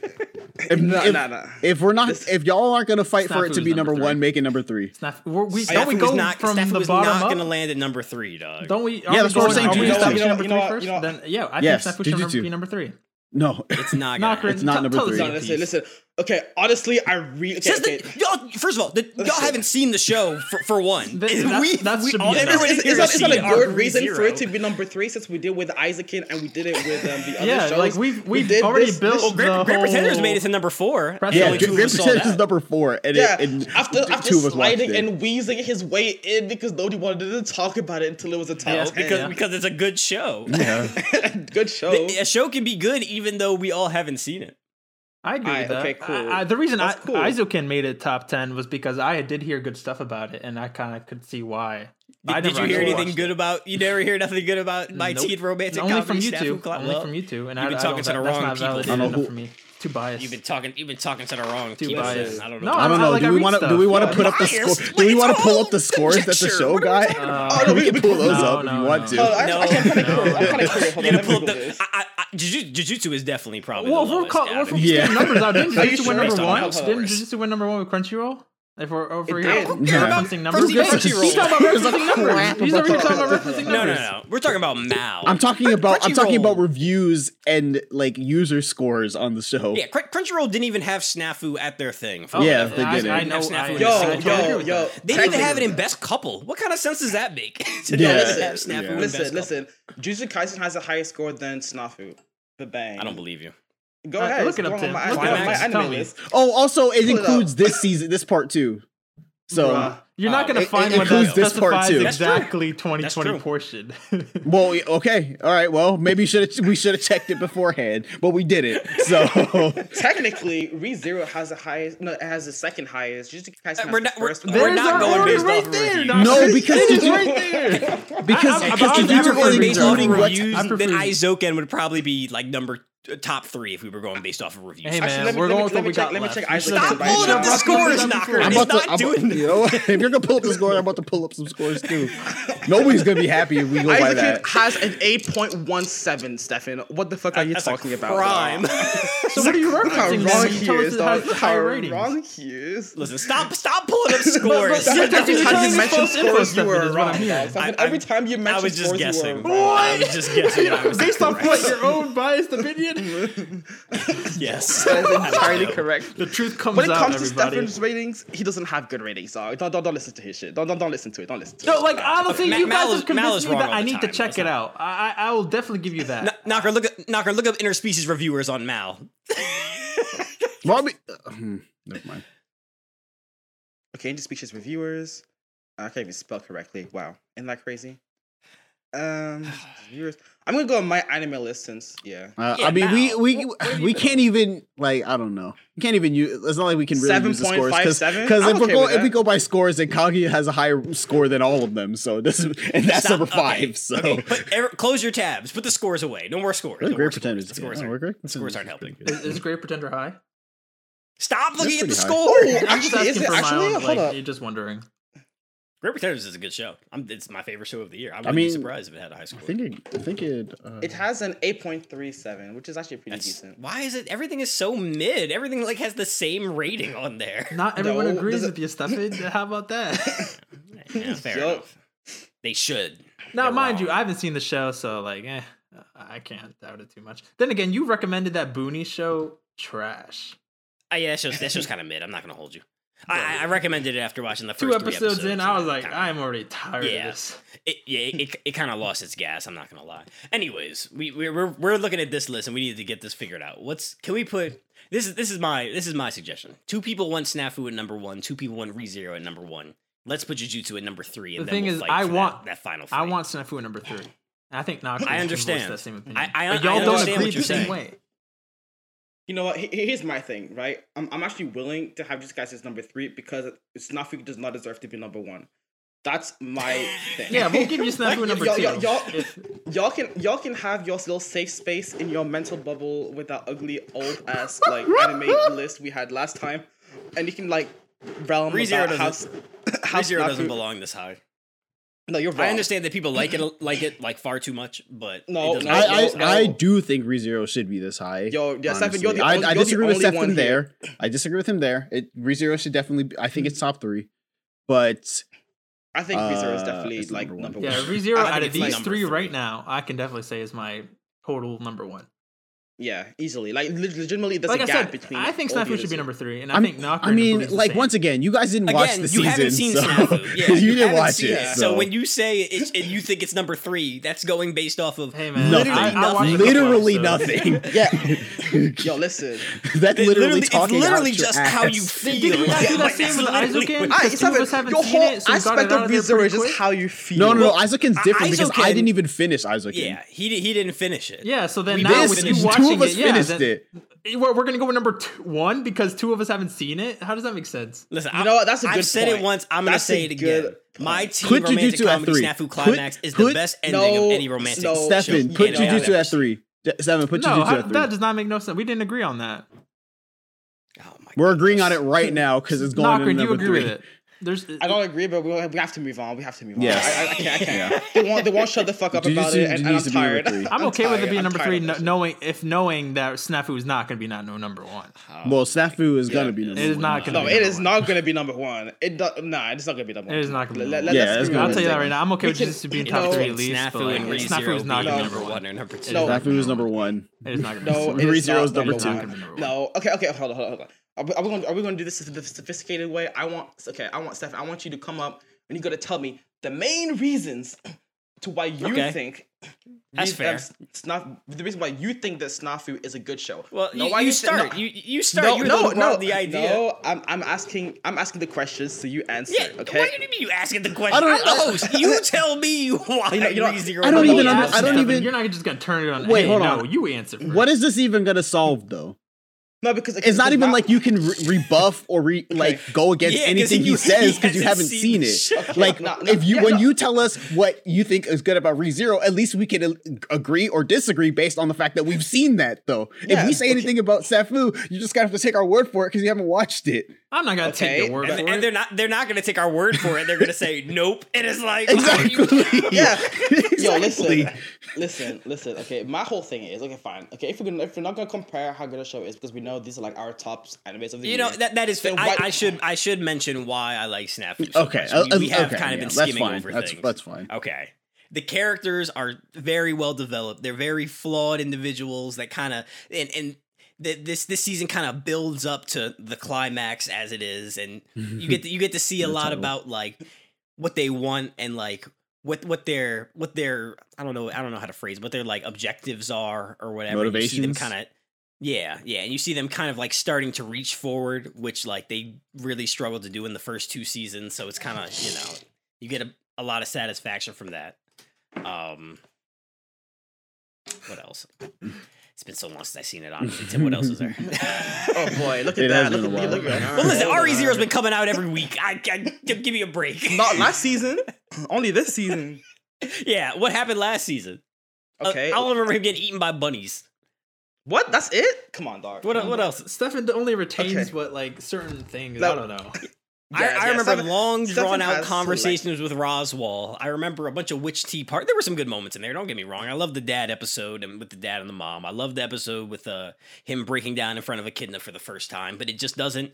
Speaker 2: If,
Speaker 4: No,
Speaker 2: if,
Speaker 4: no, no.
Speaker 2: if we're not, if y'all aren't gonna fight
Speaker 3: Snafu
Speaker 2: for it to
Speaker 3: is
Speaker 2: be
Speaker 3: number
Speaker 2: number
Speaker 3: three.
Speaker 2: one, make it number three.
Speaker 3: Snap. We're, we,
Speaker 1: Stafford
Speaker 3: don't we
Speaker 1: was
Speaker 3: go
Speaker 1: not,
Speaker 3: from
Speaker 1: Stafford
Speaker 3: the
Speaker 1: was
Speaker 3: bottom
Speaker 1: not
Speaker 3: up?
Speaker 1: gonna land at number three, dog.
Speaker 3: Don't we?
Speaker 2: Yeah, that's what I'm saying.
Speaker 3: Are we
Speaker 2: Jujutsu.
Speaker 3: establishing
Speaker 2: You know
Speaker 3: number
Speaker 4: what- you
Speaker 3: three
Speaker 4: know what-
Speaker 3: first?
Speaker 4: you know
Speaker 3: Then yeah, I
Speaker 2: Yes,
Speaker 3: think Snap should number,
Speaker 2: Jujutsu.
Speaker 3: be number three.
Speaker 2: No,
Speaker 1: It's not
Speaker 3: No,
Speaker 1: gonna.
Speaker 3: Chris,
Speaker 1: happen.
Speaker 2: It's not
Speaker 3: tell-
Speaker 2: number
Speaker 3: tell us
Speaker 2: three.
Speaker 3: that
Speaker 4: No, listen,
Speaker 3: piece.
Speaker 4: listen. Okay, honestly, I really. Okay,
Speaker 1: Since
Speaker 4: okay.
Speaker 1: the, y'all, first of all, the, y'all
Speaker 4: Listen.
Speaker 1: haven't seen the show for, for one.
Speaker 3: Th- that-
Speaker 1: we,
Speaker 3: that
Speaker 1: we,
Speaker 3: should be
Speaker 1: all,
Speaker 3: enough.
Speaker 1: everyone
Speaker 4: It's,
Speaker 1: in
Speaker 4: it's,
Speaker 1: here
Speaker 4: it's not, it's not
Speaker 1: has
Speaker 4: a
Speaker 1: seen
Speaker 4: good
Speaker 1: Arc
Speaker 4: reason for it
Speaker 1: ReZero.
Speaker 4: to be number three since we did with Isaacin and we did it with um, the other
Speaker 3: Yeah,
Speaker 4: shows.
Speaker 3: like, we've-
Speaker 4: We
Speaker 3: we've
Speaker 4: did
Speaker 3: already built
Speaker 1: Well, Great,
Speaker 3: The
Speaker 1: Great Pretenders
Speaker 3: whole-
Speaker 1: made it to number four. and
Speaker 3: Yeah,
Speaker 2: yeah,
Speaker 1: only two
Speaker 2: Great
Speaker 1: of us saw
Speaker 2: Pretenders is
Speaker 1: that.
Speaker 2: number four, and
Speaker 4: Yeah,
Speaker 2: it, and
Speaker 4: after
Speaker 2: t-
Speaker 4: after
Speaker 2: two of us watched
Speaker 4: sliding
Speaker 2: it.
Speaker 4: and wheezing his way in because nobody wanted to talk about it until it was a top
Speaker 3: Yeah, it's
Speaker 1: because
Speaker 3: Yeah.
Speaker 1: because it's a good show.
Speaker 2: yeah.
Speaker 4: ten. Good show.
Speaker 1: a show can be good even though we all haven't seen it.
Speaker 3: I agree
Speaker 4: Alright,
Speaker 3: with that.
Speaker 4: okay, cool.
Speaker 3: I, I, the reason I,
Speaker 4: That's cool.
Speaker 3: Isokin made it top ten was because I did hear good stuff about it, and I kind of could see why.
Speaker 1: Did,
Speaker 3: I
Speaker 1: did
Speaker 3: never
Speaker 1: you hear
Speaker 3: actually
Speaker 1: anything
Speaker 3: watched
Speaker 1: good about? You never hear nothing good about my
Speaker 3: Nope.
Speaker 1: teen romantic
Speaker 3: only from
Speaker 1: comedy
Speaker 3: you
Speaker 1: Staff
Speaker 3: two,
Speaker 1: Who Clap-
Speaker 3: only
Speaker 1: well,
Speaker 3: from you two, and
Speaker 1: you've
Speaker 3: I,
Speaker 1: been
Speaker 3: I
Speaker 1: talking
Speaker 3: don't-
Speaker 1: to the
Speaker 3: that's
Speaker 1: wrong
Speaker 3: not
Speaker 1: people.
Speaker 3: validated
Speaker 2: I don't know
Speaker 3: enough
Speaker 2: who-
Speaker 3: for me. Too biased.
Speaker 1: You've been talking. You've been talking to the wrong
Speaker 3: Too
Speaker 1: people.
Speaker 3: biased.
Speaker 1: I don't
Speaker 3: No,
Speaker 1: know.
Speaker 2: I don't
Speaker 3: I
Speaker 2: know.
Speaker 3: like- I
Speaker 2: do we
Speaker 3: read
Speaker 2: want to?
Speaker 3: stuff.
Speaker 2: Do we want
Speaker 3: Yeah.
Speaker 2: to put up the
Speaker 1: Bias?
Speaker 2: score?
Speaker 1: Wait,
Speaker 2: Do we want
Speaker 1: it's
Speaker 2: to pull
Speaker 1: all
Speaker 2: up the scores that the
Speaker 1: conjecture.
Speaker 2: show
Speaker 1: What are we
Speaker 2: got?
Speaker 1: talking
Speaker 3: about?
Speaker 2: Uh,
Speaker 4: Oh, no,
Speaker 2: we,
Speaker 4: we-
Speaker 2: can pull
Speaker 4: we-
Speaker 2: those
Speaker 3: no,
Speaker 2: up if
Speaker 3: no,
Speaker 2: you want
Speaker 3: no.
Speaker 2: to.
Speaker 4: Oh, I, I can't
Speaker 1: No,
Speaker 4: kinda curious. I'm
Speaker 3: no.
Speaker 4: kind of curious. Hold
Speaker 1: You're gonna
Speaker 4: on, let me
Speaker 1: pull up
Speaker 4: Google
Speaker 1: the.
Speaker 4: this.
Speaker 1: I, I, I, Juju- Jujutsu is definitely probably. the
Speaker 3: Well, if we're,
Speaker 1: lowest
Speaker 3: call,
Speaker 1: out
Speaker 3: well,
Speaker 1: of
Speaker 3: if we're
Speaker 1: it.
Speaker 2: Yeah.
Speaker 3: yeah. numbers out, didn't
Speaker 4: Are you
Speaker 3: Jujutsu
Speaker 4: sure?
Speaker 3: win number
Speaker 4: Based on
Speaker 3: one?
Speaker 4: numbers.
Speaker 3: Didn't Jujutsu win number one with Crunchyroll? If we're over
Speaker 4: It
Speaker 3: here,
Speaker 4: did. I don't
Speaker 1: care about
Speaker 3: referencing numbers.
Speaker 1: Crunchy- Crunchyroll.
Speaker 3: He's talking about
Speaker 2: There's a
Speaker 3: referencing numbers.
Speaker 2: crap
Speaker 3: He's over here
Speaker 2: about
Speaker 3: talking about
Speaker 4: that.
Speaker 3: referencing numbers.
Speaker 1: No, no, no. We're talking about Mao.
Speaker 2: I'm talking about I'm talking
Speaker 1: Crunchyroll.
Speaker 2: about reviews and like user scores on the show.
Speaker 1: Yeah, Crun- Crunchyroll didn't even have Snafu at their thing. For
Speaker 3: Oh,
Speaker 2: Yeah,
Speaker 1: whatever.
Speaker 2: they
Speaker 3: I-
Speaker 2: did it.
Speaker 3: I know. I,
Speaker 1: Snafu in a single
Speaker 4: Yo,
Speaker 3: I agree
Speaker 4: yo,
Speaker 1: chapter.
Speaker 3: with
Speaker 4: yo.
Speaker 3: that.
Speaker 1: They didn't even
Speaker 4: Technically-
Speaker 1: have it in best couple. What kind of sense does that make? to
Speaker 2: Yeah.
Speaker 1: not
Speaker 4: No,
Speaker 1: have
Speaker 4: listen,
Speaker 1: Snafu in best
Speaker 4: listen,
Speaker 1: couple?
Speaker 4: listen. Jujutsu Kaisen has a higher score than Snafu. The bang.
Speaker 1: I don't believe you.
Speaker 4: Go
Speaker 3: Uh,
Speaker 4: ahead.
Speaker 3: look it
Speaker 4: go
Speaker 3: up,
Speaker 4: on
Speaker 3: Tim.
Speaker 4: My,
Speaker 3: Look
Speaker 1: it up,
Speaker 4: my, my
Speaker 1: Max.
Speaker 4: anime
Speaker 3: Tell me.
Speaker 4: list.
Speaker 2: Oh, also it
Speaker 4: Pull it
Speaker 2: includes
Speaker 4: up.
Speaker 2: this season, this part too. So,
Speaker 4: Bruh.
Speaker 3: You're not
Speaker 1: Oh,
Speaker 3: gonna
Speaker 1: it-
Speaker 3: find
Speaker 2: it
Speaker 3: one that
Speaker 2: includes this part,
Speaker 3: specifies
Speaker 2: too.
Speaker 1: That's true.
Speaker 3: exactly 2020
Speaker 1: true.
Speaker 3: portion.
Speaker 2: well, y- okay, all right. Well, maybe should we should have checked it beforehand, but we did it. So
Speaker 4: Technically, ReZero has the highest. No, it has the second highest. Jujutsu Kaisen has
Speaker 1: Uh, we're
Speaker 4: the
Speaker 1: not- we're-
Speaker 4: first.
Speaker 1: we're
Speaker 4: one.
Speaker 1: not
Speaker 3: our
Speaker 1: going
Speaker 3: order
Speaker 1: based
Speaker 3: right
Speaker 1: off of
Speaker 3: there,
Speaker 1: reviews.
Speaker 3: Doc.
Speaker 2: No, because
Speaker 3: It is
Speaker 2: Jujutsu-
Speaker 3: right
Speaker 2: because
Speaker 3: there. I- I-
Speaker 2: because
Speaker 3: I-
Speaker 1: If we were
Speaker 2: Jujutsu
Speaker 1: going
Speaker 3: prefer
Speaker 1: based off
Speaker 2: Kaisen
Speaker 1: of
Speaker 3: Jujutsu.
Speaker 2: including what
Speaker 1: reviews,
Speaker 3: I
Speaker 1: then
Speaker 3: prefer-
Speaker 1: Izoken would probably be like number uh, top three if we were going based off of reviews.
Speaker 3: Hey
Speaker 4: Actually,
Speaker 3: man,
Speaker 4: let me-
Speaker 3: we're
Speaker 4: let me-
Speaker 3: going with
Speaker 4: let
Speaker 3: what
Speaker 4: me
Speaker 3: we
Speaker 4: check-
Speaker 3: got
Speaker 4: let me
Speaker 3: left.
Speaker 4: check
Speaker 3: We
Speaker 4: Isaac
Speaker 3: should've
Speaker 4: Stop
Speaker 3: done
Speaker 4: pulling
Speaker 3: that.
Speaker 4: up the
Speaker 3: Stop pulling
Speaker 1: scores,
Speaker 3: up the
Speaker 1: Knocker.
Speaker 3: scores.
Speaker 1: I'm
Speaker 2: about
Speaker 1: not
Speaker 2: to, I'm-
Speaker 1: doing
Speaker 2: you know, if you're gonna pull up the score, I'm about to pull up some scores too. Nobody's gonna be happy if we go by
Speaker 4: Isaac
Speaker 2: that.
Speaker 4: has an 8.17, Stefan. What the fuck are you
Speaker 1: That's a
Speaker 4: talking about?
Speaker 1: crime.
Speaker 3: So what are you
Speaker 4: Look how
Speaker 3: referencing?
Speaker 4: wrong
Speaker 3: then? You
Speaker 4: he
Speaker 3: tell us
Speaker 4: is,
Speaker 3: it has
Speaker 4: dog.
Speaker 3: the
Speaker 4: How
Speaker 3: higher rating.
Speaker 4: wrong he is.
Speaker 1: Listen, stop, stop pulling up scores.
Speaker 3: but-
Speaker 4: Every
Speaker 3: You're
Speaker 4: time you
Speaker 3: telling us
Speaker 4: mention
Speaker 3: false info,
Speaker 4: scores, you
Speaker 3: Stefan,
Speaker 4: were
Speaker 3: is what
Speaker 4: wrong,
Speaker 3: I'm hearing.
Speaker 4: dog. Stefan,
Speaker 1: I-
Speaker 4: Every time you
Speaker 1: I
Speaker 4: mention
Speaker 1: was just
Speaker 4: scores, you
Speaker 1: guessing.
Speaker 4: were wrong.
Speaker 1: I was just guessing. I was
Speaker 3: Based off
Speaker 1: correct.
Speaker 3: what your own biased opinion,
Speaker 1: Yes.
Speaker 4: That is entirely correct.
Speaker 3: the truth comes
Speaker 4: When it
Speaker 3: out.
Speaker 4: comes to
Speaker 3: Everybody.
Speaker 4: Stefan's ratings, he doesn't have good ratings, dog. Don't, don't, don't listen to his shit. Don't, don't, don't listen to it. Don't listen to
Speaker 3: No,
Speaker 4: it.
Speaker 3: like honestly,
Speaker 1: Ma-
Speaker 3: you
Speaker 1: Mal
Speaker 3: guys
Speaker 1: is-
Speaker 3: have
Speaker 1: Mal is
Speaker 3: convinced me
Speaker 1: wrong
Speaker 3: that
Speaker 1: all
Speaker 3: I
Speaker 1: the
Speaker 3: need to
Speaker 1: time.
Speaker 3: check
Speaker 1: That's
Speaker 3: it
Speaker 1: not-
Speaker 3: out. I, I I will definitely give you that.
Speaker 1: Knocker, look up Knocker, look up interspecies reviewers on Mal.
Speaker 2: Well, I mean, uh, hmm, never mind.
Speaker 4: Okay, interspecies reviewers. I can't even spell correctly. Wow, isn't that crazy? Um, viewers. I'm gonna go on my anime list since yeah.
Speaker 2: Uh,
Speaker 1: Yeah,
Speaker 2: I mean, we
Speaker 1: now.
Speaker 2: we
Speaker 1: What- where do
Speaker 2: we
Speaker 1: you go?
Speaker 2: can't even like I don't know. We can't even use. It's not like we can really use the scores because
Speaker 4: 7.57?
Speaker 2: if
Speaker 4: I'm
Speaker 2: we
Speaker 4: okay
Speaker 2: go
Speaker 4: with
Speaker 2: if we
Speaker 4: that.
Speaker 2: go by scores, then Kaguya has a higher score than all of them. So this is and that's
Speaker 1: Stop-
Speaker 2: number five.
Speaker 1: okay,
Speaker 2: So
Speaker 1: okay, But ever, close your tabs. Put the scores away. No more scores.
Speaker 2: really
Speaker 1: no more
Speaker 2: great pretenders.
Speaker 1: Scores. The
Speaker 2: Yeah,
Speaker 1: scores
Speaker 2: no,
Speaker 1: aren't-
Speaker 2: we're great
Speaker 1: scores
Speaker 2: pretenders.
Speaker 1: aren't helping.
Speaker 2: Pretty
Speaker 3: Is,
Speaker 2: good.
Speaker 3: is Great Pretender high?
Speaker 1: Stop looking at the
Speaker 2: pretty high. Oh.
Speaker 1: score.
Speaker 3: I'm just
Speaker 4: Actually, is
Speaker 3: asking
Speaker 4: it
Speaker 3: for my
Speaker 4: actually?
Speaker 3: own.
Speaker 4: Hold
Speaker 3: Like,
Speaker 4: up.
Speaker 3: you're just wondering.
Speaker 1: Great Pretenders is a good show. I'm, it's my favorite show of the year. I wouldn't be
Speaker 2: mean,
Speaker 1: surprised if it had a high score.
Speaker 2: I think it. I think it. Uh,
Speaker 4: It has an 8.37, which is actually pretty
Speaker 1: That's-
Speaker 4: decent.
Speaker 1: Why is it? Everything is so mid. Everything like has the same rating on there.
Speaker 3: Not everyone
Speaker 4: No,
Speaker 3: agrees
Speaker 4: does it-
Speaker 3: with you, Stefan. How about that?
Speaker 1: Yeah, fair
Speaker 4: Yup.
Speaker 1: enough. They should.
Speaker 3: now,
Speaker 1: They're
Speaker 3: mind you,
Speaker 1: wrong.
Speaker 3: I haven't seen the show, so like, eh, I can't doubt it too much. Then again, you recommended that Booney show trash.
Speaker 1: Uh, yeah, that's just that's just kind of mid. I'm not gonna hold you. I, I- I recommended it after watching the first
Speaker 3: Two
Speaker 1: three
Speaker 3: episodes, in, I was like,
Speaker 1: kinda-
Speaker 3: I'm already tired
Speaker 1: Yeah.
Speaker 3: of this.
Speaker 1: it, yeah, it, it, it kind of lost its gas. I'm not gonna lie. Anyways, we we're, we're we're looking at this list and we need to get this figured out. What's can we put? This is this is my this is my suggestion. Two people want Snafu at number one. Two people want Rezero at number one. Let's put Jujutsu at number three. And
Speaker 3: The
Speaker 1: then
Speaker 3: thing
Speaker 1: we'll
Speaker 3: is,
Speaker 1: fight
Speaker 3: I
Speaker 1: for that-
Speaker 3: want-
Speaker 1: that, final. Fight.
Speaker 3: I want Snafu at number three. I think Naka's
Speaker 1: I understand.
Speaker 3: That same opinion.
Speaker 1: I- I-
Speaker 3: But
Speaker 1: I
Speaker 3: y'all don't
Speaker 1: understand
Speaker 3: agree
Speaker 1: what
Speaker 3: the
Speaker 1: you're
Speaker 3: same
Speaker 1: saying.
Speaker 3: way.
Speaker 4: You know what? He- he- Here's my thing, right? I'm, I'm actually willing to have this guy as number three because Snafu does not deserve to be number one. That's my thing.
Speaker 3: Yeah, we'll give you Snafu at number
Speaker 4: y'all,
Speaker 3: two.
Speaker 4: Y'all, y'all,
Speaker 3: If-
Speaker 4: y'all can y'all can have your little safe space in your mental bubble with that ugly old ass like anime list we had last time, and you can like realm
Speaker 1: ReZero
Speaker 4: about how
Speaker 1: doesn't-
Speaker 4: how
Speaker 1: Rezero doesn't
Speaker 4: Snafu-
Speaker 1: belong this high.
Speaker 4: No, you're wrong.
Speaker 1: I understand that people like it like it like far too much, but
Speaker 4: No,
Speaker 1: it doesn't
Speaker 4: no,
Speaker 1: make
Speaker 2: I,
Speaker 1: sense.
Speaker 4: no,
Speaker 2: I, I
Speaker 4: no.
Speaker 2: do think ReZero should be this high.
Speaker 4: Yo, yeah, Stefan,
Speaker 2: honestly.
Speaker 4: you're the
Speaker 2: I,
Speaker 4: only,
Speaker 2: I
Speaker 4: you're
Speaker 2: disagree
Speaker 4: the
Speaker 2: with
Speaker 4: only one
Speaker 2: Stefan
Speaker 4: here.
Speaker 2: there. I disagree with him there. It, ReZero should definitely be, I think it's top three. But
Speaker 4: I think ReZero is
Speaker 2: Uh,
Speaker 4: definitely
Speaker 2: it's the
Speaker 4: like
Speaker 2: number
Speaker 4: number,
Speaker 2: one.
Speaker 4: one.
Speaker 3: Yeah,
Speaker 2: I
Speaker 3: ReZero
Speaker 1: think
Speaker 3: out of
Speaker 1: it's like
Speaker 3: these
Speaker 1: number
Speaker 3: three right
Speaker 1: three.
Speaker 3: now, I can definitely say is my total number one.
Speaker 4: Yeah, easily. Like leg- legitimately, there's
Speaker 3: like
Speaker 4: a
Speaker 3: I
Speaker 4: gap
Speaker 3: said,
Speaker 4: between.
Speaker 3: I think
Speaker 4: all the
Speaker 3: Snafu should
Speaker 4: others.
Speaker 3: be number three, and I
Speaker 2: I'm-
Speaker 3: think Knocker.
Speaker 2: I
Speaker 3: and
Speaker 2: mean,
Speaker 3: Napoleon's the
Speaker 2: like
Speaker 3: same.
Speaker 2: once again, you guys didn't watch
Speaker 1: Again,
Speaker 2: the
Speaker 1: you
Speaker 2: season.
Speaker 1: haven't seen
Speaker 2: so
Speaker 1: Snafu. Yeah,
Speaker 2: you didn't
Speaker 1: haven't
Speaker 2: watch
Speaker 1: seen
Speaker 2: it.
Speaker 1: So.
Speaker 2: so
Speaker 1: when you say it, it, you think it's number three, that's going based off of
Speaker 3: Hey, man,
Speaker 2: Nothing.
Speaker 1: literally
Speaker 3: I- I watched
Speaker 1: nothing.
Speaker 3: a couple
Speaker 2: literally
Speaker 3: episodes.
Speaker 2: nothing.
Speaker 4: Yo, listen.
Speaker 2: That's
Speaker 1: It
Speaker 2: literally,
Speaker 1: it's
Speaker 2: talking
Speaker 1: literally
Speaker 2: out your
Speaker 1: just how you
Speaker 2: ass.
Speaker 1: feel.
Speaker 3: Did we not do that
Speaker 1: Like,
Speaker 3: same
Speaker 1: that's
Speaker 3: with
Speaker 1: literally
Speaker 3: Isokin?
Speaker 1: what-
Speaker 3: Because
Speaker 4: I,
Speaker 3: two of
Speaker 4: Stefan,
Speaker 3: us haven't
Speaker 4: your
Speaker 3: seen
Speaker 4: whole
Speaker 3: it, so we got it
Speaker 4: aspect
Speaker 3: out
Speaker 4: of
Speaker 3: of there pretty
Speaker 4: ReZero is just
Speaker 3: quick.
Speaker 4: how you feel.
Speaker 2: No, no, no. Isaac's
Speaker 1: I-
Speaker 2: different because I
Speaker 1: Isaacan-
Speaker 2: didn't even finish Isaac.
Speaker 1: Yeah, he di- he didn't finish it.
Speaker 3: Yeah, so then
Speaker 1: We
Speaker 3: now
Speaker 1: did
Speaker 3: with
Speaker 1: finish it.
Speaker 3: you watching
Speaker 2: two of us
Speaker 3: it, yeah,
Speaker 2: finished
Speaker 3: then-
Speaker 2: it.
Speaker 3: We're, we're gonna go with number two, one because two of us haven't seen it. How does that make sense?
Speaker 1: Listen,
Speaker 4: You know what? That's a
Speaker 1: I've
Speaker 4: good
Speaker 1: said it
Speaker 4: point.
Speaker 1: once. I'm gonna
Speaker 4: That's
Speaker 1: say
Speaker 4: a
Speaker 1: it
Speaker 4: good
Speaker 1: again.
Speaker 4: point.
Speaker 1: My team
Speaker 2: Put
Speaker 1: romantic
Speaker 2: Jujutsu at
Speaker 1: comedy
Speaker 2: three.
Speaker 1: snafu
Speaker 2: Put-
Speaker 1: climax is the
Speaker 2: put-
Speaker 1: best ending
Speaker 4: No,
Speaker 1: of any romantic.
Speaker 4: no,
Speaker 1: show
Speaker 2: Stefan, put
Speaker 1: anime I've
Speaker 2: Jujutsu
Speaker 1: ever
Speaker 2: at
Speaker 1: seen.
Speaker 2: three. De- Stefan, put
Speaker 3: no, how-
Speaker 2: Jujutsu at
Speaker 3: that
Speaker 2: three.
Speaker 3: does not make no sense. We didn't agree on that.
Speaker 1: Oh my
Speaker 2: We're
Speaker 1: God.
Speaker 2: agreeing on it right now because it's going
Speaker 3: Knocker,
Speaker 2: to
Speaker 3: do you
Speaker 2: number
Speaker 3: agree
Speaker 2: three.
Speaker 3: with it? There's,
Speaker 4: I don't agree, but we, we have to move on. We have to move on.
Speaker 2: Yes.
Speaker 4: I, I, I can't. I can't.
Speaker 1: Yeah.
Speaker 4: They won't. They won't shut the fuck up
Speaker 2: Jujutsu
Speaker 4: about it, and, and I'm
Speaker 2: needs to be number
Speaker 4: tired.
Speaker 2: three.
Speaker 3: I'm, okay with it
Speaker 4: tired.
Speaker 3: being
Speaker 4: I'm
Speaker 3: number
Speaker 4: tired
Speaker 3: three,
Speaker 4: of
Speaker 3: kno-
Speaker 4: this.
Speaker 3: knowing if knowing that Snafu is not gonna be not no number one.
Speaker 1: Oh
Speaker 2: Well, Snafu is
Speaker 4: Yeah.
Speaker 2: going to be number
Speaker 3: It is
Speaker 2: one.
Speaker 3: not gonna
Speaker 4: No,
Speaker 3: be
Speaker 4: it
Speaker 3: number
Speaker 4: is
Speaker 3: one.
Speaker 4: not gonna be number one. It do- nah, it's not gonna be number one.
Speaker 3: It is not gonna be
Speaker 4: Let-
Speaker 3: number
Speaker 4: let-
Speaker 2: one.
Speaker 4: let's
Speaker 2: Yeah, it's
Speaker 4: screw
Speaker 2: gonna
Speaker 3: I'll
Speaker 4: it.
Speaker 2: be
Speaker 3: tell you that
Speaker 2: number
Speaker 3: right now. I'm okay
Speaker 4: We
Speaker 3: with
Speaker 4: can-
Speaker 3: Jujutsu being
Speaker 4: you
Speaker 3: top
Speaker 4: know,
Speaker 3: three at least.
Speaker 1: Snafu
Speaker 3: but, like,
Speaker 1: and
Speaker 3: Snafu
Speaker 1: ReZero
Speaker 3: is
Speaker 1: being
Speaker 3: not gonna be
Speaker 1: number
Speaker 3: number
Speaker 1: one or number two.
Speaker 4: No.
Speaker 2: Snafu is number one.
Speaker 3: It is not gonna be
Speaker 4: No,
Speaker 3: number
Speaker 4: it
Speaker 3: one.
Speaker 4: is
Speaker 2: ReZero's
Speaker 4: not
Speaker 2: number
Speaker 3: It's not gonna
Speaker 2: two.
Speaker 3: be number one.
Speaker 4: No. Okay. Okay. Hold on. Hold on. Hold on. Are we, are we going? Are we going to do this in the sophisticated way? I want. Okay. I want Stefan. I want you to come up and you got to tell me the main reasons to why you
Speaker 1: Okay.
Speaker 4: think
Speaker 1: That's
Speaker 4: Re-
Speaker 1: fair.
Speaker 4: um, Snuff. The reason why you think that Snafu is a good show.
Speaker 1: Well,
Speaker 4: Not
Speaker 1: you,
Speaker 4: why
Speaker 1: you
Speaker 4: think-
Speaker 1: start.
Speaker 4: no.
Speaker 1: You you start.
Speaker 4: No,
Speaker 1: You're the
Speaker 4: no,
Speaker 1: one who brought
Speaker 4: no,
Speaker 1: up the idea.
Speaker 4: No, I'm, I'm asking I'm asking the questions, so you answer.
Speaker 1: Yeah,
Speaker 4: okay.
Speaker 1: what do you mean you asking the question?
Speaker 2: I don't-
Speaker 1: I'm the
Speaker 2: I-
Speaker 1: host. You tell me why
Speaker 4: You know- you know,
Speaker 1: ReZero
Speaker 2: I don't
Speaker 1: is
Speaker 2: even
Speaker 1: the
Speaker 2: under-
Speaker 1: best.
Speaker 2: I don't
Speaker 3: Stefan,
Speaker 2: even-
Speaker 3: You're not just gonna turn it on.
Speaker 2: Wait,
Speaker 3: hey,
Speaker 2: hold
Speaker 3: no,
Speaker 2: on.
Speaker 3: You answer. First.
Speaker 2: What is this even going to solve, though?
Speaker 4: no, because
Speaker 2: It's not even like
Speaker 4: you.
Speaker 2: you can re- rebuff or re- like go against
Speaker 1: Yeah, 'cause
Speaker 2: anything
Speaker 1: you-
Speaker 2: he says because you
Speaker 1: he
Speaker 2: haven't
Speaker 1: hasn't
Speaker 2: seen
Speaker 1: seen
Speaker 2: it.
Speaker 1: the show.
Speaker 2: Like
Speaker 4: No, no,
Speaker 2: if you
Speaker 4: yeah,
Speaker 2: when
Speaker 4: no.
Speaker 2: you tell us what you think is good about ReZero, at least we can uh, agree or disagree based on the fact that we've seen that. Though if
Speaker 4: Yeah,
Speaker 2: we say
Speaker 4: okay.
Speaker 2: anything about Safu, you just gotta have to take our word for it because you haven't watched it.
Speaker 3: I'm not gonna take
Speaker 4: Okay,
Speaker 3: your word
Speaker 1: And,
Speaker 3: for
Speaker 1: and
Speaker 3: it.
Speaker 1: they're not. They're not going to take our word for it. They're going to say nope. And it's like
Speaker 2: Exactly.
Speaker 4: Yeah. Yo,
Speaker 2: Exactly.
Speaker 4: listen, listen, listen. Okay, my whole thing is okay, fine. Okay, if we're gonna, if we're not gonna compare how good a show is because we know these are like our top animes of the
Speaker 1: You
Speaker 4: year.
Speaker 1: know that that is.
Speaker 4: Then
Speaker 1: I,
Speaker 4: why-
Speaker 1: I should I should mention why I like Snafu. So
Speaker 2: Okay.
Speaker 1: much.
Speaker 2: uh,
Speaker 1: We, we have
Speaker 2: okay,
Speaker 1: kind of
Speaker 2: yeah,
Speaker 1: been
Speaker 2: that's
Speaker 1: skimming
Speaker 2: fine.
Speaker 1: over
Speaker 2: that's,
Speaker 1: things.
Speaker 2: That's fine.
Speaker 1: Okay. The characters are very well developed. They're very flawed individuals that kind of and and th- this this season kind of builds up to the climax as it is, and you get to, you get to see a
Speaker 2: The
Speaker 1: lot
Speaker 2: title.
Speaker 1: about like what they want and like what what their what their I don't know I don't know how to phrase what their like objectives are or whatever. You see them
Speaker 2: Motivations?
Speaker 1: kind of yeah, yeah, and you see them kind of like starting to reach forward, which like they really struggled to do in the first two seasons. So it's kind of you know you get a, a lot of satisfaction from that. Um, what else? It's been so long since I've seen it. Honestly, Tim, what else is there?
Speaker 4: oh boy, look at
Speaker 2: It has
Speaker 4: that.
Speaker 2: been
Speaker 4: Look at,
Speaker 2: a
Speaker 4: look,
Speaker 2: while.
Speaker 4: at-
Speaker 1: Well, listen,
Speaker 4: look at-
Speaker 1: RE Zero's been coming out every week. I, I give me a break.
Speaker 4: not last season, only this season.
Speaker 1: yeah, what happened last season? Uh,
Speaker 4: Okay,
Speaker 1: I don't remember him getting eaten by bunnies.
Speaker 4: what? That's it? Come on, dog.
Speaker 1: What
Speaker 4: Come on,
Speaker 1: what
Speaker 4: dog.
Speaker 1: else?
Speaker 3: Stefan only retains
Speaker 4: Okay.
Speaker 3: what like certain things.
Speaker 4: No.
Speaker 3: I don't know.
Speaker 1: I,
Speaker 4: Yeah,
Speaker 1: I
Speaker 4: yeah,
Speaker 1: remember
Speaker 4: Stefan-
Speaker 1: long
Speaker 4: Stefan
Speaker 1: drawn out
Speaker 4: has some, like-
Speaker 1: conversations with Roswell. I remember a bunch of witch tea part. There were some good moments in there. Don't get me wrong. I love the dad episode and with the dad and the mom. I love the episode with uh, him breaking down in front of Echidna for the first time. But it just doesn't.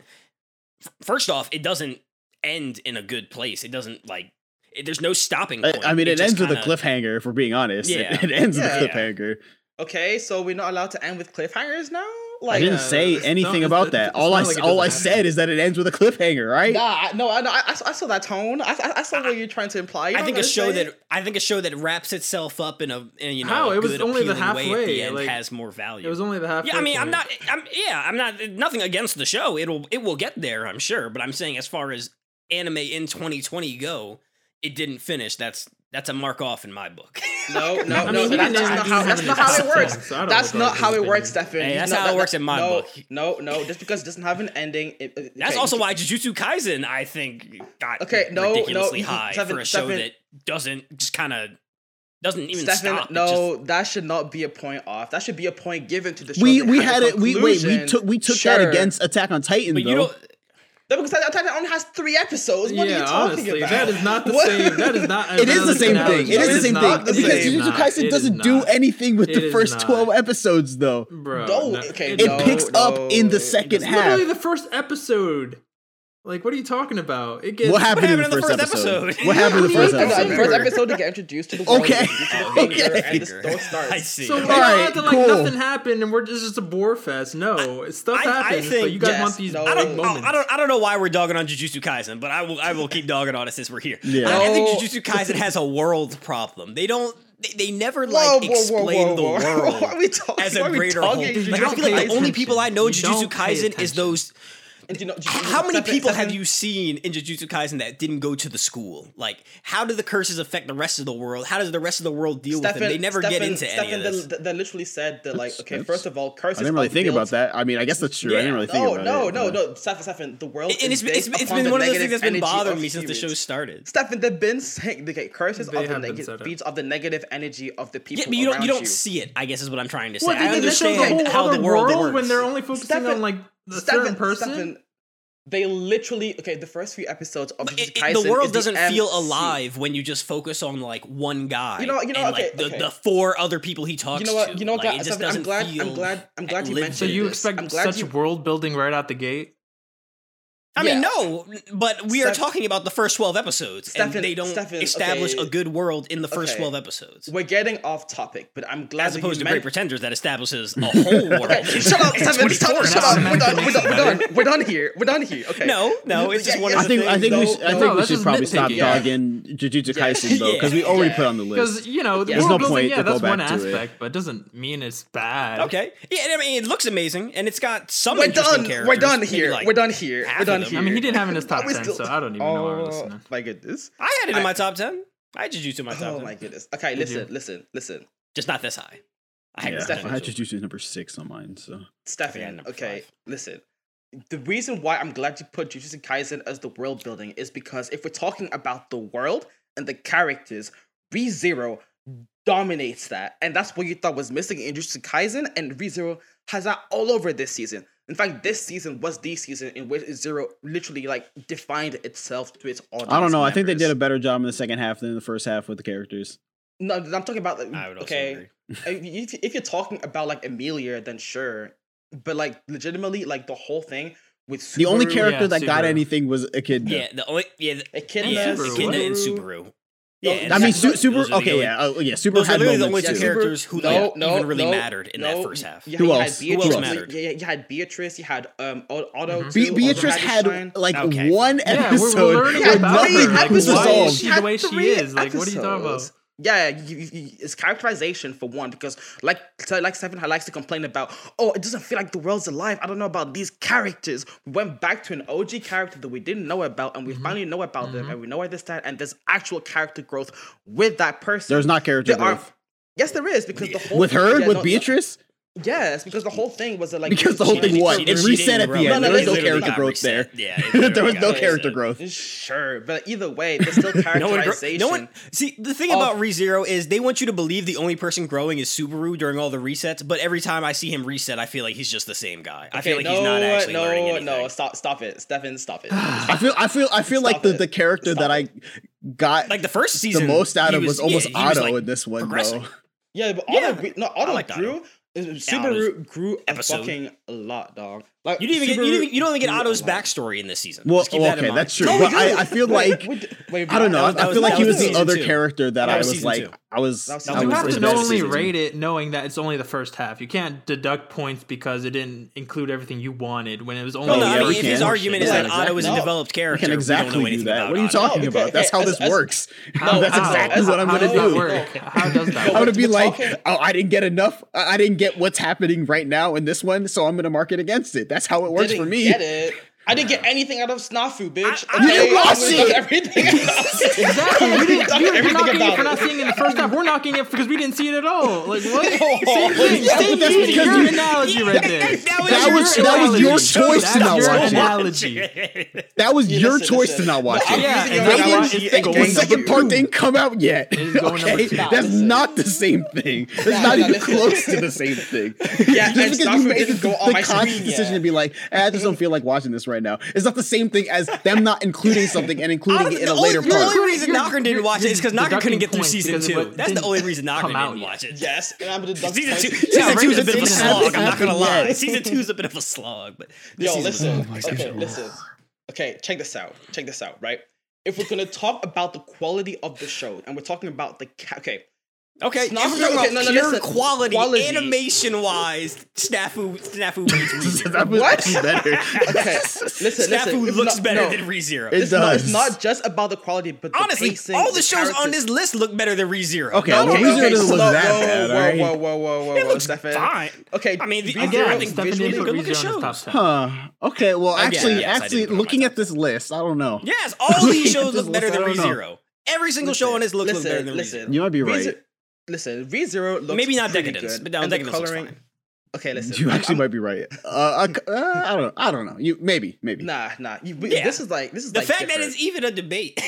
Speaker 1: f- First off, it doesn't end in a good place. It doesn't like. It, there's no stopping.
Speaker 2: I,
Speaker 1: Point.
Speaker 2: I mean, it,
Speaker 1: just
Speaker 2: ends with a
Speaker 1: kinda-
Speaker 2: cliffhanger. If we're being honest, It-
Speaker 1: Yeah.
Speaker 2: it, ends
Speaker 4: Yeah.
Speaker 2: with a cliffhanger.
Speaker 4: Okay, so we're not allowed to end with cliffhangers now. Like,
Speaker 2: I didn't
Speaker 3: uh,
Speaker 2: say
Speaker 3: it's
Speaker 2: anything
Speaker 3: not-
Speaker 2: about
Speaker 3: it's-
Speaker 2: that.
Speaker 3: it's
Speaker 2: all I
Speaker 3: not like it
Speaker 2: all I
Speaker 3: doesn't
Speaker 2: said
Speaker 3: happen.
Speaker 2: is that it ends with a cliffhanger, right?
Speaker 4: Nah, I- no, I, no, I, I saw- I saw that tone. I, I, I saw what you're trying to imply. You're
Speaker 1: I
Speaker 4: not
Speaker 1: think a
Speaker 4: gonna
Speaker 1: show
Speaker 4: say-
Speaker 1: that I think a show that wraps itself up in a in, you know
Speaker 3: How?
Speaker 1: a
Speaker 3: It was
Speaker 1: good,
Speaker 3: only the
Speaker 1: appealing way at the
Speaker 3: halfway,
Speaker 1: end
Speaker 3: like,
Speaker 1: has more value.
Speaker 3: It was only the half.
Speaker 1: yeah, I mean, I'm not. I'm yeah, I'm not. Nothing against the show. It'll it will get there, I'm sure. But I'm saying as far as anime in 2020 go, it didn't finish. That's that's a mark off in my book.
Speaker 4: No, no,
Speaker 3: I
Speaker 4: no.
Speaker 3: mean, he
Speaker 4: that's,
Speaker 3: didn't
Speaker 4: that's
Speaker 3: even
Speaker 4: not
Speaker 3: do
Speaker 4: how. That's
Speaker 3: something
Speaker 4: not how it
Speaker 3: that's
Speaker 4: works.
Speaker 3: sense. I don't
Speaker 4: That's
Speaker 3: regard
Speaker 4: not how
Speaker 3: his
Speaker 4: it works,
Speaker 3: opinion.
Speaker 4: Stefan.
Speaker 1: Hey,
Speaker 4: You
Speaker 1: that's
Speaker 4: know,
Speaker 1: how it
Speaker 4: that-
Speaker 1: works
Speaker 4: that-
Speaker 1: in my
Speaker 4: no,
Speaker 1: book.
Speaker 4: No, no. Just because it doesn't have an ending. It, it-
Speaker 1: That's
Speaker 4: okay,
Speaker 1: also
Speaker 4: you-
Speaker 1: why Jujutsu Kaisen I think got
Speaker 4: Okay, no, no,
Speaker 1: ridiculously
Speaker 4: you-
Speaker 1: high
Speaker 4: Stefan-
Speaker 1: for a show
Speaker 4: Stefan-
Speaker 1: that doesn't just kind of doesn't even
Speaker 4: Stefan,
Speaker 1: stop. It
Speaker 4: no, that should not be a point off. That should be a point given to the show.
Speaker 2: We
Speaker 4: that
Speaker 2: we
Speaker 4: has a
Speaker 2: had it. We wait. We
Speaker 4: conclusion.
Speaker 2: took we took
Speaker 4: Sure.
Speaker 2: that against Attack on Titan.
Speaker 1: But
Speaker 2: though.
Speaker 1: you don't.
Speaker 4: No, because Attack on Titan only has three episodes. What are you
Speaker 3: yeah,
Speaker 4: talking
Speaker 3: honestly,
Speaker 4: about?
Speaker 3: that is not the
Speaker 4: What-
Speaker 3: same. That is not.
Speaker 2: It is the same
Speaker 4: analogy.
Speaker 2: thing. It is the
Speaker 4: It's
Speaker 2: same
Speaker 4: not the
Speaker 2: thing because
Speaker 4: same.
Speaker 2: Jujutsu Kaisen doesn't do
Speaker 3: anything.
Speaker 2: anything with
Speaker 3: It
Speaker 2: the
Speaker 3: is
Speaker 2: first
Speaker 3: not.
Speaker 2: twelve episodes, though.
Speaker 3: Bro,
Speaker 4: No,
Speaker 3: no,
Speaker 4: okay,
Speaker 2: It
Speaker 4: No,
Speaker 2: picks
Speaker 4: no,
Speaker 2: up in the
Speaker 4: it
Speaker 2: second
Speaker 4: doesn't.
Speaker 2: half.
Speaker 3: literally the first episode. Like, what are you talking about? It gets
Speaker 2: What happened in
Speaker 1: happened
Speaker 2: the first episode? What happened in the
Speaker 3: Yeah,
Speaker 2: first
Speaker 3: I mean,
Speaker 4: And the first
Speaker 3: Sure.
Speaker 2: episode?
Speaker 4: episode, they get introduced to the world.
Speaker 2: Okay. Okay.
Speaker 4: they get introduced to the Faker, and the story
Speaker 1: I
Speaker 4: starts.
Speaker 1: see.
Speaker 3: So like,
Speaker 2: All
Speaker 3: I
Speaker 2: right,
Speaker 3: had to, like
Speaker 2: cool.
Speaker 3: nothing happened, and we're just, it's a bore fest. No, stuff
Speaker 1: I- I
Speaker 3: happens,
Speaker 1: think-
Speaker 3: but you guys
Speaker 4: Yes,
Speaker 3: want these
Speaker 4: no.
Speaker 1: I
Speaker 3: big
Speaker 1: don't,
Speaker 3: moments.
Speaker 1: Oh, I don't. I don't know why we're dogging on Jujutsu Kaisen, but I will. I will keep dogging on it since we're here.
Speaker 2: Yeah.
Speaker 1: I, I think
Speaker 4: No.
Speaker 1: Jujutsu Kaisen has a world problem. They don't. They, they never
Speaker 4: Whoa,
Speaker 1: like
Speaker 4: whoa, whoa,
Speaker 1: explain
Speaker 4: whoa, whoa.
Speaker 1: the world
Speaker 4: What are we talking?
Speaker 1: as
Speaker 4: what
Speaker 1: a
Speaker 4: are we
Speaker 1: greater whole.
Speaker 4: talking?
Speaker 1: Like,
Speaker 3: You
Speaker 1: I
Speaker 3: don't
Speaker 1: feel like the
Speaker 3: pay
Speaker 1: only people I know
Speaker 3: attention. You
Speaker 1: Jujutsu
Speaker 3: don't pay
Speaker 1: Kaisen is
Speaker 3: attention.
Speaker 1: those.
Speaker 4: And you know, you-
Speaker 1: How many
Speaker 4: separate-
Speaker 1: people have
Speaker 4: separate-
Speaker 1: you seen in Jujutsu Kaisen that didn't go to the school? Like, how do the curses affect the rest of the world? How does the rest of the world deal with them? They never get into any of this.
Speaker 4: They, they literally said that, like,
Speaker 2: That's-
Speaker 4: okay,
Speaker 2: that's-
Speaker 4: first of all, curses.
Speaker 2: I didn't really
Speaker 4: are
Speaker 2: think
Speaker 4: built-
Speaker 2: about that. I mean, I guess that's true. I didn't really think
Speaker 4: No,
Speaker 2: about
Speaker 4: no,
Speaker 2: it.
Speaker 4: no,
Speaker 2: but-
Speaker 4: no, Stefan, Stefan, the world.
Speaker 1: And it's,
Speaker 4: is based
Speaker 1: it's, it's
Speaker 4: upon
Speaker 1: been
Speaker 4: the
Speaker 1: one of those things that's
Speaker 4: negative
Speaker 1: been
Speaker 4: energy
Speaker 1: bothering
Speaker 4: of
Speaker 1: me since the show
Speaker 4: humans.
Speaker 1: started.
Speaker 4: Stefan, they've been saying the okay, curses
Speaker 3: They
Speaker 4: of the
Speaker 3: have been said
Speaker 4: negative
Speaker 3: it.
Speaker 4: beats of the negative energy of the people
Speaker 1: Yeah, but you don't
Speaker 4: around
Speaker 1: you don't see it. I guess is what I'm trying to say.
Speaker 3: Well,
Speaker 1: I
Speaker 3: they- they show
Speaker 1: understand
Speaker 3: the whole
Speaker 1: how
Speaker 3: other
Speaker 1: the world, works.
Speaker 3: when they're only focusing
Speaker 4: Stefan-
Speaker 3: on like the certain
Speaker 4: Stefan,
Speaker 3: person.
Speaker 4: Stefan, they literally okay. The first few episodes of
Speaker 1: It-
Speaker 4: Jujutsu
Speaker 1: it-
Speaker 4: Kaisen
Speaker 1: the world
Speaker 4: is
Speaker 1: doesn't
Speaker 4: MC.
Speaker 1: feel alive when you just focus on like one guy.
Speaker 4: You know- you know,
Speaker 1: and,
Speaker 4: okay,
Speaker 1: like, the,
Speaker 4: okay.
Speaker 1: the four other people he talks
Speaker 4: You know what?
Speaker 1: to.
Speaker 4: You know what?
Speaker 1: Like, it
Speaker 4: guys,
Speaker 1: just
Speaker 4: Stefan, I'm
Speaker 1: doesn't
Speaker 4: glad.
Speaker 1: feel
Speaker 4: I'm glad. I'm glad you
Speaker 1: lived.
Speaker 4: mentioned
Speaker 3: so you
Speaker 4: this.
Speaker 3: expect
Speaker 4: I'm glad
Speaker 3: such
Speaker 4: you,
Speaker 3: world building right out the gate?
Speaker 1: I mean,
Speaker 4: Yeah.
Speaker 1: no, but we are
Speaker 4: Steph-
Speaker 1: talking about the first 12 episodes,
Speaker 4: Stefan-
Speaker 1: and they don't
Speaker 4: Stefan,
Speaker 1: establish
Speaker 4: okay.
Speaker 1: a good world in the first
Speaker 4: Okay.
Speaker 1: 12 episodes.
Speaker 4: We're getting off topic, but I'm glad
Speaker 1: As
Speaker 4: that
Speaker 1: opposed to
Speaker 4: you
Speaker 1: Great
Speaker 4: men-
Speaker 1: Pretenders that establishes a whole world.
Speaker 4: Okay, shut up,
Speaker 1: in
Speaker 4: Stefan.
Speaker 1: 24
Speaker 4: Stop, shut up.
Speaker 1: episodes.
Speaker 4: We're done. We're done. We're done. We're done here. We're done here. Okay.
Speaker 1: No, no, it's just
Speaker 4: Yeah,
Speaker 1: one
Speaker 4: yeah.
Speaker 1: of
Speaker 2: I
Speaker 1: the
Speaker 2: think I
Speaker 1: things.
Speaker 2: think we
Speaker 4: No,
Speaker 2: should, I
Speaker 4: no,
Speaker 2: think we
Speaker 3: that's
Speaker 2: should
Speaker 3: just
Speaker 2: probably stop
Speaker 3: nitpicking.
Speaker 2: dogging Jujutsu
Speaker 4: Yeah.
Speaker 2: Kaisen though, because we
Speaker 1: Yeah.
Speaker 2: already
Speaker 4: Yeah.
Speaker 2: put on the list.
Speaker 3: Because you know, the
Speaker 4: There's
Speaker 3: world
Speaker 2: no
Speaker 3: building,
Speaker 2: point
Speaker 3: yeah,
Speaker 2: to go
Speaker 3: that's
Speaker 2: back
Speaker 3: one
Speaker 2: to it.
Speaker 3: aspect, but it doesn't mean it's bad.
Speaker 1: Okay. Yeah, and I mean, it looks amazing, and it's got some
Speaker 4: We're
Speaker 1: interesting
Speaker 4: done.
Speaker 1: characters.
Speaker 4: We're done
Speaker 1: maybe,
Speaker 4: here.
Speaker 1: like,
Speaker 4: We're done here.
Speaker 1: half
Speaker 4: We're
Speaker 1: of them.
Speaker 4: done here.
Speaker 1: I
Speaker 3: I mean, he didn't have it in his top
Speaker 4: Are we
Speaker 3: ten,
Speaker 4: still- Oh.
Speaker 3: so I don't even know why we're listening.
Speaker 4: my goodness.
Speaker 1: I had it in
Speaker 4: I-
Speaker 1: my top 10. I had Jujutsu in my top
Speaker 4: Oh
Speaker 1: 10.
Speaker 4: my goodness. Okay,
Speaker 3: Did you?
Speaker 4: listen, listen, listen.
Speaker 1: Just not this high. I had
Speaker 2: Yeah.
Speaker 1: Great
Speaker 2: I had
Speaker 1: Pretenders.
Speaker 2: Jujutsu number six on mine, so
Speaker 1: I had
Speaker 4: Stefan,
Speaker 1: number
Speaker 4: okay,
Speaker 1: five.
Speaker 4: listen. The reason why I'm glad you put Jujutsu Kaisen as the world building is because if we're talking about the world and the characters, ReZero dominates that. And that's what you thought was missing in Jujutsu Kaisen, and ReZero has that all over this season. In fact, this season was the season in which Zero literally like defined itself to its audience.
Speaker 2: I don't know. I think they did a
Speaker 4: members.
Speaker 2: better job in the second half than in the first half with the characters.
Speaker 4: No, I'm talking about like
Speaker 1: I would also
Speaker 4: okay.
Speaker 1: agree.
Speaker 4: if, if you're talking about like Amelia, then sure. But like legitimately, like the whole thing with Subaru,
Speaker 2: The only character
Speaker 3: Yeah,
Speaker 2: that got
Speaker 3: Subaru.
Speaker 2: anything was Echidna.
Speaker 1: Yeah, the only yeah, the,
Speaker 4: Echidna,
Speaker 1: yeah,
Speaker 3: Subaru,
Speaker 1: Echidna and
Speaker 4: Subaru.
Speaker 1: Subaru. Yeah, and
Speaker 2: Oh, I mean,
Speaker 1: Su-
Speaker 2: Su-
Speaker 1: those are
Speaker 2: Super.
Speaker 1: the
Speaker 2: Okay,
Speaker 1: only-
Speaker 2: yeah. Oh, yeah. Super
Speaker 1: Those are
Speaker 2: had
Speaker 1: literally the only
Speaker 2: moments
Speaker 1: two
Speaker 4: yeah.
Speaker 2: too.
Speaker 1: characters who
Speaker 4: no,
Speaker 1: like,
Speaker 4: no,
Speaker 1: even really
Speaker 4: no,
Speaker 1: mattered in
Speaker 4: no,
Speaker 1: that first half.
Speaker 4: Yeah,
Speaker 2: Who
Speaker 4: you
Speaker 2: else? Who
Speaker 4: Had Beatrice,
Speaker 1: else
Speaker 4: you-
Speaker 1: mattered?
Speaker 4: Yeah, yeah, you had Beatrice. You had um Otto.
Speaker 1: Mm-hmm.
Speaker 3: Mhm.
Speaker 2: Be-
Speaker 4: too,
Speaker 2: Beatrice
Speaker 4: Otto Shine.
Speaker 2: had like
Speaker 1: Okay.
Speaker 2: one
Speaker 3: Yeah, we're-
Speaker 2: episode
Speaker 3: we're learning
Speaker 2: where
Speaker 4: about
Speaker 2: nothing
Speaker 4: her. Like,
Speaker 2: was
Speaker 4: why is
Speaker 2: resolved.
Speaker 3: she
Speaker 4: had
Speaker 3: the way she
Speaker 4: three
Speaker 3: is? Like, what are you talking about?
Speaker 4: episodes. Yeah, you, you, you- it's characterization for one because like so like Seven likes to complain about. Oh, it doesn't feel like the world's alive. I don't know about these characters. We went back to an OG character that we didn't know about, and we finally know about them, and we know where they stand, and there's actual character growth with that person.
Speaker 2: There's not character
Speaker 4: There are-
Speaker 2: growth
Speaker 4: Yes, there is because the whole
Speaker 2: with her
Speaker 4: yeah,
Speaker 2: with
Speaker 4: no, no,
Speaker 2: Beatrice
Speaker 4: Yes, because the whole thing was that, like
Speaker 2: because the whole
Speaker 1: She
Speaker 2: thing
Speaker 1: didn't-
Speaker 2: was
Speaker 1: she
Speaker 2: it
Speaker 1: didn't- she
Speaker 2: reset
Speaker 1: didn't
Speaker 2: at the
Speaker 1: grow.
Speaker 2: end.
Speaker 4: No,
Speaker 2: There
Speaker 4: no,
Speaker 2: was
Speaker 4: it
Speaker 2: no
Speaker 4: literally
Speaker 2: character
Speaker 1: got
Speaker 2: growth there.
Speaker 1: reset. Yeah, it literally
Speaker 2: there was
Speaker 1: got
Speaker 2: no
Speaker 1: reset.
Speaker 2: character growth.
Speaker 4: Sure, but either way, there's still
Speaker 1: No one, gro-
Speaker 4: characterization.
Speaker 1: no one. See, the thing
Speaker 4: of-
Speaker 1: about ReZero is they want you to believe the only person growing is Subaru during all the resets. But every time I see him reset, I feel like he's just the same guy. I feel like
Speaker 4: no, uh,
Speaker 1: he's not actually
Speaker 4: no,
Speaker 1: learning anything.
Speaker 4: no, stop, stop it, Stefan, stop it.
Speaker 2: I feel I feel I feel
Speaker 4: Stop
Speaker 2: like the,
Speaker 4: it.
Speaker 2: the character
Speaker 4: Stop
Speaker 2: that I got
Speaker 1: Like the first
Speaker 2: the
Speaker 1: season,
Speaker 2: most out
Speaker 1: he
Speaker 2: of was, almost
Speaker 1: yeah, he
Speaker 2: Otto
Speaker 1: like,
Speaker 2: in this one
Speaker 1: progressing.
Speaker 2: though.
Speaker 4: yeah, but
Speaker 1: Yeah,
Speaker 4: Otto, gre- no, Otto
Speaker 1: liked Otto.
Speaker 4: grew.
Speaker 1: Otto's
Speaker 4: Subaru grew a
Speaker 1: episode.
Speaker 4: fucking a lot, dog. Like
Speaker 1: You didn't even get, you,
Speaker 4: Subaru
Speaker 1: didn't, even- you don't even get
Speaker 4: grew a
Speaker 1: Otto's
Speaker 4: lot.
Speaker 1: backstory in this season.
Speaker 2: Well,
Speaker 1: Just keep that in
Speaker 2: okay,
Speaker 1: mind.
Speaker 2: that's true.
Speaker 4: No, we
Speaker 2: Well, I,
Speaker 4: do.
Speaker 2: I feel
Speaker 4: Wait,
Speaker 2: like
Speaker 4: we d- wait,
Speaker 2: I don't know.
Speaker 1: that was- that
Speaker 2: I
Speaker 1: was-
Speaker 2: feel like
Speaker 1: that
Speaker 2: he
Speaker 1: was
Speaker 2: was the
Speaker 1: season
Speaker 2: other
Speaker 1: two.
Speaker 2: character that
Speaker 1: That
Speaker 2: I
Speaker 1: was
Speaker 2: was
Speaker 1: season
Speaker 2: like
Speaker 1: two.
Speaker 2: I was
Speaker 4: That was
Speaker 2: I
Speaker 4: season
Speaker 2: was
Speaker 4: two.
Speaker 3: You have to
Speaker 2: into that
Speaker 3: knowingly
Speaker 2: season.
Speaker 3: rate it, knowing that it's only the first half. You can't deduct points because it didn't include everything you wanted when it was only.
Speaker 1: Well, no,
Speaker 2: Oh, yeah,
Speaker 1: I mean,
Speaker 2: we
Speaker 1: if his
Speaker 2: can.
Speaker 1: argument is
Speaker 4: Yeah,
Speaker 1: that
Speaker 4: exactly.
Speaker 1: Otto is a
Speaker 4: No.
Speaker 1: developed
Speaker 2: We
Speaker 1: character,
Speaker 2: can
Speaker 1: we don't know
Speaker 2: exactly do
Speaker 1: anything
Speaker 2: that.
Speaker 1: about
Speaker 2: What are you
Speaker 1: Otto.
Speaker 2: talking
Speaker 4: Okay,
Speaker 2: about?
Speaker 4: okay,
Speaker 2: That's how
Speaker 4: as-
Speaker 2: this
Speaker 4: as-
Speaker 2: works.
Speaker 3: Oh,
Speaker 4: How-
Speaker 2: That's
Speaker 4: how-
Speaker 2: exactly
Speaker 4: as-
Speaker 2: what I'm
Speaker 4: how
Speaker 2: gonna
Speaker 4: does that
Speaker 2: do.
Speaker 4: work?
Speaker 3: How does that
Speaker 4: But
Speaker 2: I'm
Speaker 4: we're-
Speaker 2: gonna be
Speaker 4: we're
Speaker 2: like,
Speaker 4: talking-
Speaker 2: oh, I didn't get enough. I I didn't get what's happening right now in this one, so I'm gonna market against it. That's how it works
Speaker 4: didn't
Speaker 2: for me.
Speaker 4: Get it. I didn't get anything out of Snafu, bitch.
Speaker 1: I- You
Speaker 2: didn't
Speaker 4: I'm
Speaker 2: watch
Speaker 4: gonna knock
Speaker 2: it.
Speaker 4: Everything. out.
Speaker 3: Exactly. We didn't,
Speaker 4: Talking
Speaker 3: you're
Speaker 4: everything
Speaker 3: knocking it
Speaker 4: about
Speaker 3: for not
Speaker 4: it.
Speaker 3: seeing it in the first half. We're knocking it because we didn't see it at all. Like what?
Speaker 4: No.
Speaker 3: same thing.
Speaker 4: Yeah,
Speaker 3: same
Speaker 2: but that's
Speaker 3: thing.
Speaker 2: because
Speaker 3: Your
Speaker 2: you-
Speaker 3: analogy right there.
Speaker 2: That was-
Speaker 1: your
Speaker 2: that was your
Speaker 1: analogy.
Speaker 2: choice to
Speaker 1: That's
Speaker 2: not
Speaker 1: your
Speaker 2: watch it.
Speaker 1: analogy.
Speaker 2: That was
Speaker 4: You
Speaker 2: your
Speaker 4: listen,
Speaker 2: choice
Speaker 4: listen.
Speaker 2: to not watch
Speaker 4: No,
Speaker 2: it.
Speaker 4: I'm
Speaker 3: Yeah,
Speaker 4: using
Speaker 3: and
Speaker 4: your
Speaker 3: that
Speaker 4: analogy
Speaker 3: was- it's
Speaker 4: against
Speaker 3: going
Speaker 2: the second
Speaker 4: you.
Speaker 2: part didn't come out yet.
Speaker 3: is going number
Speaker 2: Okay,
Speaker 3: two.
Speaker 4: Nah,
Speaker 2: that's
Speaker 4: listen.
Speaker 2: not the same thing. That's
Speaker 4: Nah, nah,
Speaker 2: not even
Speaker 4: listen.
Speaker 2: close to the same thing.
Speaker 4: and Starfield didn't go on my
Speaker 2: conscious
Speaker 4: screen
Speaker 2: decision
Speaker 4: yet.
Speaker 2: to be like, "Eh, I just don't feel like watching this right right now. It's not the same thing as them not including something and including it in a later
Speaker 1: the only-
Speaker 2: part.
Speaker 1: The only reason
Speaker 3: You're-
Speaker 1: Nogren didn't
Speaker 3: you're-
Speaker 1: watch it is because
Speaker 3: you're
Speaker 1: Nogren couldn't get through
Speaker 3: deducting
Speaker 1: season
Speaker 3: points
Speaker 1: two.
Speaker 3: because it
Speaker 1: That's the only reason
Speaker 3: come
Speaker 1: Nogren
Speaker 3: out
Speaker 1: didn't
Speaker 3: yet.
Speaker 1: watch it.
Speaker 4: Yes, and I'm deducting
Speaker 1: Season
Speaker 4: points.
Speaker 1: two, season
Speaker 2: Yeah,
Speaker 1: two is a
Speaker 2: Raiders
Speaker 1: bit of a
Speaker 2: didn't have
Speaker 1: slog. I'm not gonna
Speaker 2: anything
Speaker 1: lie.
Speaker 2: yet.
Speaker 1: Season two is a bit of a slog, but this
Speaker 4: Yo,
Speaker 1: season was-
Speaker 4: listen.
Speaker 2: Oh my
Speaker 4: okay,
Speaker 2: gosh.
Speaker 4: listen. Okay, check this out. Check this out, right? If we're gonna talk about the quality of the show, and we're talking about the ca- okay,
Speaker 1: Okay,
Speaker 4: It's not-
Speaker 1: if we're talking
Speaker 4: okay,
Speaker 1: about
Speaker 4: no, no,
Speaker 1: pure
Speaker 4: listen.
Speaker 1: quality,
Speaker 4: Quality.
Speaker 1: animation-wise, Snafu, Snafu beats ReZero.
Speaker 2: That was
Speaker 4: What?
Speaker 2: actually better.
Speaker 4: okay. Listen, listen.
Speaker 1: Snafu
Speaker 4: it's
Speaker 1: looks
Speaker 4: not-
Speaker 1: better
Speaker 4: no.
Speaker 1: than ReZero.
Speaker 2: It
Speaker 4: Listen, no, it's
Speaker 2: does.
Speaker 4: not just about the quality, but the
Speaker 1: Honestly,
Speaker 4: pacing,
Speaker 1: all the shows on
Speaker 4: characters.
Speaker 1: this list look better than ReZero.
Speaker 2: Okay,
Speaker 1: No,
Speaker 2: well,
Speaker 1: no,
Speaker 2: ReZero
Speaker 1: no,
Speaker 2: doesn't
Speaker 1: okay,
Speaker 2: look
Speaker 1: slow-
Speaker 2: that
Speaker 4: whoa,
Speaker 2: bad,
Speaker 4: Whoa,
Speaker 2: alright?
Speaker 4: whoa, whoa, whoa, whoa,
Speaker 1: It
Speaker 4: whoa,
Speaker 1: looks
Speaker 4: Stefan.
Speaker 1: fine.
Speaker 4: Okay,
Speaker 1: I mean, the-
Speaker 4: these
Speaker 1: again,
Speaker 4: are
Speaker 1: I think
Speaker 3: Stephanie
Speaker 1: visually
Speaker 3: put
Speaker 1: good-looking
Speaker 3: ReZero in the top
Speaker 1: shows.
Speaker 3: 10.
Speaker 2: Huh. Okay. Well,
Speaker 1: Again,
Speaker 2: actually,
Speaker 1: yes, I didn't
Speaker 2: actually,
Speaker 1: put it on my
Speaker 2: looking
Speaker 1: top.
Speaker 2: at this list, I don't know.
Speaker 1: Yes, all these shows
Speaker 2: Just
Speaker 1: look better than
Speaker 2: listen, I don't know.
Speaker 1: ReZero. Every single show on this looks look better than ReZero.
Speaker 4: listen.
Speaker 2: You might be right.
Speaker 4: ReZero- Listen, ReZero looks
Speaker 1: Maybe not
Speaker 4: pretty
Speaker 1: Decadence,
Speaker 4: good,
Speaker 1: but no,
Speaker 4: and the
Speaker 1: Decadence looks
Speaker 4: coloring-
Speaker 1: fine.
Speaker 4: Okay, listen.
Speaker 2: you actually
Speaker 4: I'm-
Speaker 2: might be right. Uh, I, uh, I don't know. I don't know. You maybe maybe.
Speaker 4: Nah, nah. You, we-
Speaker 1: Yeah.
Speaker 4: This is like this is
Speaker 1: The
Speaker 4: like
Speaker 1: fact that
Speaker 4: different.
Speaker 1: it's even a debate.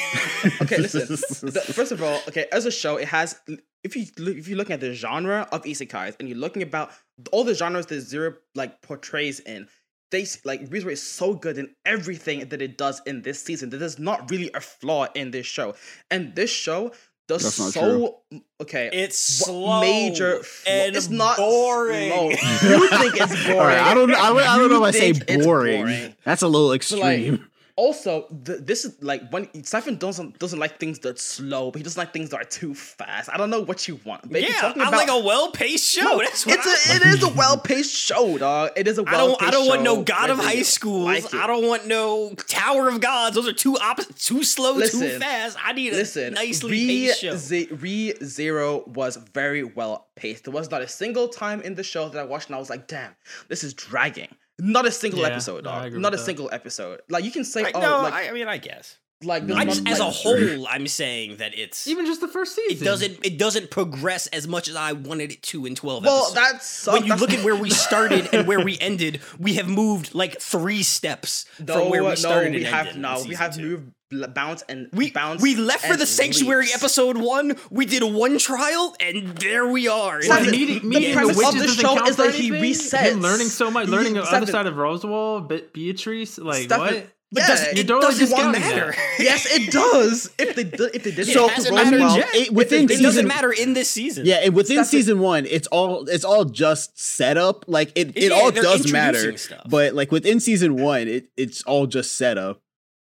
Speaker 4: okay. Listen, the, first of all, okay, as a show, it has if you look- if you're looking at the genre of isekais and you're looking about all the genres that Zero like portrays in, they s- like Rizuru is so good in everything that it does in this season that there's not really a flaw in this show, and this show does
Speaker 2: That's not
Speaker 4: so okay.
Speaker 1: It's
Speaker 4: wha-
Speaker 1: slow.
Speaker 4: major flaw.
Speaker 1: and
Speaker 4: it's not
Speaker 1: boring.
Speaker 4: slow. You think it's boring?
Speaker 2: All right, I don't. I, would- I don't know if I say
Speaker 4: You think it's
Speaker 2: boring.
Speaker 4: boring.
Speaker 2: That's a little
Speaker 4: But, like,
Speaker 2: extreme.
Speaker 4: also, th- this is like when Stefan doesn't doesn't like things that's slow, but he doesn't like things that are too fast. I don't know what you want. But if
Speaker 1: Yeah,
Speaker 4: you're talking
Speaker 1: I
Speaker 4: about,
Speaker 1: like a well-paced show.
Speaker 4: No,
Speaker 1: That's what I-
Speaker 4: it's a, it is a well paced show, dog. It is a
Speaker 1: I
Speaker 4: well
Speaker 1: don't.
Speaker 4: paced
Speaker 1: I
Speaker 4: show.
Speaker 1: don't want no God of
Speaker 4: whether
Speaker 1: High
Speaker 4: you
Speaker 1: Schools.
Speaker 4: like it.
Speaker 1: I don't want no Tower of Gods. Those are too opposite, too slow, too
Speaker 4: Listen,
Speaker 1: fast. I need a
Speaker 4: Listen,
Speaker 1: nicely
Speaker 4: Re,
Speaker 1: paced show.
Speaker 4: Ze- Re Zero was very well paced. There was not a single time in the show that I watched and I was like, damn, this is dragging. Not a single
Speaker 3: Yeah,
Speaker 4: episode,
Speaker 3: no, I
Speaker 4: dog.
Speaker 3: agree
Speaker 4: Not a
Speaker 3: with that.
Speaker 4: single episode. Like you can say,
Speaker 1: I,
Speaker 4: oh,
Speaker 1: no,
Speaker 4: like,
Speaker 1: I, I mean, I guess.
Speaker 4: like there's
Speaker 1: I
Speaker 4: not,
Speaker 1: just, as a
Speaker 4: like-
Speaker 1: whole, I'm saying that it's
Speaker 3: Even just the first
Speaker 1: it
Speaker 3: season.
Speaker 1: doesn't it doesn't progress as much as I wanted it to in 12
Speaker 4: Well,
Speaker 1: episodes.
Speaker 4: that's
Speaker 1: when you look at where we started and where we ended, we have moved like three steps from where we started.
Speaker 4: No, we
Speaker 1: and
Speaker 4: have
Speaker 1: ended in
Speaker 4: no, we
Speaker 1: season
Speaker 4: have
Speaker 1: two.
Speaker 4: moved bl- bounce and
Speaker 1: We
Speaker 4: bounce.
Speaker 1: we left for
Speaker 4: and
Speaker 1: the sanctuary
Speaker 4: leaps.
Speaker 1: episode one. We did one trial, and there we are.
Speaker 3: Well,
Speaker 4: Seven.
Speaker 1: And
Speaker 3: meeting,
Speaker 4: The
Speaker 3: meeting the,
Speaker 4: premise of
Speaker 3: witches
Speaker 4: the
Speaker 3: doesn't
Speaker 4: show
Speaker 3: count
Speaker 4: is
Speaker 3: for
Speaker 4: that he
Speaker 3: anything?
Speaker 4: resets.
Speaker 3: Him learning so much,
Speaker 4: He-
Speaker 3: learning the
Speaker 4: Stefan-
Speaker 3: other side of Roswell, Be- Beatrice, like
Speaker 4: Stefan-
Speaker 3: what?
Speaker 1: But does-
Speaker 4: Yeah,
Speaker 1: it
Speaker 3: you're totally
Speaker 1: doesn't
Speaker 3: discounting
Speaker 1: matter.
Speaker 4: yes, it does. If they did, if they did,
Speaker 1: It
Speaker 2: So,
Speaker 1: hasn't
Speaker 2: I mean,
Speaker 1: mattered
Speaker 4: Roswell,
Speaker 1: yet.
Speaker 2: it- within
Speaker 1: It doesn't
Speaker 2: season-
Speaker 1: matter in this season.
Speaker 2: Yeah, and within
Speaker 4: That's it.
Speaker 2: season one, it's all it's all just setup. Like it,
Speaker 1: Yeah,
Speaker 2: it all
Speaker 1: they're
Speaker 2: does
Speaker 1: introducing
Speaker 2: matter,
Speaker 1: stuff.
Speaker 2: but like within season one, it it's all just setup.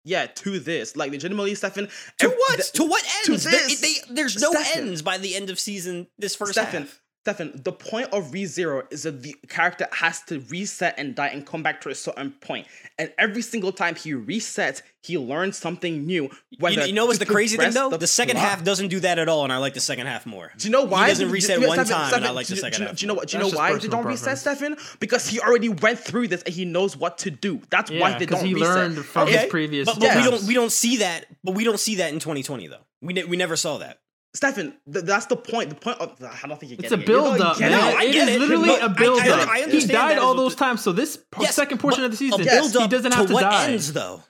Speaker 4: yeah, to this, like legitimately, Stefan.
Speaker 1: To
Speaker 4: ev-
Speaker 1: what?
Speaker 4: th-
Speaker 1: to what
Speaker 4: to
Speaker 1: ends? They-
Speaker 4: this.
Speaker 1: they- there's no
Speaker 4: Stefan.
Speaker 1: ends by the end of season. This first
Speaker 4: Stefan,
Speaker 1: half.
Speaker 4: Stefan, the point of ReZero is that the character has to reset and die and come back to a certain point. And every single time he resets, he learns something new.
Speaker 1: You,
Speaker 4: Whether
Speaker 1: you know what's
Speaker 4: to
Speaker 1: the crazy thing
Speaker 4: progress
Speaker 1: though? The, second
Speaker 4: plot.
Speaker 1: half doesn't do that at all, and I like the second half more.
Speaker 4: Do you know why?
Speaker 1: doesn't
Speaker 4: Do- do-
Speaker 1: reset
Speaker 4: do-
Speaker 1: one
Speaker 4: Stefan-
Speaker 1: time, and
Speaker 4: Stefan,
Speaker 1: I like the
Speaker 4: do you-
Speaker 1: second
Speaker 4: do you-
Speaker 1: half
Speaker 4: Do you know what? Do
Speaker 3: That's
Speaker 4: you know
Speaker 3: just
Speaker 4: why they
Speaker 3: personal
Speaker 4: don't reset,
Speaker 3: preference.
Speaker 4: Stefan? Because he already went through this and he knows what to do. That's why
Speaker 3: Yeah,
Speaker 4: they
Speaker 3: 'cause
Speaker 4: don't
Speaker 3: he
Speaker 4: reset.
Speaker 3: learned from
Speaker 4: Okay?
Speaker 3: his previous.
Speaker 1: But, but
Speaker 4: Yeah.
Speaker 1: we
Speaker 3: attempts.
Speaker 1: don't we don't see that. But we don't see that in 2020 though. We ne- we never saw that.
Speaker 4: Stefan, th- that's the point. The point of I don't think you
Speaker 3: It's
Speaker 4: get
Speaker 3: a
Speaker 4: it. You know,
Speaker 3: build up,
Speaker 4: you get
Speaker 1: No,
Speaker 3: man.
Speaker 4: it.
Speaker 1: I
Speaker 3: it
Speaker 1: get
Speaker 3: is
Speaker 1: it.
Speaker 3: literally
Speaker 1: No, I-
Speaker 3: a build
Speaker 1: I-
Speaker 3: up.
Speaker 1: I
Speaker 3: he
Speaker 1: understand that
Speaker 3: died
Speaker 1: is
Speaker 3: all
Speaker 1: what
Speaker 3: those
Speaker 1: the-
Speaker 3: times, so this p-
Speaker 1: Yes,
Speaker 3: second portion
Speaker 1: but
Speaker 3: of the season,
Speaker 1: A build
Speaker 3: he
Speaker 1: up
Speaker 3: doesn't
Speaker 1: to
Speaker 3: have to
Speaker 1: what
Speaker 3: die.
Speaker 1: ends though.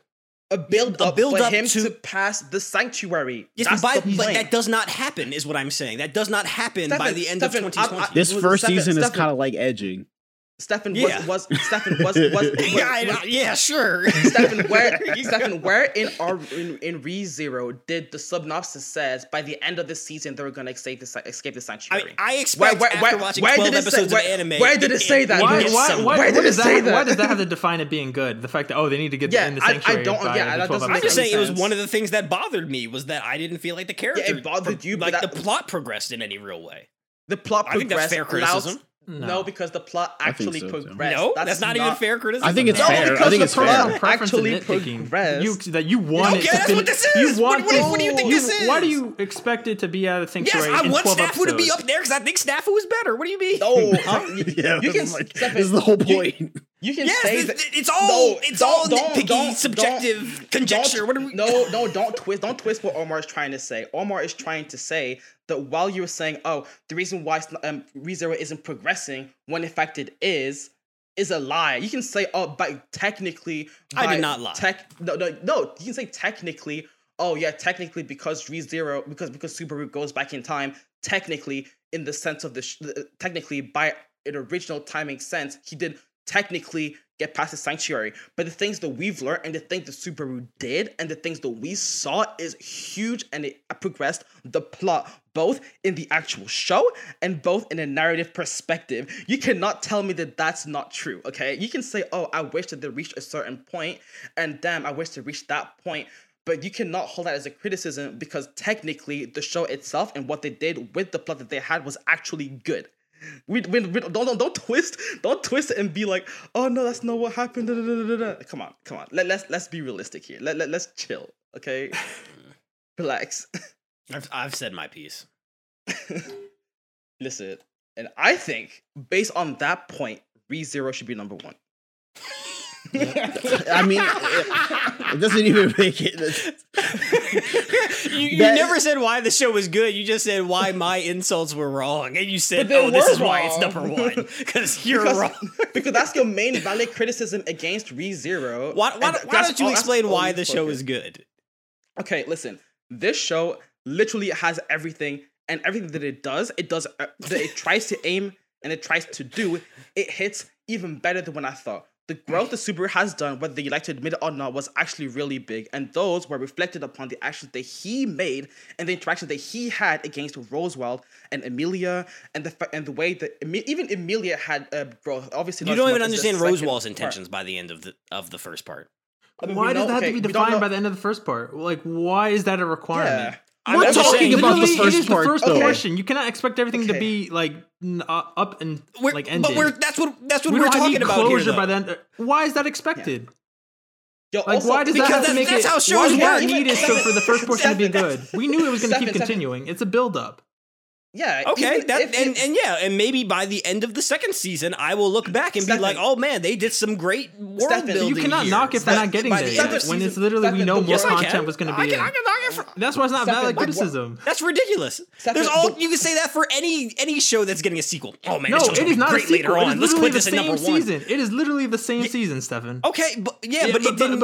Speaker 4: a build
Speaker 1: a
Speaker 4: up,
Speaker 1: build
Speaker 4: for
Speaker 1: up
Speaker 4: him
Speaker 1: to-
Speaker 4: to, pass the sanctuary.
Speaker 1: Yes,
Speaker 4: that's
Speaker 1: but, by-
Speaker 4: the
Speaker 1: but
Speaker 4: point.
Speaker 1: that does not happen. Is what I'm saying. That does not happen by
Speaker 4: Stefan,
Speaker 1: the end
Speaker 4: Stefan, I-
Speaker 1: of 2020.
Speaker 4: I-
Speaker 2: This
Speaker 4: Well,
Speaker 2: first
Speaker 4: Stefan-
Speaker 2: season is
Speaker 4: Stefan-
Speaker 2: kind of like edging.
Speaker 4: Stefan
Speaker 1: Yeah.
Speaker 4: was was Stefan was was, was,
Speaker 1: yeah, I- yeah, sure.
Speaker 4: Stefan, where Stefan, where in our in, in Re Zero did the synopsis says by the end of the season they were gonna escape the san- escape the
Speaker 1: I,
Speaker 4: sanctuary?
Speaker 1: I expect
Speaker 4: where-
Speaker 1: after
Speaker 4: where-
Speaker 1: watching
Speaker 4: where did
Speaker 1: 12
Speaker 4: it say-
Speaker 1: episodes
Speaker 4: where-
Speaker 1: of anime.
Speaker 4: where did it say that?
Speaker 1: it
Speaker 3: Why,
Speaker 4: Yes,
Speaker 1: gets
Speaker 3: why,
Speaker 1: somewhere.
Speaker 3: why,
Speaker 4: Why
Speaker 3: why,
Speaker 4: did
Speaker 3: does
Speaker 4: it
Speaker 3: that,
Speaker 4: say
Speaker 3: have- why
Speaker 4: that?
Speaker 3: does that have to define it being good? The fact that oh they need to get
Speaker 4: Yeah,
Speaker 3: in the
Speaker 4: I- I
Speaker 3: sanctuary.
Speaker 4: don't-
Speaker 3: by
Speaker 4: yeah, that
Speaker 3: the 12
Speaker 4: doesn't
Speaker 1: I'm
Speaker 4: make
Speaker 1: just
Speaker 3: episodes.
Speaker 1: saying it was
Speaker 4: sense.
Speaker 1: one of the things that bothered me was that I didn't feel like the character
Speaker 4: bothered you, but
Speaker 1: like
Speaker 4: that-
Speaker 1: the plot progressed in any real way.
Speaker 4: the plot
Speaker 1: I think that's
Speaker 4: progressed.
Speaker 1: fair
Speaker 4: allows-
Speaker 1: criticism.
Speaker 4: No.
Speaker 3: No.
Speaker 4: because the plot
Speaker 2: I think
Speaker 4: actually
Speaker 2: so, too.
Speaker 4: progressed.
Speaker 1: no, that's, not, even fair criticism.
Speaker 2: I think it's
Speaker 4: No,
Speaker 2: fair.
Speaker 4: because
Speaker 2: I think
Speaker 4: the
Speaker 2: it's
Speaker 4: plot-
Speaker 2: fair.
Speaker 3: personal preference and
Speaker 4: Actually
Speaker 3: nitpicking.
Speaker 4: progressed.
Speaker 3: You that you wanted
Speaker 1: Okay,
Speaker 3: to
Speaker 1: that's
Speaker 3: fin-
Speaker 1: what this
Speaker 3: You
Speaker 1: is. What-
Speaker 3: wanted-
Speaker 1: what- what do you think this
Speaker 3: you- Why do
Speaker 1: is?
Speaker 3: you expect it to be out of the
Speaker 1: Yes,
Speaker 3: sanctuary?
Speaker 1: I
Speaker 3: in
Speaker 1: want
Speaker 3: 12
Speaker 1: Snafu to be
Speaker 3: episodes?
Speaker 1: up there because I think Snafu is better. What do you mean?
Speaker 4: No, huh? you,
Speaker 2: Yeah,
Speaker 4: Uh, you can
Speaker 2: this is like-
Speaker 4: Stefan,
Speaker 2: this is the whole
Speaker 4: you-
Speaker 2: point.
Speaker 4: You can
Speaker 1: Yes,
Speaker 4: say
Speaker 1: it's,
Speaker 4: that,
Speaker 1: it's all
Speaker 4: No,
Speaker 1: it's
Speaker 4: don't-
Speaker 1: all
Speaker 4: don't-
Speaker 1: nitpicky,
Speaker 4: don't-
Speaker 1: subjective conjecture.
Speaker 4: Don't,
Speaker 1: what are we?
Speaker 4: No, no, don't twist. Don't twist what Omar is trying to say. Omar is trying to say that while you were saying, "Oh, the reason why it's not- um, Rezero isn't progressing," when in fact it is, is a lie. You can say, "Oh, but technically,
Speaker 1: I did
Speaker 4: by
Speaker 1: not lie.
Speaker 4: Tech, no, no, no. You can say technically. Oh yeah, technically because ReZero because because Subaru goes back in time. Technically, in the sense of the sh- uh, technically by an original timing sense, he did technically get past the sanctuary. But the things that we've learned and the things that Subaru did and the things that we saw is huge and it progressed the plot both in the actual show and both in a narrative perspective. You cannot tell me that that's not true, okay? You can say, oh, I wish that they reached a certain point and damn, I wish they reached that point. But you cannot hold that as a criticism because technically the show itself and what they did with the plot that they had was actually good. We, we, we- don't, don't don't twist don't twist it and be like oh no that's not what happened da, da, da, da, da, da." come on come on Let, let's let's be realistic here let, let, let's chill okay relax
Speaker 1: I've, I've said my piece.
Speaker 4: listen and I think based on that point ReZero should be number one
Speaker 2: I mean, it, it doesn't even make it.
Speaker 1: you you
Speaker 2: That-
Speaker 1: never said why the show was good. You just said why my insults were wrong, and you said,
Speaker 4: But they
Speaker 1: "Oh, this
Speaker 4: were
Speaker 1: is why it's
Speaker 4: wrong.
Speaker 1: number one because you're
Speaker 4: Because-
Speaker 1: wrong."
Speaker 4: because that's your main valid criticism against ReZero
Speaker 1: Why, why,
Speaker 4: and th-
Speaker 1: why
Speaker 4: that's
Speaker 1: don't you
Speaker 4: all- that's
Speaker 1: explain
Speaker 4: all
Speaker 1: why
Speaker 4: we
Speaker 1: the show
Speaker 4: focus.
Speaker 1: is good?
Speaker 4: Okay, listen. This show literally has everything, and everything that it does, it does uh, that it tries to aim and it tries to do, it hits even better than when I thought. The growth that Subaru has done, whether you like to admit it or not, was actually really big, and those were reflected upon the actions that he made and the interaction that he had against Rosewald and Amelia, and the fa- and the way that Emi- even Amelia had uh, growth. Obviously,
Speaker 1: You
Speaker 4: not
Speaker 1: don't
Speaker 4: as
Speaker 1: even
Speaker 4: much as the
Speaker 1: understand
Speaker 4: second
Speaker 1: Rosewall's
Speaker 4: part.
Speaker 1: intentions by the end of the of the first part.
Speaker 4: I mean, we
Speaker 3: why
Speaker 4: know-
Speaker 3: does that have
Speaker 4: okay,
Speaker 3: to be
Speaker 4: we don't
Speaker 3: defined
Speaker 4: know-
Speaker 3: by the end of the first part? Like, why is that a requirement?
Speaker 4: Yeah.
Speaker 1: We're
Speaker 2: I'm
Speaker 3: I'm
Speaker 2: just
Speaker 3: talking
Speaker 2: saying,
Speaker 3: about the
Speaker 2: literally,
Speaker 3: first
Speaker 2: it is the
Speaker 3: part.
Speaker 2: first
Speaker 3: though.
Speaker 4: Okay.
Speaker 3: question. You cannot expect everything
Speaker 4: Okay.
Speaker 3: to be like n- uh, up and
Speaker 1: We're,
Speaker 3: like ended.
Speaker 1: but we're that's what that's what
Speaker 3: we
Speaker 1: are
Speaker 3: don't have
Speaker 1: talking
Speaker 3: any
Speaker 1: about here.
Speaker 3: closure by
Speaker 1: though.
Speaker 3: the end. uh, Why is that expected?
Speaker 4: Yo,
Speaker 3: Like,
Speaker 4: also,
Speaker 3: why does that
Speaker 1: because
Speaker 3: have to
Speaker 1: that's-
Speaker 3: make
Speaker 1: that's
Speaker 3: it?
Speaker 1: how
Speaker 3: why
Speaker 1: shows
Speaker 3: does that
Speaker 1: work.
Speaker 3: need it so for the first portion to be
Speaker 4: Seven.
Speaker 3: good? We knew it was going to keep
Speaker 4: Seven, seven.
Speaker 3: continuing. It's a build up.
Speaker 4: Yeah.
Speaker 1: Okay,
Speaker 4: even
Speaker 1: that
Speaker 4: if
Speaker 1: and,
Speaker 4: it-
Speaker 1: and yeah, and maybe by the end of the second season, I will look back and
Speaker 4: Stefan.
Speaker 1: be like, "Oh man, they did some great world
Speaker 4: Stefan. You
Speaker 1: building."
Speaker 3: You cannot
Speaker 1: here.
Speaker 3: knock if they're
Speaker 1: But
Speaker 3: not getting
Speaker 1: by
Speaker 3: there
Speaker 1: the
Speaker 3: yet,
Speaker 1: end of-
Speaker 4: Stefan,
Speaker 3: when it's
Speaker 4: season-
Speaker 3: literally we
Speaker 4: Stefan,
Speaker 3: know
Speaker 4: the-
Speaker 3: more
Speaker 1: yes, I
Speaker 3: content
Speaker 1: can.
Speaker 3: was going to
Speaker 1: I
Speaker 3: be
Speaker 1: can,
Speaker 3: in.
Speaker 1: I can knock it for-
Speaker 3: That's why it's not
Speaker 4: Stefan,
Speaker 3: valid
Speaker 4: what- what-
Speaker 3: criticism.
Speaker 1: That's ridiculous.
Speaker 4: Stefan,
Speaker 1: There's all
Speaker 4: the-
Speaker 1: you can say that for any any show that's getting a sequel. Oh man,
Speaker 3: No,
Speaker 1: this show's
Speaker 3: it
Speaker 1: gonna
Speaker 3: is
Speaker 1: be
Speaker 3: not a
Speaker 1: great
Speaker 3: sequel.
Speaker 1: later on.
Speaker 3: It
Speaker 1: Let's
Speaker 3: is
Speaker 1: put
Speaker 3: literally
Speaker 1: this
Speaker 3: the
Speaker 1: in
Speaker 3: same
Speaker 1: number one.
Speaker 3: season. It is literally the same season, Stefan.
Speaker 1: Okay, but yeah, but, it didn't.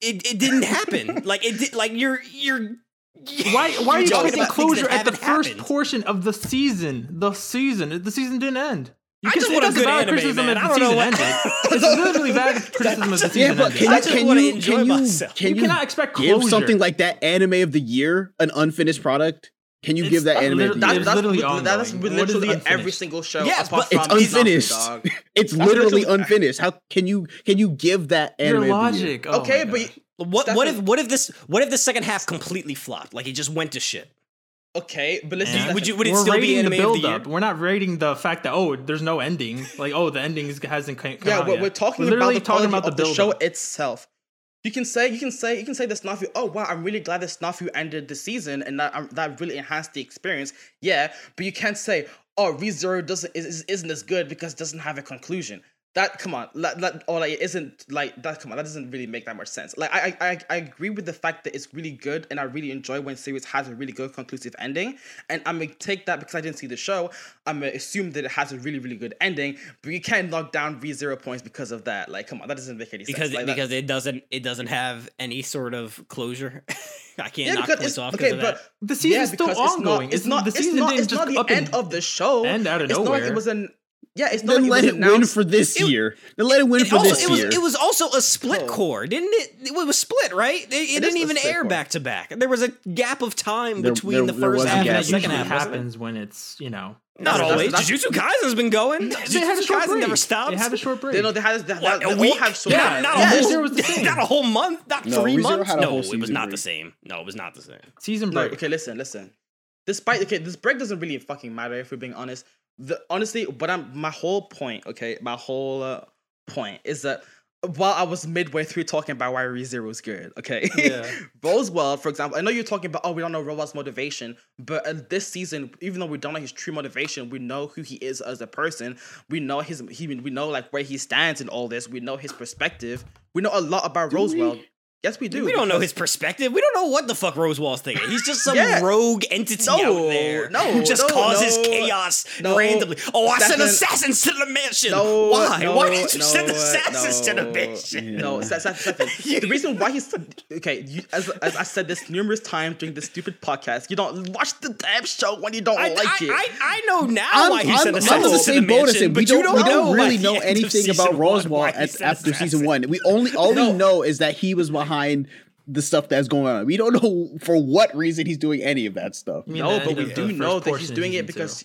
Speaker 1: it, it didn't happen. like it did. Like you're you're.
Speaker 3: Why, why are you
Speaker 1: talking about
Speaker 3: forcing
Speaker 1: things
Speaker 3: closure
Speaker 1: that
Speaker 3: at the
Speaker 1: haven't
Speaker 3: first
Speaker 1: happened.
Speaker 3: portion of the season? The season. The season didn't end. You
Speaker 1: I just
Speaker 3: say
Speaker 1: want a
Speaker 3: that's
Speaker 1: good
Speaker 3: valid
Speaker 1: anime,
Speaker 3: criticism
Speaker 1: man.
Speaker 3: if
Speaker 1: I
Speaker 3: the
Speaker 1: don't know
Speaker 3: season
Speaker 1: what-
Speaker 3: ended. it's literally valid criticism of the
Speaker 2: Yeah,
Speaker 3: season
Speaker 2: but
Speaker 3: ended.
Speaker 2: can,
Speaker 1: I
Speaker 2: you-
Speaker 1: just
Speaker 2: can
Speaker 1: wanna
Speaker 2: you
Speaker 1: enjoy
Speaker 2: can you
Speaker 1: myself.
Speaker 2: can
Speaker 3: you,
Speaker 2: you,
Speaker 3: cannot expect
Speaker 2: give
Speaker 3: closure.
Speaker 2: something like that anime of the year an unfinished product? Can you
Speaker 3: It's
Speaker 2: give that
Speaker 3: a
Speaker 2: anime?
Speaker 3: little-
Speaker 2: of the
Speaker 4: That,
Speaker 2: year?
Speaker 4: that's
Speaker 3: literally
Speaker 4: literally that, that's
Speaker 3: ongoing. What is
Speaker 4: literally
Speaker 3: unfinished?
Speaker 4: every single show.
Speaker 1: Yes,
Speaker 4: apart
Speaker 1: but
Speaker 4: from
Speaker 2: it's
Speaker 4: Nazi
Speaker 2: unfinished.
Speaker 4: Dog.
Speaker 2: it's
Speaker 4: that's
Speaker 2: literally
Speaker 4: literally-
Speaker 2: unfinished. How can you can you give that anime?
Speaker 3: Your
Speaker 2: of the year?
Speaker 3: logic. Oh
Speaker 4: okay,
Speaker 3: my
Speaker 4: but
Speaker 3: gosh.
Speaker 1: What what if
Speaker 4: Stefan-
Speaker 1: what if this what if the second half completely flopped? Like it just went to shit.
Speaker 4: okay, but listen,
Speaker 3: Yeah.
Speaker 4: Stefan,
Speaker 1: Would you would it
Speaker 3: we're
Speaker 1: still be
Speaker 3: rating
Speaker 1: anime
Speaker 3: the
Speaker 1: of the
Speaker 3: build
Speaker 1: year?
Speaker 3: up. We're not rating the fact that oh, there's no ending. Like oh, the ending is- hasn't come
Speaker 4: yeah,
Speaker 3: out
Speaker 4: we're,
Speaker 3: yet.
Speaker 4: we're talking
Speaker 3: oh, We're literally
Speaker 4: about the quality
Speaker 3: talking about
Speaker 4: of the,
Speaker 3: build
Speaker 4: show
Speaker 3: up.
Speaker 4: itself. You can say you can say you can say the Snafu. Oh wow, I'm really glad the Snafu ended the season, and that um, that really enhanced the experience. Yeah, but you can't say oh ReZero doesn't is- is, isn't as good because it doesn't have a conclusion. That come on, that, that, or like it isn't like that. Come on, that doesn't really make that much sense. Like I, I I- I agree with the fact that it's really good, and I really enjoy when series has a really good conclusive ending. And I'm gonna take that because I didn't see the show. I'm gonna assume that it has a really really good ending. But you can't knock down Re Zero points because of that. Like come on, that doesn't make any
Speaker 1: because
Speaker 4: sense. Like, that-
Speaker 1: because it doesn't it doesn't have any sort of closure. I can't
Speaker 4: yeah,
Speaker 1: knock
Speaker 4: because
Speaker 1: points
Speaker 4: it's
Speaker 1: off because
Speaker 4: okay,
Speaker 1: of
Speaker 4: but
Speaker 1: that.
Speaker 3: The season's
Speaker 4: yeah,
Speaker 3: still
Speaker 4: because it's not-
Speaker 3: ongoing.
Speaker 4: It's not.
Speaker 3: the
Speaker 4: It's
Speaker 3: season
Speaker 4: not.
Speaker 3: didn't
Speaker 4: It's
Speaker 3: just
Speaker 4: not the
Speaker 3: up
Speaker 4: end
Speaker 3: and
Speaker 4: of the show.
Speaker 3: end out of
Speaker 4: It's not like it
Speaker 3: nowhere.
Speaker 4: was an. Yeah, it's not.
Speaker 2: Then
Speaker 4: like
Speaker 2: let
Speaker 4: it,
Speaker 2: it
Speaker 4: was
Speaker 2: win
Speaker 4: announced-
Speaker 2: for this year. Then let it win
Speaker 1: It
Speaker 2: for
Speaker 1: also
Speaker 2: this
Speaker 1: it was
Speaker 2: year.
Speaker 1: it was also a split core, didn't it? It was split, right? It, it,
Speaker 4: Oh. It is
Speaker 1: didn't
Speaker 4: a
Speaker 1: even
Speaker 4: split
Speaker 1: air
Speaker 4: core.
Speaker 1: back to back. There was a gap of time
Speaker 2: There-
Speaker 1: between
Speaker 2: there-
Speaker 1: the
Speaker 2: there was
Speaker 1: first
Speaker 2: a
Speaker 1: half and
Speaker 2: gap.
Speaker 1: the
Speaker 2: That's
Speaker 3: that
Speaker 1: second
Speaker 3: usually
Speaker 1: half. wasn't it?
Speaker 3: happens when it's you know.
Speaker 1: Not
Speaker 4: That's-
Speaker 1: always.
Speaker 4: that's-
Speaker 1: Jujutsu Kaisen's been going.
Speaker 3: They had a
Speaker 1: Jujutsu
Speaker 3: short
Speaker 1: Kaisen
Speaker 3: break.
Speaker 1: never stops.
Speaker 3: They had a short break.
Speaker 4: They know they had. They,
Speaker 1: What,
Speaker 4: had,
Speaker 1: a
Speaker 4: they all
Speaker 1: week?
Speaker 4: have so
Speaker 1: yeah,
Speaker 3: much.
Speaker 1: not,
Speaker 3: Yeah,
Speaker 1: a
Speaker 3: Zero
Speaker 1: whole,
Speaker 3: was the same.
Speaker 1: not a whole month, not
Speaker 2: No,
Speaker 1: three
Speaker 2: ReZero
Speaker 1: months.
Speaker 2: had a
Speaker 1: No,
Speaker 2: whole
Speaker 1: it was
Speaker 2: season
Speaker 1: not the
Speaker 2: break.
Speaker 1: same. No, it was not the same.
Speaker 3: season
Speaker 4: No,
Speaker 3: break.
Speaker 4: okay, listen, listen. Despite okay, this break doesn't really fucking matter if we're being honest. The honestly, what I'm my whole point, okay, my whole uh, point is that while I was midway through talking about why ReZero is good, okay,
Speaker 3: Yeah.
Speaker 4: Rosewell, for example, I know you're talking about oh we don't know Rosewell's motivation, but uh, this season, even though we don't know his true motivation, we know who he is as a person. We know his he we know like where he stands in all this. We know his perspective. We know a lot about Rosewell. Yes, we do.
Speaker 1: we don't know his
Speaker 4: because-
Speaker 1: perspective. We don't know what the fuck Rosewall's thinking. He's just some
Speaker 4: Yeah.
Speaker 1: rogue entity
Speaker 4: No,
Speaker 1: out there
Speaker 4: no,
Speaker 1: who just
Speaker 4: no,
Speaker 1: causes
Speaker 4: no,
Speaker 1: chaos
Speaker 4: no.
Speaker 1: randomly. Oh, I sent
Speaker 4: Stefan-
Speaker 1: assassins to the mansion.
Speaker 4: No,
Speaker 1: Why?
Speaker 4: Oh, no,
Speaker 1: Why did you send
Speaker 4: no,
Speaker 1: assassins to the
Speaker 4: no.
Speaker 1: mansion?
Speaker 4: No, Seth, Seth, Seth, the reason why he's okay, you, as, as I said this numerous times during this stupid podcast, you don't watch the damn show when you don't
Speaker 1: I,
Speaker 4: like
Speaker 1: I,
Speaker 4: it.
Speaker 1: I, I know now
Speaker 2: I'm,
Speaker 1: why he
Speaker 2: I'm,
Speaker 1: sent
Speaker 2: I'm in
Speaker 1: assassins
Speaker 2: the
Speaker 1: to the
Speaker 2: same boat as
Speaker 1: mansion,
Speaker 2: him. We
Speaker 1: but you
Speaker 2: don't,
Speaker 1: don't,
Speaker 2: we don't
Speaker 1: know
Speaker 2: really
Speaker 1: at
Speaker 2: know
Speaker 1: the end of
Speaker 2: anything
Speaker 1: season
Speaker 2: about
Speaker 1: one
Speaker 2: Rosewall
Speaker 1: why he
Speaker 2: at,
Speaker 1: sent
Speaker 2: after season
Speaker 1: assassins.
Speaker 2: one. We only all
Speaker 4: No.
Speaker 2: we know is that he was behind the stuff that's going on. We don't know for what reason he's doing any of that stuff.
Speaker 3: I mean,
Speaker 4: no,
Speaker 3: the
Speaker 4: but
Speaker 3: end
Speaker 4: we
Speaker 3: of
Speaker 4: do
Speaker 3: the
Speaker 4: know
Speaker 3: first
Speaker 4: that he's
Speaker 3: portion of
Speaker 4: doing
Speaker 3: season
Speaker 4: it
Speaker 3: two.
Speaker 4: because.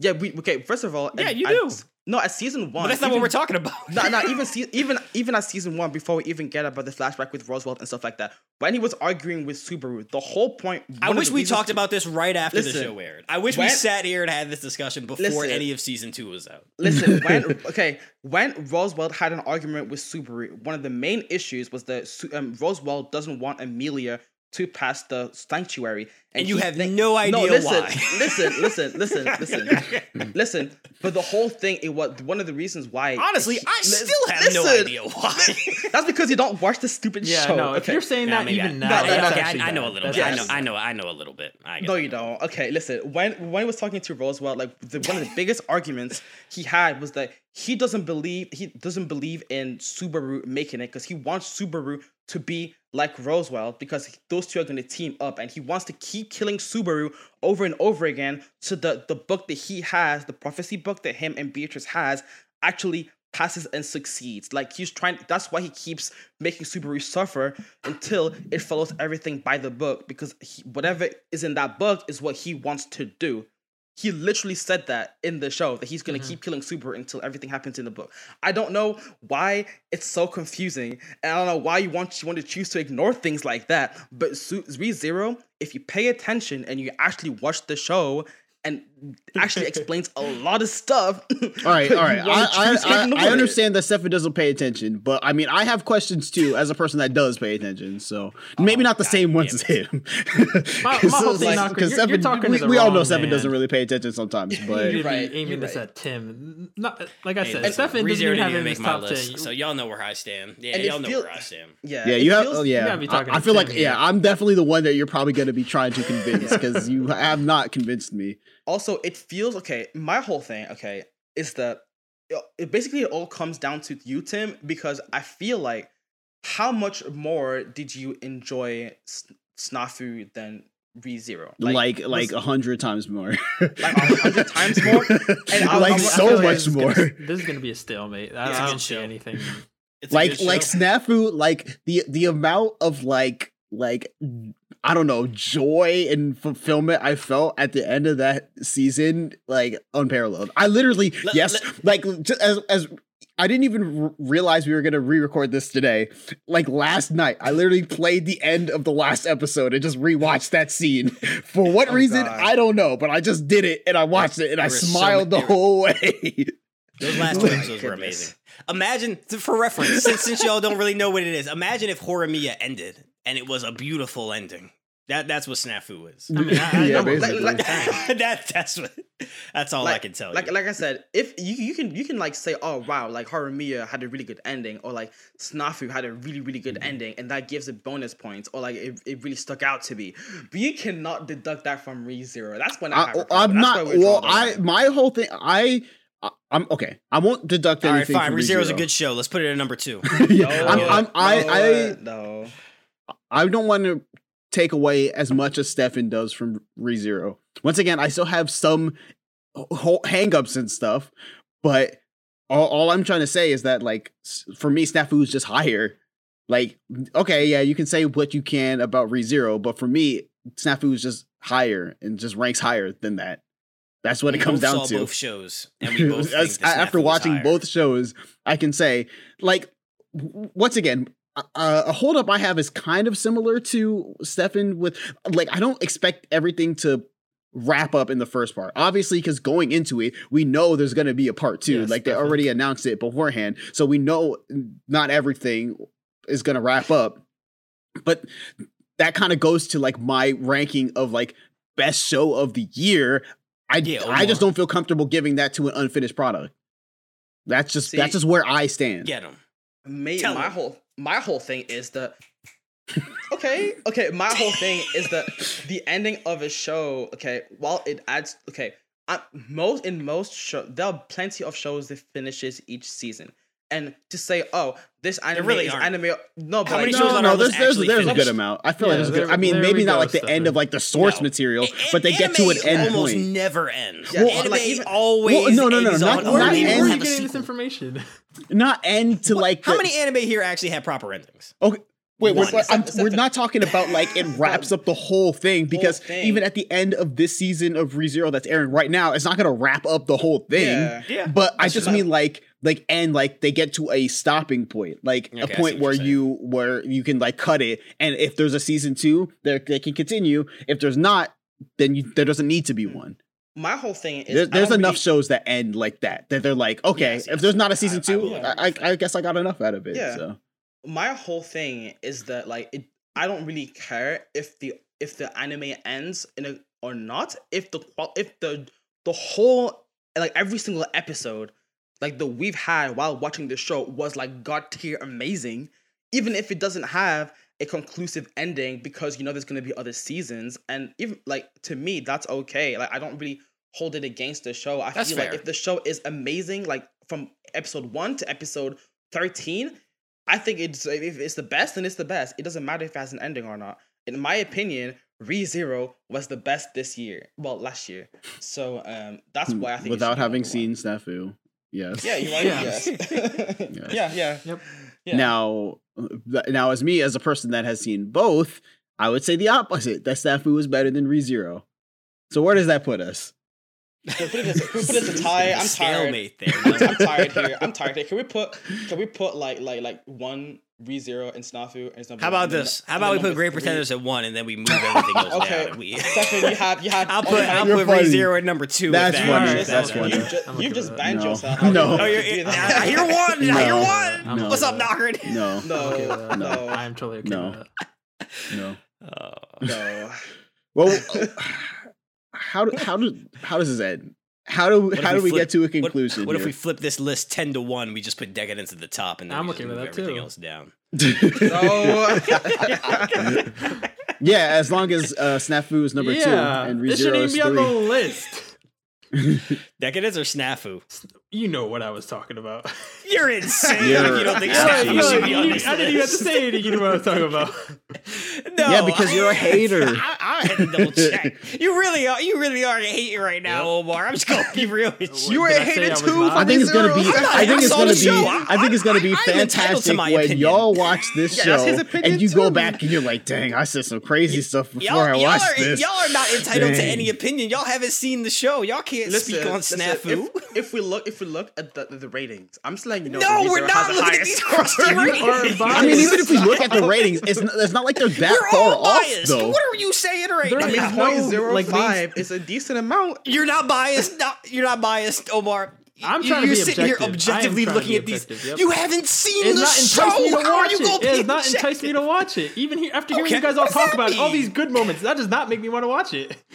Speaker 4: Yeah, we okay. First of all,
Speaker 1: Yeah,
Speaker 4: at-
Speaker 1: you
Speaker 4: at-
Speaker 1: do.
Speaker 4: No, at season one.
Speaker 1: But that's not what we're talking about.
Speaker 4: No, no, even se- even even at season one, before we even get about the flashback with Roswell and stuff like that, when he was arguing with Subaru, the whole point.
Speaker 1: I
Speaker 4: one of
Speaker 1: wish
Speaker 4: the
Speaker 1: we
Speaker 4: reasons-
Speaker 1: talked about this right after the
Speaker 4: Listen,
Speaker 1: show aired. I wish we
Speaker 4: when-
Speaker 1: sat here and had this discussion before
Speaker 4: Listen.
Speaker 1: any of season two was out.
Speaker 4: Listen, when okay, when Roswell had an argument with Subaru, one of the main issues was that Su- um, Roswell doesn't want Amelia to pass the sanctuary,
Speaker 1: And you
Speaker 4: he
Speaker 1: have
Speaker 4: think-
Speaker 1: no idea
Speaker 4: listen,
Speaker 1: why.
Speaker 4: Listen, listen, listen, listen, listen. But the whole thing, it was one of the reasons why.
Speaker 1: Honestly, I
Speaker 4: Lis-
Speaker 1: still have no
Speaker 4: listen.
Speaker 1: idea why.
Speaker 4: That's because you don't watch the stupid
Speaker 3: Yeah,
Speaker 4: show.
Speaker 3: no. If
Speaker 4: okay.
Speaker 3: you're saying
Speaker 1: Nah,
Speaker 3: that
Speaker 1: maybe I-
Speaker 3: even
Speaker 1: nah,
Speaker 3: now,
Speaker 1: yeah,
Speaker 3: that's
Speaker 1: okay,
Speaker 3: actually
Speaker 1: I, I know a
Speaker 3: bad.
Speaker 1: little
Speaker 3: That's
Speaker 1: bit. I know,
Speaker 4: actually
Speaker 1: I know, I know a little bit. I get
Speaker 4: No,
Speaker 1: it.
Speaker 4: you don't. Okay, listen. When when I was talking to Roswell, like the, one of the biggest arguments he had was that he doesn't believe he doesn't believe in Subaru making it because he wants Subaru to be like Roswell because those two are going to team up and he wants to keep killing Subaru over and over again so the the book that he has, the prophecy book that him and Beatrice has, actually passes and succeeds. Like he's trying that's why he keeps making Subaru suffer until it follows everything by the book because he, whatever is in that book is what he wants to do. He literally said that in the show that he's going to
Speaker 2: Mm-hmm.
Speaker 4: keep killing Subaru until everything happens in the book. I don't know why it's so confusing and I don't know why you want you want to choose to ignore things like that, but Su- ReZero if you pay attention and you actually watch the show and actually explains a lot of stuff.
Speaker 2: All right,
Speaker 4: but
Speaker 2: all right.
Speaker 4: you wanna
Speaker 2: I,
Speaker 4: choose to
Speaker 2: I,
Speaker 4: ignore
Speaker 2: I, I
Speaker 4: it.
Speaker 2: understand that Stefan doesn't pay attention, but I mean, I have questions too as a person that does pay attention. So maybe not the same ones as him.
Speaker 3: Oh, My- my
Speaker 2: Because
Speaker 3: whole thing, Knocker, you're- you're talking
Speaker 2: we,
Speaker 3: to the
Speaker 2: we all know
Speaker 3: wrong
Speaker 2: Stefan
Speaker 3: man.
Speaker 2: doesn't really pay attention sometimes, but
Speaker 3: You'd
Speaker 4: right,
Speaker 3: be aiming
Speaker 4: you're
Speaker 3: this
Speaker 4: right.
Speaker 3: at Tim. Not like I said,
Speaker 1: Hey,
Speaker 3: Stefan
Speaker 1: ReZero
Speaker 3: doesn't even have it in his
Speaker 1: make my
Speaker 3: top
Speaker 1: list,
Speaker 3: ten.
Speaker 1: so y'all know where I stand. Yeah,
Speaker 4: And it
Speaker 1: y'all know
Speaker 4: feel-
Speaker 1: where I stand.
Speaker 4: Yeah,
Speaker 2: Yeah,
Speaker 4: it
Speaker 2: you have.
Speaker 4: feels-
Speaker 2: oh, yeah,
Speaker 3: gotta be talking
Speaker 2: I, I
Speaker 3: to
Speaker 2: feel like
Speaker 3: Tim here.
Speaker 2: yeah, I'm definitely the one that you're probably going to be trying to convince because you have not convinced me.
Speaker 4: Also, it feels okay. My whole thing, okay, is that it- it basically all comes down to you, Tim, because I feel like how much more did you enjoy S- Snafu than ReZero?
Speaker 2: Like
Speaker 4: was-
Speaker 2: like oh, a hundred times more.
Speaker 4: like a hundred times more. And I-
Speaker 2: like
Speaker 4: I'm- I
Speaker 2: so
Speaker 4: feel like
Speaker 2: much more.
Speaker 3: This is gonna be a stalemate. I,
Speaker 1: Yeah,
Speaker 3: I
Speaker 1: good
Speaker 3: don't see
Speaker 1: show.
Speaker 3: anything.
Speaker 1: It's a
Speaker 2: like
Speaker 1: good
Speaker 2: like
Speaker 1: show.
Speaker 2: snafu like the the amount of like like i don't know joy and fulfillment i felt at the end of that season like unparalleled i literally
Speaker 1: Let-
Speaker 2: yes like just as as I didn't even r- realize we were going to re-record this today. Like last night, I literally played the end of the last episode and just rewatched that scene. For what
Speaker 4: Oh,
Speaker 2: reason,
Speaker 4: God.
Speaker 2: I don't know, but I just did it and I watched it and I
Speaker 1: There were so
Speaker 2: smiled
Speaker 1: many-
Speaker 2: the whole way.
Speaker 1: Those last
Speaker 4: Oh
Speaker 1: two
Speaker 4: my
Speaker 1: episodes were
Speaker 4: goodness.
Speaker 1: amazing. Imagine, th- for reference, since, since y'all don't really know what it is, imagine if Horimiya ended and it was a beautiful ending. That that's what Snafu is.
Speaker 3: I mean, I, I
Speaker 2: Yeah,
Speaker 3: know what-
Speaker 2: basically.
Speaker 4: Like-
Speaker 1: that that's what, that's all I can tell
Speaker 4: like
Speaker 1: you.
Speaker 4: like I said, if you you can you can like say, oh wow, like Harumiya had a really good ending, or like Snafu had a really really good
Speaker 2: Mm-hmm.
Speaker 4: ending, and that gives it bonus points, or like it, it really stuck out to me. But you cannot deduct that from ReZero. That's when I have a
Speaker 2: I, oh,
Speaker 4: problem.
Speaker 2: I'm
Speaker 4: That's
Speaker 2: not.
Speaker 4: why we draw
Speaker 2: Well,
Speaker 4: the
Speaker 2: I
Speaker 4: line.
Speaker 2: my whole thing. I I- I'm okay. I won't deduct
Speaker 1: all right,
Speaker 2: anything.
Speaker 1: fine.
Speaker 2: from
Speaker 1: ReZero's a
Speaker 2: ReZero.
Speaker 1: good show. Let's put it at number two.
Speaker 2: yeah,
Speaker 4: No,
Speaker 2: I'm, I'm, I,
Speaker 4: no, uh,
Speaker 2: I,
Speaker 4: no.
Speaker 2: I don't want to take away as much as Stefan does from ReZero. Once again, I still have some ho- hangups and stuff, but all, all I'm trying to say is that, like, s- for me, Snafu is just higher. Like, okay, yeah, you can say what you can about ReZero, but for me, Snafu is just higher and just ranks higher than that. That's what it
Speaker 1: We
Speaker 2: comes
Speaker 1: both
Speaker 2: down
Speaker 1: saw
Speaker 2: to.
Speaker 1: both shows, and we both
Speaker 2: As-
Speaker 1: think that
Speaker 2: after
Speaker 1: Snafu was
Speaker 2: watching
Speaker 1: higher.
Speaker 2: both shows, I can say, like, w- once again, a, a holdup I have is kind of similar to Stefan with, like, I don't expect everything to wrap up in the first part. Obviously, because going into it, we know there's going to be a part two.
Speaker 3: Yes,
Speaker 2: like, they
Speaker 3: definitely.
Speaker 2: already announced it beforehand. So we know not everything is going to wrap up. But that kind of goes to, like, my ranking of, like, best show of the year. I,
Speaker 1: Yeah,
Speaker 2: I just
Speaker 1: Omar.
Speaker 2: don't feel comfortable giving that to an unfinished product. That's just
Speaker 4: See-
Speaker 2: that's just where I stand.
Speaker 1: Get them.
Speaker 4: May,
Speaker 1: Tell
Speaker 4: my
Speaker 1: him.
Speaker 4: whole my whole thing is that okay, okay, my whole thing is that the ending of a show, okay, while it adds okay, I, most in most show there are plenty of shows that finishes each season. And to say, oh, this anime
Speaker 1: really
Speaker 4: is
Speaker 1: aren't.
Speaker 4: anime no but
Speaker 1: How many
Speaker 4: like,
Speaker 1: shows
Speaker 2: No,
Speaker 1: on
Speaker 2: no,
Speaker 1: our
Speaker 2: there's
Speaker 1: list
Speaker 2: there's,
Speaker 1: actually
Speaker 2: there's a good
Speaker 1: finished?
Speaker 2: amount. I feel
Speaker 3: Yeah,
Speaker 2: like there's a good.
Speaker 3: there-
Speaker 2: I mean,
Speaker 3: there
Speaker 2: maybe
Speaker 3: we
Speaker 2: not
Speaker 3: go,
Speaker 2: like the end
Speaker 3: Stefan.
Speaker 2: of like the source
Speaker 1: No.
Speaker 2: material,
Speaker 1: A-
Speaker 2: but they get to
Speaker 1: anime
Speaker 2: an end
Speaker 1: almost
Speaker 2: point.
Speaker 1: never ends.
Speaker 4: Yeah,
Speaker 2: Well,
Speaker 1: anime
Speaker 4: like-
Speaker 1: always
Speaker 2: Well, no, no, no,
Speaker 1: ends
Speaker 2: not-
Speaker 1: on
Speaker 2: not
Speaker 1: or they will
Speaker 2: end-
Speaker 3: Where are you
Speaker 1: have a
Speaker 3: getting this
Speaker 1: sequel.
Speaker 3: information?
Speaker 2: Not end to like
Speaker 1: How
Speaker 2: the-
Speaker 1: many anime here actually have proper endings?
Speaker 2: Okay. Wait, we're,
Speaker 1: One.
Speaker 2: we're- I'm-
Speaker 4: Except-
Speaker 2: we're
Speaker 4: except-
Speaker 2: not talking about like it wraps up the whole thing because
Speaker 4: thing.
Speaker 2: even at the end of this season of ReZero that's airing right now, it's not going to wrap up the whole thing.
Speaker 4: Yeah.
Speaker 1: Yeah.
Speaker 2: But I
Speaker 4: That's
Speaker 2: just
Speaker 4: fine.
Speaker 2: mean like like and like they get to a stopping point, like
Speaker 1: Okay, I
Speaker 2: a
Speaker 1: see
Speaker 2: point
Speaker 1: what
Speaker 2: where
Speaker 1: you're saying.
Speaker 2: you where you can like cut it, and if there's a season two, there they can continue. If there's not, then you, there doesn't need to be
Speaker 1: Hmm.
Speaker 2: one.
Speaker 4: my whole thing is
Speaker 2: There,
Speaker 4: I
Speaker 2: there's
Speaker 4: don't
Speaker 2: enough
Speaker 4: really-
Speaker 2: shows that end like that that they're like, okay,
Speaker 1: Yes,
Speaker 2: if
Speaker 1: yes,
Speaker 2: there's not
Speaker 1: yes.
Speaker 2: a season
Speaker 1: I- I
Speaker 2: two,
Speaker 1: will
Speaker 2: I,
Speaker 1: agree
Speaker 2: I,
Speaker 1: with
Speaker 2: I guess I got enough out of it.
Speaker 4: Yeah.
Speaker 2: So.
Speaker 4: my whole thing is that like it, I don't really care if the if the anime ends in a or not if the qual if the the whole like every single episode like that we've had while watching the show was like god tier amazing even if it doesn't have a conclusive ending because you know there's going to be other seasons and even like to me that's okay like i don't really hold it against the show i
Speaker 1: That's
Speaker 4: feel like
Speaker 1: fair.
Speaker 4: if the show is amazing like from episode 1 to episode 13 I think it's if it's the best, then it's the best. It doesn't matter if it has an ending or not. In my opinion, ReZero was the best this year. Well, last year. So um, that's why I think it should
Speaker 2: Hmm, without
Speaker 4: be
Speaker 2: having
Speaker 4: number one.
Speaker 2: seen Snafu. Yes.
Speaker 4: Yeah, you're right.
Speaker 3: Yeah.
Speaker 4: Yes. yeah. yeah.
Speaker 3: Yep.
Speaker 4: yeah.
Speaker 2: Now, th- now as me as a person that has seen both, I would say the opposite. That Snafu was better than ReZero. So where does that put us?
Speaker 4: So put it as, put it as a tie. I'm tired.
Speaker 1: Stalemate there.
Speaker 4: I'm, I'm tired here. I'm tired here. Can we put? Can we put like like like one ReZero and Snafu and Snafu?
Speaker 1: How about this? How about we put Great Pretenders at one and then we move everything else
Speaker 4: Okay.
Speaker 1: down? and We,
Speaker 4: Stephanie, you have you have.
Speaker 1: I'll
Speaker 4: oh,
Speaker 1: put
Speaker 4: you have-
Speaker 1: I'll
Speaker 2: You're
Speaker 1: put
Speaker 2: funny.
Speaker 1: ReZero at number two.
Speaker 2: That's
Speaker 1: with
Speaker 2: funny.
Speaker 1: that.
Speaker 2: Alright, that's funny.
Speaker 4: You've just,
Speaker 3: I'm okay
Speaker 4: you've just
Speaker 3: with that.
Speaker 4: banned
Speaker 2: No.
Speaker 4: yourself.
Speaker 2: No.
Speaker 1: Oh, you're,
Speaker 4: You do that.
Speaker 1: I, I hear one. I hear
Speaker 2: No.
Speaker 1: one.
Speaker 2: No.
Speaker 1: What's up, Knocker?
Speaker 2: No,
Speaker 4: No,
Speaker 3: Okay with
Speaker 4: no,
Speaker 3: that.
Speaker 4: no.
Speaker 3: I am totally okay
Speaker 2: No.
Speaker 3: with that.
Speaker 2: no.
Speaker 1: Oh.
Speaker 4: no.
Speaker 2: Well, how do, how do how does this end? How do
Speaker 1: if
Speaker 2: how do
Speaker 1: we
Speaker 2: we
Speaker 1: flip-
Speaker 2: get to a
Speaker 1: What,
Speaker 2: conclusion?
Speaker 1: what if we
Speaker 2: here?
Speaker 1: flip this list ten to one? We just put Decadence at the top, and then
Speaker 3: I'm
Speaker 1: we
Speaker 3: okay
Speaker 1: just
Speaker 3: with
Speaker 1: move
Speaker 3: that,
Speaker 1: everything
Speaker 3: too.
Speaker 1: else down.
Speaker 4: No.
Speaker 2: yeah, as long as uh, Snafu is number two
Speaker 3: yeah,
Speaker 2: and
Speaker 3: it
Speaker 2: ReZero
Speaker 3: shouldn't even
Speaker 2: is
Speaker 3: be on the
Speaker 2: three.
Speaker 3: list.
Speaker 1: Decadence or Snafu?
Speaker 3: You know what I was talking about.
Speaker 1: You're insane.
Speaker 2: You're
Speaker 1: if you don't think
Speaker 2: absolutely-
Speaker 1: Snafu should be on
Speaker 3: You-
Speaker 1: this
Speaker 3: I didn't even have to
Speaker 1: list.
Speaker 3: say anything. You know what I was talking about.
Speaker 1: No,
Speaker 2: Yeah, because you're a hater.
Speaker 1: I, I had to double check. You really are. You really are a hater right now, Omar. I'm just gonna be real with you.
Speaker 4: You were
Speaker 3: Did
Speaker 4: a
Speaker 3: I say I
Speaker 4: hater
Speaker 3: was
Speaker 4: too.
Speaker 3: not?
Speaker 4: for
Speaker 2: I think it's gonna be.
Speaker 4: ReZero.
Speaker 1: not-
Speaker 2: I think
Speaker 1: I
Speaker 2: it's
Speaker 1: saw
Speaker 2: gonna
Speaker 1: the
Speaker 2: be.
Speaker 1: show.
Speaker 2: I think it's gonna be
Speaker 1: I- I- I'm entitled to
Speaker 2: fantastic
Speaker 1: my
Speaker 2: when
Speaker 1: opinion.
Speaker 2: y'all watch this
Speaker 4: Yeah,
Speaker 2: show
Speaker 4: that's his opinion
Speaker 2: and you go
Speaker 4: too.
Speaker 2: back and you're like, "Dang, I said some crazy stuff before
Speaker 1: Y'all,
Speaker 2: I
Speaker 1: y'all,
Speaker 2: watched
Speaker 1: are,
Speaker 2: this."
Speaker 1: y'all are not entitled to
Speaker 2: Dang.
Speaker 1: any opinion. Y'all haven't seen the show. Y'all can't speak on
Speaker 4: listen,
Speaker 1: Snafu.
Speaker 4: If, if we look, if we look at the, the ratings, I'm just letting you know.
Speaker 1: no,
Speaker 4: that
Speaker 1: we're
Speaker 4: ReZero
Speaker 1: not
Speaker 4: has
Speaker 1: looking
Speaker 4: the
Speaker 1: at
Speaker 4: highest
Speaker 1: these crusty
Speaker 4: score.
Speaker 3: You are
Speaker 1: ratings.
Speaker 2: I
Speaker 3: biased.
Speaker 2: mean, even if we look at the ratings, it's not, it's not like they're that
Speaker 1: You're
Speaker 2: far
Speaker 1: all
Speaker 2: off,
Speaker 1: biased.
Speaker 2: though.
Speaker 1: What are you saying right
Speaker 3: There
Speaker 1: now?
Speaker 3: is
Speaker 4: I mean,
Speaker 3: no-
Speaker 4: point zero
Speaker 3: like,
Speaker 4: five is a decent amount.
Speaker 1: You're not biased. Not, you're not biased, Omar.
Speaker 3: I'm
Speaker 1: You-
Speaker 3: trying to
Speaker 1: you're
Speaker 3: be
Speaker 1: sitting
Speaker 3: objective.
Speaker 1: here
Speaker 3: I am
Speaker 1: objectively
Speaker 3: trying to
Speaker 1: looking
Speaker 3: be
Speaker 1: at these.
Speaker 3: objective, yep.
Speaker 1: You haven't seen
Speaker 3: It's
Speaker 1: the
Speaker 3: not enticing
Speaker 1: show.
Speaker 3: me to
Speaker 1: How are
Speaker 3: watch
Speaker 1: you
Speaker 3: it.
Speaker 1: gonna
Speaker 3: It
Speaker 1: be
Speaker 3: is not
Speaker 1: objective?
Speaker 3: enticing me to watch it. Even here, after hearing
Speaker 1: Okay,
Speaker 3: you guys all
Speaker 1: what does that
Speaker 3: talk about it, all
Speaker 1: mean?
Speaker 3: these good moments, that does not make me want to watch it.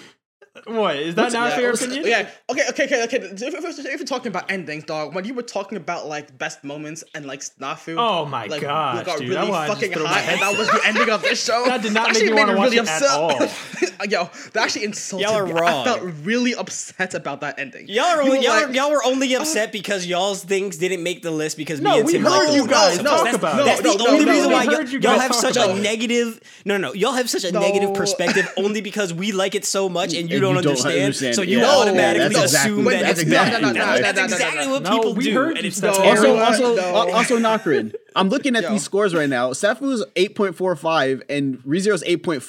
Speaker 3: What is that now a fair
Speaker 4: also-
Speaker 3: opinion?
Speaker 4: yeah. Okay. Okay. Okay. Okay. If, if, if you're talking about endings, dog, when you were talking about like best moments and like snafu.
Speaker 3: Oh my
Speaker 4: like,
Speaker 3: gosh,
Speaker 4: we got
Speaker 3: dude! I
Speaker 4: really
Speaker 3: wanted to
Speaker 4: fucking
Speaker 3: just throw my
Speaker 4: high, and that
Speaker 3: headset.
Speaker 4: was the ending of this show.
Speaker 3: That did not make
Speaker 4: actually
Speaker 3: me
Speaker 4: made
Speaker 3: wanna
Speaker 4: me really
Speaker 3: watch it at
Speaker 4: upset. Yo, that actually insulted
Speaker 1: Y'all are
Speaker 4: me.
Speaker 1: wrong.
Speaker 4: I felt really upset about that ending.
Speaker 1: Y'all are
Speaker 4: You were
Speaker 1: only, y'all,
Speaker 4: like-
Speaker 1: y'all were only upset because y'all's things didn't make the list because
Speaker 3: No,
Speaker 1: me and
Speaker 3: we
Speaker 1: Tim
Speaker 3: heard
Speaker 1: liked
Speaker 3: you
Speaker 1: them.
Speaker 3: guys
Speaker 1: No,
Speaker 3: talk
Speaker 1: that's,
Speaker 3: about it.
Speaker 1: that's
Speaker 4: No,
Speaker 1: the
Speaker 4: no,
Speaker 1: only
Speaker 4: no,
Speaker 1: reason
Speaker 4: no,
Speaker 1: why
Speaker 4: we
Speaker 1: y'all,
Speaker 3: heard you
Speaker 1: y'all
Speaker 3: guys
Speaker 1: have
Speaker 3: talk
Speaker 1: such
Speaker 3: about
Speaker 1: a
Speaker 3: it.
Speaker 1: negative. No, no, no. Y'all have such a negative
Speaker 4: No.
Speaker 1: perspective only because we like it so much and you, don't,
Speaker 2: And you don't
Speaker 1: understand,
Speaker 2: understand.
Speaker 1: So you
Speaker 2: Yeah,
Speaker 1: automatically
Speaker 2: that's exactly-
Speaker 1: assume that
Speaker 2: that's
Speaker 1: it's
Speaker 2: exactly
Speaker 1: not.
Speaker 2: No, no, no, no,
Speaker 1: that's
Speaker 4: no, no, no,
Speaker 1: exactly
Speaker 4: no.
Speaker 1: what
Speaker 3: No,
Speaker 1: people
Speaker 3: we
Speaker 1: do,
Speaker 3: heard
Speaker 1: and
Speaker 3: you.
Speaker 1: it's not.
Speaker 4: No.
Speaker 2: Also,
Speaker 4: Everyone-
Speaker 2: also,
Speaker 4: No.
Speaker 2: al- also, Nokrin. I'm looking at
Speaker 4: Yo.
Speaker 2: these scores right now. Safu's 8.45 and Rezero's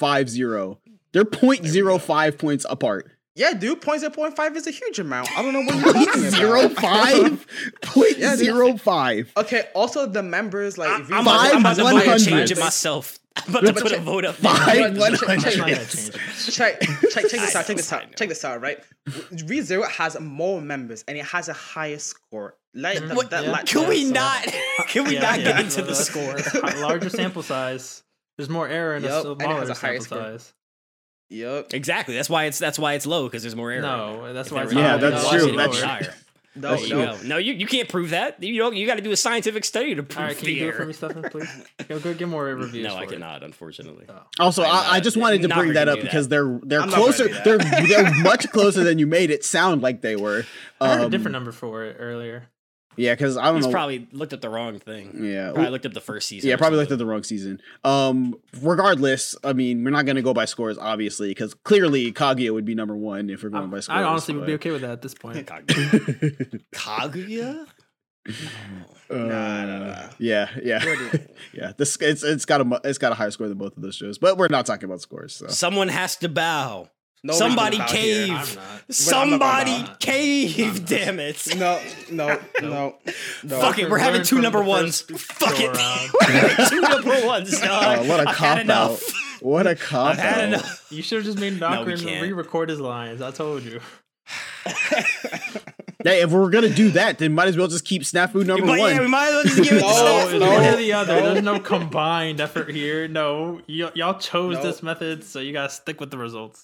Speaker 2: 8.50. They're 0.05 points apart.
Speaker 4: Yeah, dude, point zero point five is a huge amount. I don't know what you're talking about.
Speaker 2: Zero five point zero five.
Speaker 4: Okay. Also, the members like
Speaker 1: I-
Speaker 4: if you-
Speaker 1: I'm about to- I'm about to vote a change it
Speaker 2: hundredths.
Speaker 1: myself. I'm about to put a vote up.
Speaker 4: Oh,
Speaker 1: there.
Speaker 2: Five one
Speaker 3: That's not gonna
Speaker 2: hundred.
Speaker 3: change.
Speaker 4: check, check, check this
Speaker 1: I
Speaker 4: out. Check
Speaker 1: know,
Speaker 4: this
Speaker 1: I know.
Speaker 4: out. Check this out. Right, ReZero has more members and it has a higher score. Like that,
Speaker 1: What-
Speaker 4: that,
Speaker 3: yeah.
Speaker 4: like-
Speaker 1: Can we
Speaker 3: Yeah, so-
Speaker 1: not? Can we
Speaker 3: Yeah,
Speaker 1: not
Speaker 3: yeah,
Speaker 1: get
Speaker 3: yeah,
Speaker 1: into the
Speaker 3: that's-
Speaker 1: score?
Speaker 3: a larger sample size. There's more error in
Speaker 4: Yup,
Speaker 3: a
Speaker 4: and it has
Speaker 3: smaller
Speaker 4: a higher
Speaker 3: sample
Speaker 4: score.
Speaker 3: size.
Speaker 4: Yep.
Speaker 1: Exactly. That's why it's that's why it's low because there's more error.
Speaker 3: No, that's
Speaker 1: If there
Speaker 3: why.
Speaker 1: was
Speaker 3: it's
Speaker 2: Yeah,
Speaker 3: higher.
Speaker 1: higher,
Speaker 2: that's
Speaker 1: why
Speaker 2: true.
Speaker 1: should it be
Speaker 2: That's-
Speaker 1: higher?
Speaker 4: No,
Speaker 2: That's
Speaker 1: There
Speaker 4: no.
Speaker 1: you go. No, you, you can't prove that. You know, you got to do a scientific study to prove
Speaker 3: All right, can
Speaker 1: the
Speaker 3: you do it for
Speaker 1: error.
Speaker 3: me, Stefan, please? Go, go get more reviews.
Speaker 1: No, I
Speaker 3: for it.
Speaker 1: cannot, unfortunately.
Speaker 3: Oh.
Speaker 2: Also,
Speaker 1: I'm
Speaker 2: I, I
Speaker 1: not-
Speaker 2: just wanted to
Speaker 1: not
Speaker 2: bring
Speaker 1: gonna
Speaker 2: that up
Speaker 1: do that.
Speaker 2: because they're they're
Speaker 4: I'm not gonna
Speaker 2: closer.
Speaker 4: do that.
Speaker 2: They're they're much closer than you made it sound like they were.
Speaker 3: I heard a
Speaker 2: Um,
Speaker 3: different number for it earlier.
Speaker 2: Yeah, because I don't
Speaker 1: He's
Speaker 2: know.
Speaker 1: probably looked up the wrong thing.
Speaker 2: yeah,
Speaker 1: Probably looked up the first season.
Speaker 2: yeah,
Speaker 1: or
Speaker 2: probably looked at
Speaker 1: something.
Speaker 2: the wrong season. Um, regardless, I mean, we're not going to go by scores, obviously, because clearly Kaguya would be number one if we're going by
Speaker 3: I
Speaker 2: scores.
Speaker 3: I honestly would be okay with that at this point.
Speaker 1: Kaguya. Kaguya?
Speaker 4: Nah, nah, nah.
Speaker 2: Uh, Yeah, yeah, yeah. This it's it's got a mu- it's got a higher score than both of those shows, but we're not talking about scores. So
Speaker 1: Someone has to bow.
Speaker 4: Nobody's
Speaker 1: Somebody
Speaker 4: allowed
Speaker 1: cave.
Speaker 4: here.
Speaker 3: I'm not.
Speaker 1: Somebody
Speaker 4: not.
Speaker 1: cave, damn it.
Speaker 4: No, no, no, no.
Speaker 1: Fuck it, we're having
Speaker 3: Learn
Speaker 1: two
Speaker 3: from
Speaker 1: number
Speaker 3: the
Speaker 1: ones.
Speaker 3: first
Speaker 1: Fuck it.
Speaker 3: go-around.
Speaker 1: we're having two number ones, dog.
Speaker 2: Uh, what a
Speaker 1: I've
Speaker 2: cop
Speaker 1: had
Speaker 2: out!
Speaker 1: enough.
Speaker 2: What a cop
Speaker 1: I've had
Speaker 2: out!
Speaker 1: enough.
Speaker 3: You should have just made
Speaker 1: No, we
Speaker 3: Dockerin
Speaker 1: can't.
Speaker 3: re-record his lines. I told you.
Speaker 2: Hey, if we're gonna do that, then might as well just keep snafu number
Speaker 1: But
Speaker 2: one.
Speaker 1: yeah, we might as well just give it to
Speaker 4: No,
Speaker 3: No,
Speaker 1: Steph.
Speaker 3: it's
Speaker 4: no,
Speaker 3: one or the other.
Speaker 4: no.
Speaker 3: There's no combined effort here. No, y- y'all chose
Speaker 4: No.
Speaker 3: this method, so you gotta stick with the results.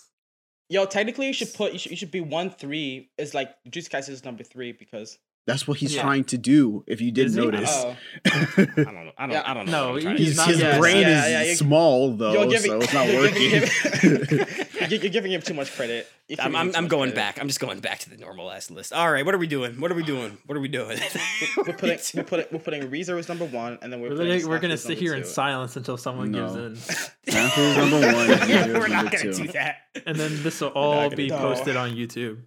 Speaker 4: Yo, technically, you should put you should, you should be one three. It's like Juice Kaiser is number three because
Speaker 2: That's what he's
Speaker 3: Yeah.
Speaker 2: trying to do. If you didn't
Speaker 3: Is he?
Speaker 2: notice,
Speaker 4: oh,
Speaker 1: I don't know. I don't, I don't know. what
Speaker 3: No,
Speaker 1: I'm
Speaker 3: you
Speaker 1: trying to
Speaker 3: He's
Speaker 2: He's-
Speaker 3: not-
Speaker 2: his
Speaker 3: yeah,
Speaker 2: brain
Speaker 4: yeah,
Speaker 2: is
Speaker 4: yeah, you-
Speaker 2: small though,
Speaker 4: you're giving-
Speaker 2: so it's not
Speaker 4: you're
Speaker 2: working.
Speaker 4: giving- you're, you're giving him too much credit. You're
Speaker 1: I'm,
Speaker 4: giving him
Speaker 1: I'm,
Speaker 4: too
Speaker 1: I'm
Speaker 4: much
Speaker 1: going
Speaker 4: credit.
Speaker 1: back. I'm just going back to the normal ass list. All right, what are we doing? What are we doing? What are we doing?
Speaker 4: We're putting we're putting we're putting Reezer as number one, and then we're
Speaker 3: We're,
Speaker 4: putting
Speaker 3: literally- we're
Speaker 4: Snafu
Speaker 3: gonna
Speaker 4: as
Speaker 3: sit
Speaker 4: number
Speaker 3: here in
Speaker 4: two.
Speaker 3: silence until someone
Speaker 2: No.
Speaker 3: gives in,
Speaker 2: Snafu is number one.
Speaker 1: yeah,
Speaker 2: Rizuru is
Speaker 1: we're not
Speaker 2: number
Speaker 1: going to
Speaker 2: two.
Speaker 1: do that.
Speaker 3: and then this will
Speaker 1: not
Speaker 3: all
Speaker 1: gonna
Speaker 3: be
Speaker 4: do that.
Speaker 3: posted on YouTube.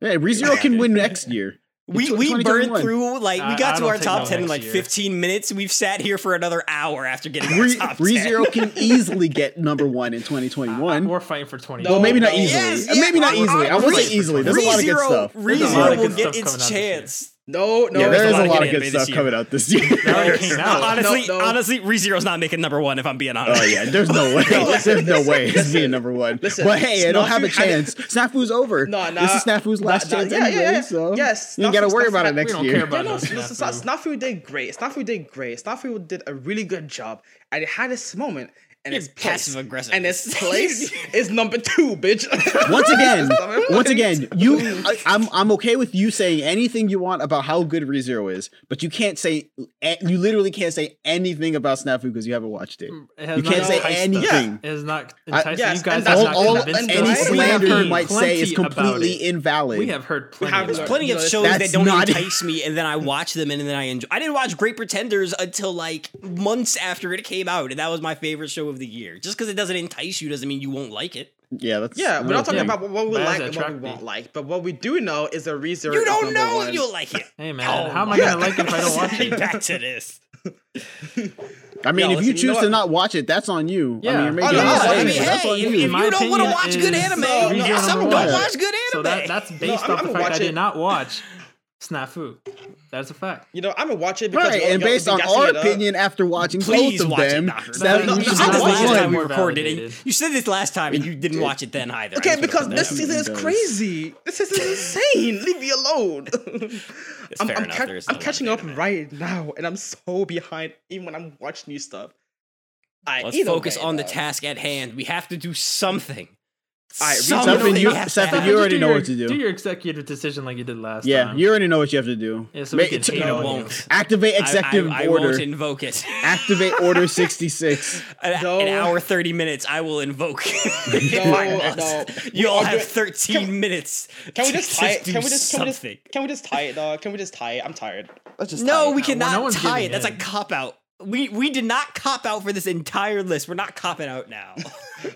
Speaker 2: Hey, Rezero can win next year.
Speaker 1: We,
Speaker 2: Tw-
Speaker 1: we burned
Speaker 2: 2021.
Speaker 1: through, like, we
Speaker 3: I-
Speaker 1: got
Speaker 3: I
Speaker 1: to our
Speaker 3: don't think
Speaker 1: top
Speaker 3: no
Speaker 1: 10 in
Speaker 3: next
Speaker 1: like
Speaker 3: year.
Speaker 1: 15 minutes. We've sat here for another hour after getting our
Speaker 2: Re-
Speaker 1: top 10.
Speaker 2: Rezero can easily get number one in
Speaker 3: I-
Speaker 4: Uh,
Speaker 2: 2021.
Speaker 3: we're fighting for twenty.
Speaker 2: well,
Speaker 4: No,
Speaker 2: maybe not
Speaker 4: no.
Speaker 2: easily.
Speaker 1: Yes,
Speaker 2: Uh,
Speaker 1: yeah,
Speaker 2: maybe not
Speaker 1: I'm-
Speaker 2: easily. I
Speaker 1: I'm
Speaker 2: won't say
Speaker 1: free-
Speaker 2: easily. There's a lot of good
Speaker 1: ReZero-
Speaker 2: stuff.
Speaker 3: a lot
Speaker 1: ReZero
Speaker 3: of
Speaker 1: will
Speaker 3: good
Speaker 1: get
Speaker 3: stuff coming
Speaker 1: its
Speaker 3: out this year.
Speaker 1: chance.
Speaker 4: No, no,
Speaker 2: yeah, there is
Speaker 4: no,
Speaker 2: a lot
Speaker 1: good
Speaker 2: of good
Speaker 1: anime this
Speaker 2: stuff
Speaker 1: year.
Speaker 2: coming out this year.
Speaker 3: That already came
Speaker 1: Uh,
Speaker 3: out.
Speaker 1: honestly,
Speaker 4: no.
Speaker 1: honestly, ReZero's not making number one if I'm being honest.
Speaker 2: Oh yeah, there's no way.
Speaker 4: No,
Speaker 2: there's no way it's being number one.
Speaker 4: Listen,
Speaker 2: but hey, I don't have a
Speaker 4: Snafu- I didn't-
Speaker 2: chance. Snafu's over.
Speaker 4: No, nah,
Speaker 2: this is Snafu's last
Speaker 4: nah, nah,
Speaker 2: chance
Speaker 4: yeah, yeah,
Speaker 2: anyway.
Speaker 4: yeah.
Speaker 2: So
Speaker 4: Yes,
Speaker 2: you ain't gotta
Speaker 4: Snafu-
Speaker 2: worry about
Speaker 4: Snafu-
Speaker 2: it
Speaker 4: we
Speaker 2: next
Speaker 3: don't
Speaker 2: year.
Speaker 3: care about-
Speaker 4: Yeah, no,
Speaker 3: Snafu.
Speaker 4: Snafu. Snafu did great. Snafu did great. Snafu did a really good job, and it had this moment. And
Speaker 1: You're
Speaker 4: it's passive
Speaker 1: passive-aggressive.
Speaker 4: And its place is number two, bitch.
Speaker 2: Once again,
Speaker 4: Number
Speaker 2: once
Speaker 4: one.
Speaker 2: again, you, I, I'm, I'm okay with you saying anything you want about how good ReZero is, but you can't say, eh, you literally can't say anything about Snafu because you haven't watched it.
Speaker 3: It has
Speaker 2: You
Speaker 3: not
Speaker 2: can't say
Speaker 3: enticed us.
Speaker 2: anything.
Speaker 3: It is not
Speaker 2: I-
Speaker 3: enticing
Speaker 4: Yes,
Speaker 3: you guys.
Speaker 4: and
Speaker 3: have
Speaker 4: that's
Speaker 2: All,
Speaker 3: not
Speaker 2: all
Speaker 3: convinced
Speaker 4: and
Speaker 2: any
Speaker 3: us. We have
Speaker 2: slander you
Speaker 3: heard
Speaker 2: might say is
Speaker 3: plenty about
Speaker 2: completely
Speaker 3: it.
Speaker 2: invalid.
Speaker 3: We have heard
Speaker 4: We
Speaker 3: plenty.
Speaker 4: have
Speaker 3: about
Speaker 1: There's
Speaker 3: it.
Speaker 1: plenty of
Speaker 4: No,
Speaker 1: shows that
Speaker 2: that's
Speaker 1: don't
Speaker 2: not-
Speaker 1: entice me, and then I watch them, and then I enjoy. I didn't watch Great Pretenders until like months after it came out, and that was my favorite show of the year. Just because it doesn't entice you doesn't mean you won't like it.
Speaker 2: yeah, that's
Speaker 4: Yeah, we're not
Speaker 2: another
Speaker 4: talking
Speaker 2: thing.
Speaker 4: about what- what we
Speaker 3: That
Speaker 4: like
Speaker 3: is
Speaker 4: and what we
Speaker 3: attractive.
Speaker 4: won't like, but what we do know is a reserve.
Speaker 1: You don't
Speaker 4: is number
Speaker 1: know
Speaker 4: one.
Speaker 1: if you'll like it.
Speaker 3: Hey man,
Speaker 1: Oh
Speaker 3: how am
Speaker 1: my
Speaker 3: I gonna like it if I don't watch
Speaker 1: Hey,
Speaker 3: it?
Speaker 1: Back to this.
Speaker 2: I mean,
Speaker 4: Yeah,
Speaker 2: if you
Speaker 4: listen,
Speaker 2: choose
Speaker 4: you know
Speaker 2: to
Speaker 4: what? Oh,
Speaker 2: not watch it, that's on you. I
Speaker 3: Yeah.
Speaker 2: mean, you're making
Speaker 4: no,
Speaker 2: a
Speaker 4: no,
Speaker 2: mistake,
Speaker 4: I mean,
Speaker 2: but that's
Speaker 1: hey,
Speaker 2: on
Speaker 1: if,
Speaker 2: you.
Speaker 1: if you
Speaker 3: In my
Speaker 1: don't want to
Speaker 3: opinion,
Speaker 1: watch good
Speaker 3: is
Speaker 1: anime,
Speaker 4: No, no,
Speaker 1: yeah, some
Speaker 4: number
Speaker 1: don't
Speaker 4: one.
Speaker 1: watch good anime.
Speaker 3: So that, that's based
Speaker 4: I'm-
Speaker 3: off
Speaker 4: I'm
Speaker 3: the
Speaker 4: gonna
Speaker 3: fact I
Speaker 4: watch it.
Speaker 3: did not watch Snafu. That's a fact.
Speaker 4: You know, I'm gonna watch it because
Speaker 2: Right,
Speaker 4: y'all-
Speaker 2: and
Speaker 4: y'all
Speaker 2: based
Speaker 4: been
Speaker 2: on
Speaker 4: gassing
Speaker 2: our
Speaker 4: it uh, up.
Speaker 2: opinion after watching
Speaker 1: Please
Speaker 2: both of
Speaker 1: watch it,
Speaker 2: them,
Speaker 1: Doctor.
Speaker 2: Snafu
Speaker 4: No, no,
Speaker 2: should
Speaker 4: no,
Speaker 1: I said
Speaker 2: be
Speaker 1: this
Speaker 4: I'll watch
Speaker 2: number
Speaker 4: it.
Speaker 1: last time we
Speaker 2: one.
Speaker 3: More
Speaker 1: recorded it.
Speaker 3: validated.
Speaker 1: You said this last time, and you didn't watch it then either. I
Speaker 4: Okay,
Speaker 1: just
Speaker 4: because
Speaker 1: remembered
Speaker 4: this
Speaker 1: that.
Speaker 4: season is
Speaker 2: does.
Speaker 4: crazy. This season is insane. Leave me alone. I'm,
Speaker 1: fair
Speaker 4: I'm,
Speaker 1: enough,
Speaker 4: ca-
Speaker 1: there is
Speaker 4: I'm
Speaker 1: no
Speaker 4: catching
Speaker 1: one
Speaker 4: up
Speaker 1: to anime.
Speaker 4: right now, and I'm so behind even when I'm watching new stuff. I,
Speaker 1: Let's
Speaker 4: either
Speaker 1: focus
Speaker 4: way,
Speaker 1: on the
Speaker 4: though.
Speaker 1: task at hand. We have to do something.
Speaker 4: All right,
Speaker 2: Stefan, you-
Speaker 1: has to
Speaker 2: Stefan,
Speaker 1: happen.
Speaker 2: you
Speaker 3: Just
Speaker 2: already
Speaker 3: do
Speaker 2: know
Speaker 3: your-
Speaker 2: what to do.
Speaker 3: Do your executive decision like you did last
Speaker 2: Yeah,
Speaker 3: time.
Speaker 2: you already know what you have to do.
Speaker 3: Yeah, so we
Speaker 2: Ma-
Speaker 3: can
Speaker 2: t-
Speaker 3: hate
Speaker 1: I
Speaker 3: on you.
Speaker 1: won't.
Speaker 2: Activate
Speaker 1: I-
Speaker 2: executive
Speaker 1: I, I,
Speaker 2: order.
Speaker 1: won't invoke it.
Speaker 2: Activate Order 66.
Speaker 1: An,
Speaker 4: No.
Speaker 1: an hour, 30 minutes, I will invoke.
Speaker 4: No,
Speaker 1: no,
Speaker 4: no.
Speaker 1: You all
Speaker 4: I'll do
Speaker 1: have
Speaker 4: it.
Speaker 1: 13 minutes.
Speaker 4: Can we
Speaker 1: to
Speaker 4: just tie it?
Speaker 1: do
Speaker 4: Can we just can we just,
Speaker 1: something.
Speaker 4: can we just tie it, dog? Can we just tie it? I'm tired. Let's just tie
Speaker 1: No,
Speaker 4: it.
Speaker 1: we
Speaker 3: No,
Speaker 1: cannot
Speaker 3: no one's
Speaker 1: tie it.
Speaker 3: giving
Speaker 1: That's a
Speaker 3: in.
Speaker 1: cop out. We we did not cop out for this entire list. We're not copping out now.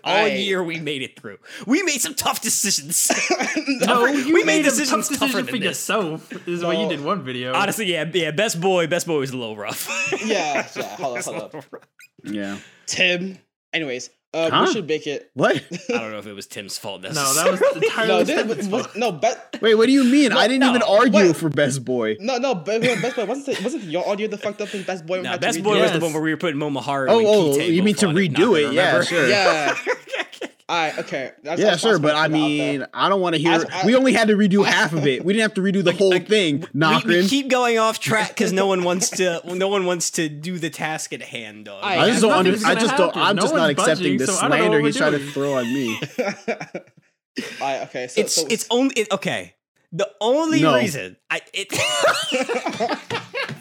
Speaker 1: All
Speaker 4: All right.
Speaker 1: year we made it through. We made some tough decisions.
Speaker 3: No,
Speaker 1: Tougher-
Speaker 3: you
Speaker 1: we made
Speaker 3: made a
Speaker 1: decisions
Speaker 3: tough
Speaker 1: tougher
Speaker 3: decision
Speaker 1: than
Speaker 3: for
Speaker 1: this.
Speaker 3: yourself. Is what
Speaker 4: No.
Speaker 3: you did one video.
Speaker 1: Honestly, yeah, yeah. Best boy, best boy was a little rough.
Speaker 4: Yeah, yeah. Hold up, hold up.
Speaker 2: Yeah.
Speaker 4: Tim. Anyways, uh,
Speaker 2: Huh?
Speaker 4: we should make it.
Speaker 2: What?
Speaker 1: I don't know if it was Tim's fault.
Speaker 3: no, that was entirely
Speaker 4: No,
Speaker 3: Stefan's
Speaker 4: this,
Speaker 3: fault.
Speaker 4: was, no, but
Speaker 2: Wait, what do you mean? I didn't
Speaker 1: no,
Speaker 2: even argue
Speaker 4: what?
Speaker 2: for Best Boy.
Speaker 4: No, no, but but Best Boy wasn't it, wasn't your audio the fucked up in Best Boy? we
Speaker 1: Nah,
Speaker 4: had to
Speaker 1: best
Speaker 4: redo
Speaker 1: boy
Speaker 4: it?
Speaker 1: was the
Speaker 3: Yes.
Speaker 1: one where we were putting Momo Hara.
Speaker 2: Oh,
Speaker 1: and
Speaker 2: oh,
Speaker 1: Kite
Speaker 2: you mean
Speaker 1: both
Speaker 2: to
Speaker 1: on it, not
Speaker 2: redo
Speaker 1: gonna
Speaker 2: it? Yeah,
Speaker 1: remember.
Speaker 2: sure.
Speaker 4: Yeah. All right. Okay. That's,
Speaker 2: Yeah,
Speaker 4: that's
Speaker 2: sure, but
Speaker 4: possible.
Speaker 2: I
Speaker 4: Put it out
Speaker 2: mean,
Speaker 4: there.
Speaker 2: I don't want to hear.
Speaker 4: I- I-
Speaker 2: we only had to redo half of it. We didn't have to redo the whole thing.
Speaker 1: We, we
Speaker 2: Knockrin.
Speaker 1: keep going off track because no one wants to. No one wants to do the task at hand. Dog.
Speaker 4: I-
Speaker 2: I just don't
Speaker 3: Nothing's
Speaker 2: under, I
Speaker 3: gonna
Speaker 2: just don't.
Speaker 3: happen.
Speaker 2: I'm
Speaker 3: No
Speaker 2: just not
Speaker 3: one's
Speaker 2: accepting
Speaker 3: budging,
Speaker 2: this
Speaker 3: so I don't know
Speaker 2: slander
Speaker 3: what we're
Speaker 2: he's trying to
Speaker 3: doing.
Speaker 2: throw on me.
Speaker 4: All right. Okay. So
Speaker 1: it's
Speaker 4: so,
Speaker 1: it's only it, okay. The only
Speaker 2: No.
Speaker 1: reason I it.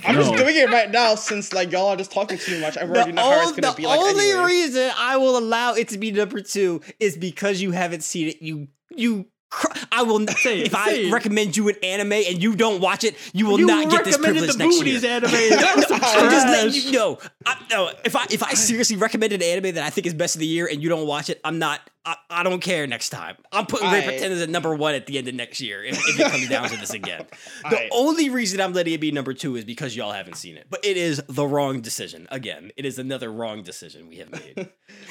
Speaker 4: I'm just
Speaker 2: No.
Speaker 4: doing it right now since like y'all are just talking too much. I've
Speaker 1: the
Speaker 4: already know how it's
Speaker 1: ol-
Speaker 4: gonna
Speaker 1: the
Speaker 4: be like.
Speaker 1: only
Speaker 4: anyway.
Speaker 1: reason I will allow it to be number two is because you haven't seen it. You you. cr- I will. n-
Speaker 3: Say it,
Speaker 1: if
Speaker 3: say
Speaker 1: I
Speaker 3: it.
Speaker 1: recommend you an anime and you don't watch it, you will
Speaker 3: you
Speaker 1: not get this
Speaker 3: recommended
Speaker 1: privilege
Speaker 3: the
Speaker 1: next
Speaker 3: booties
Speaker 1: year.
Speaker 3: anime. That was some
Speaker 1: I'm just letting
Speaker 3: trash.
Speaker 1: you know. I, no, if I if I seriously recommend an anime that I think is best of the year and you don't watch it, I'm not. I, I don't care next time. I'm putting Great
Speaker 4: Aight.
Speaker 1: Pretenders at number one at the end of next year if, if it comes down to this again. The
Speaker 4: Aight.
Speaker 1: only reason I'm letting it be number two is because y'all haven't seen it. But it is the wrong decision. Again, it is another wrong decision we have made.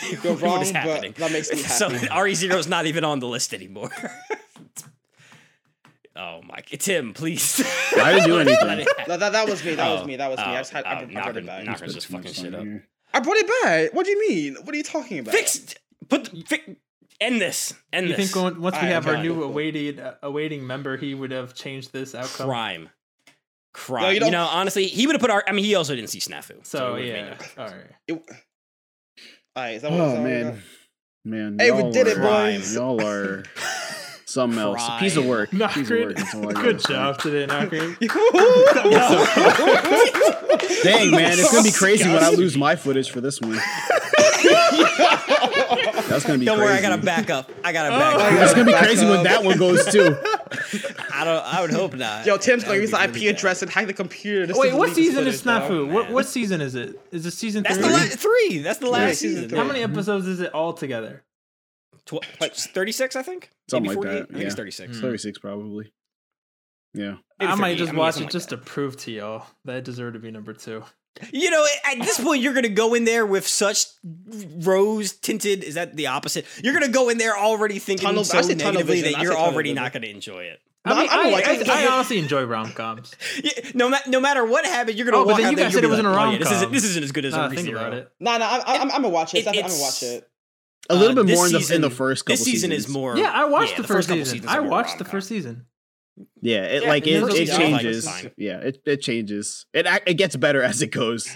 Speaker 4: You're
Speaker 1: What
Speaker 4: wrong,
Speaker 1: is
Speaker 4: Oh, but that makes me
Speaker 1: So
Speaker 4: happy.
Speaker 1: RE Zero is not even on the list anymore. oh my! Tim, please.
Speaker 2: I didn't do
Speaker 1: Let
Speaker 2: anything.
Speaker 1: it happen.
Speaker 4: No, that, that was me. That
Speaker 1: Oh,
Speaker 4: was me. That was me. I just had.
Speaker 1: oh,
Speaker 4: I, br- I brought
Speaker 1: Knocker-
Speaker 4: it back.
Speaker 1: Knocker's just fucking shit up.
Speaker 4: I brought it back. What do you mean? What are you talking about?
Speaker 1: Fix. Put. Fi- end this. End
Speaker 3: You
Speaker 1: this.
Speaker 3: think on- once we
Speaker 4: Alright,
Speaker 3: have
Speaker 4: okay.
Speaker 3: our new
Speaker 4: Cool.
Speaker 3: awaited uh, awaiting member, he would have changed this outcome?
Speaker 1: crime. Crime.
Speaker 4: No, you
Speaker 1: you,
Speaker 4: don't-
Speaker 1: know, honestly, he would have put our. I mean, he also didn't see Snafu.
Speaker 3: So
Speaker 1: it would've made
Speaker 3: yeah,
Speaker 1: it.
Speaker 3: all right.
Speaker 4: It, all right. Is that what, is that
Speaker 2: Oh
Speaker 4: what we
Speaker 1: uh,
Speaker 2: man, man.
Speaker 4: Hey, we
Speaker 2: y'all
Speaker 4: did it,
Speaker 2: are-
Speaker 4: boys.
Speaker 2: Y'all are something else. A piece of
Speaker 1: Crime.
Speaker 2: work. Piece of work.
Speaker 3: Nakrid,
Speaker 2: That's all I gotta
Speaker 3: good
Speaker 2: say.
Speaker 3: job today, Nakrid.
Speaker 2: Dang man, it's gonna be crazy when I lose my footage for this one. That's gonna be.
Speaker 1: Don't
Speaker 2: crazy.
Speaker 1: worry, I got a backup. I got a
Speaker 3: Oh.
Speaker 1: backup.
Speaker 2: It's gonna be
Speaker 4: Back
Speaker 2: crazy when
Speaker 4: up.
Speaker 2: that one goes too.
Speaker 1: I don't. I would hope not.
Speaker 4: Yo, Tim's
Speaker 1: That
Speaker 4: gonna
Speaker 1: would
Speaker 4: use
Speaker 1: be
Speaker 4: the
Speaker 1: really
Speaker 4: IP
Speaker 1: bad.
Speaker 4: address and hack the computer. This
Speaker 3: Wait,
Speaker 4: the
Speaker 3: what
Speaker 4: leaked
Speaker 3: season is
Speaker 4: footage, dog.
Speaker 3: Snafu? What
Speaker 1: man.
Speaker 3: what season is it? Is it season
Speaker 1: That's the
Speaker 3: three?
Speaker 1: last three. That's the last
Speaker 4: season
Speaker 1: season.
Speaker 4: three.
Speaker 3: How many episodes is it all together?
Speaker 1: Thirty-six, I think.
Speaker 2: Something like
Speaker 1: 48?
Speaker 2: that,
Speaker 1: I think
Speaker 2: yeah.
Speaker 1: it's thirty-six.
Speaker 3: Hmm.
Speaker 2: Thirty six probably. Yeah.
Speaker 1: Maybe
Speaker 3: I might
Speaker 1: 38.
Speaker 3: just
Speaker 1: mean,
Speaker 3: watch
Speaker 1: something
Speaker 3: it
Speaker 1: like
Speaker 3: just
Speaker 1: that.
Speaker 3: to prove to y'all that it deserved to be number two.
Speaker 1: You know, at this point, you're gonna go in there with such rose-tinted. Is that the opposite? You're gonna go in there already thinking
Speaker 4: Tunnel-
Speaker 1: so
Speaker 4: I say tunnel
Speaker 1: negatively
Speaker 4: vision,
Speaker 1: that
Speaker 4: I
Speaker 1: you're
Speaker 4: say tunnel
Speaker 1: already
Speaker 4: vision.
Speaker 1: not gonna enjoy it.
Speaker 4: No,
Speaker 3: I mean,
Speaker 4: I- I don't
Speaker 3: I,
Speaker 4: like-
Speaker 3: I,
Speaker 4: I-
Speaker 3: I honestly enjoy rom coms.
Speaker 1: Yeah, no, ma- no matter what happens, you're gonna.
Speaker 3: Oh, but
Speaker 1: walk
Speaker 3: then
Speaker 1: out
Speaker 3: you
Speaker 1: there,
Speaker 3: guys
Speaker 1: you'll
Speaker 3: said
Speaker 1: be
Speaker 3: it was
Speaker 1: like,
Speaker 3: in a
Speaker 1: "Oh, yeah,
Speaker 3: rom-com."
Speaker 1: This isn't, this isn't as good as
Speaker 3: Uh,
Speaker 1: Re
Speaker 3: think about
Speaker 1: Zero.
Speaker 3: it.
Speaker 4: Nah, nah. I'm, I'm, I'm gonna watch it.
Speaker 1: It-
Speaker 4: Definitely I'm gonna
Speaker 1: it's-
Speaker 4: watch it.
Speaker 2: A little bit
Speaker 1: Uh, this
Speaker 2: more in the, in the
Speaker 1: season-
Speaker 2: first couple
Speaker 1: This season is
Speaker 2: seasons.
Speaker 1: more.
Speaker 3: Yeah, I watched
Speaker 1: yeah,
Speaker 3: the,
Speaker 1: the first
Speaker 3: first
Speaker 1: couple
Speaker 3: season.
Speaker 1: seasons
Speaker 3: I
Speaker 1: are more
Speaker 3: watched the
Speaker 1: rom-com.
Speaker 3: first season.
Speaker 2: Yeah, it
Speaker 1: Yeah,
Speaker 2: like
Speaker 1: the
Speaker 2: it,
Speaker 1: first
Speaker 2: it
Speaker 1: season I like
Speaker 2: changes.
Speaker 1: was fine.
Speaker 2: yeah, it, it changes. It ac- it gets better as it goes.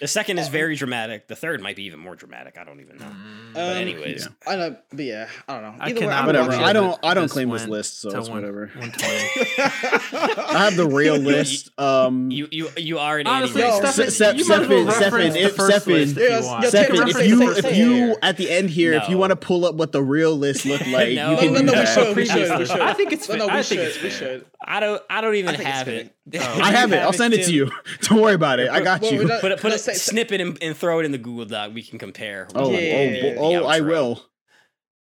Speaker 1: The second is very dramatic. The third might be even more dramatic. I don't even know.
Speaker 4: Um,
Speaker 1: But anyways,
Speaker 2: yeah.
Speaker 4: I know, but yeah, I don't know.
Speaker 3: I
Speaker 4: Either way,
Speaker 3: cannot
Speaker 4: I'm
Speaker 2: Whatever.
Speaker 4: watching
Speaker 2: I
Speaker 4: it.
Speaker 2: don't I don't
Speaker 3: This
Speaker 2: claim this
Speaker 3: went
Speaker 2: list, so
Speaker 3: to
Speaker 2: it's
Speaker 3: one-
Speaker 2: whatever.
Speaker 3: 120.
Speaker 2: I have the real list. Um
Speaker 1: you you you are an
Speaker 3: Honestly,
Speaker 1: idiot.
Speaker 4: Yo,
Speaker 3: Stefan,
Speaker 2: Seth-
Speaker 3: you might as well
Speaker 2: Seth- Seth-
Speaker 3: reference the
Speaker 2: if-
Speaker 3: first
Speaker 2: Stefan-
Speaker 3: list if
Speaker 4: Yes,
Speaker 3: you
Speaker 4: yeah,
Speaker 3: want.
Speaker 4: Tim,
Speaker 2: Stefan, if
Speaker 4: reference
Speaker 2: you
Speaker 4: it,
Speaker 2: if
Speaker 4: say it.
Speaker 2: you at the end here, if you
Speaker 1: No.
Speaker 2: want to pull up what the real list looked like,
Speaker 1: No.
Speaker 2: you
Speaker 1: No,
Speaker 2: can
Speaker 1: no,
Speaker 2: do
Speaker 1: no, we
Speaker 2: that.
Speaker 4: should, we
Speaker 3: Previous
Speaker 4: should, we
Speaker 3: list.
Speaker 4: should.
Speaker 3: I think it's
Speaker 4: No,
Speaker 3: fair.
Speaker 4: no,
Speaker 3: I
Speaker 4: we
Speaker 3: think it's
Speaker 4: should. We
Speaker 3: fair.
Speaker 4: should.
Speaker 1: I don't I don't even
Speaker 4: I think it's
Speaker 1: have it.
Speaker 3: Oh.
Speaker 2: I have it. I'll send it to
Speaker 1: Tim.
Speaker 2: you. Don't worry about it. I got
Speaker 4: Well, we're
Speaker 2: you.
Speaker 4: not-
Speaker 1: Put it put
Speaker 4: no,
Speaker 1: a
Speaker 4: say- say-
Speaker 1: snip it and, and throw it in the Google Doc. We can compare.
Speaker 2: Oh,
Speaker 1: Uh,
Speaker 4: Yeah.
Speaker 2: oh, oh,
Speaker 1: The
Speaker 2: I
Speaker 1: outro.
Speaker 2: will.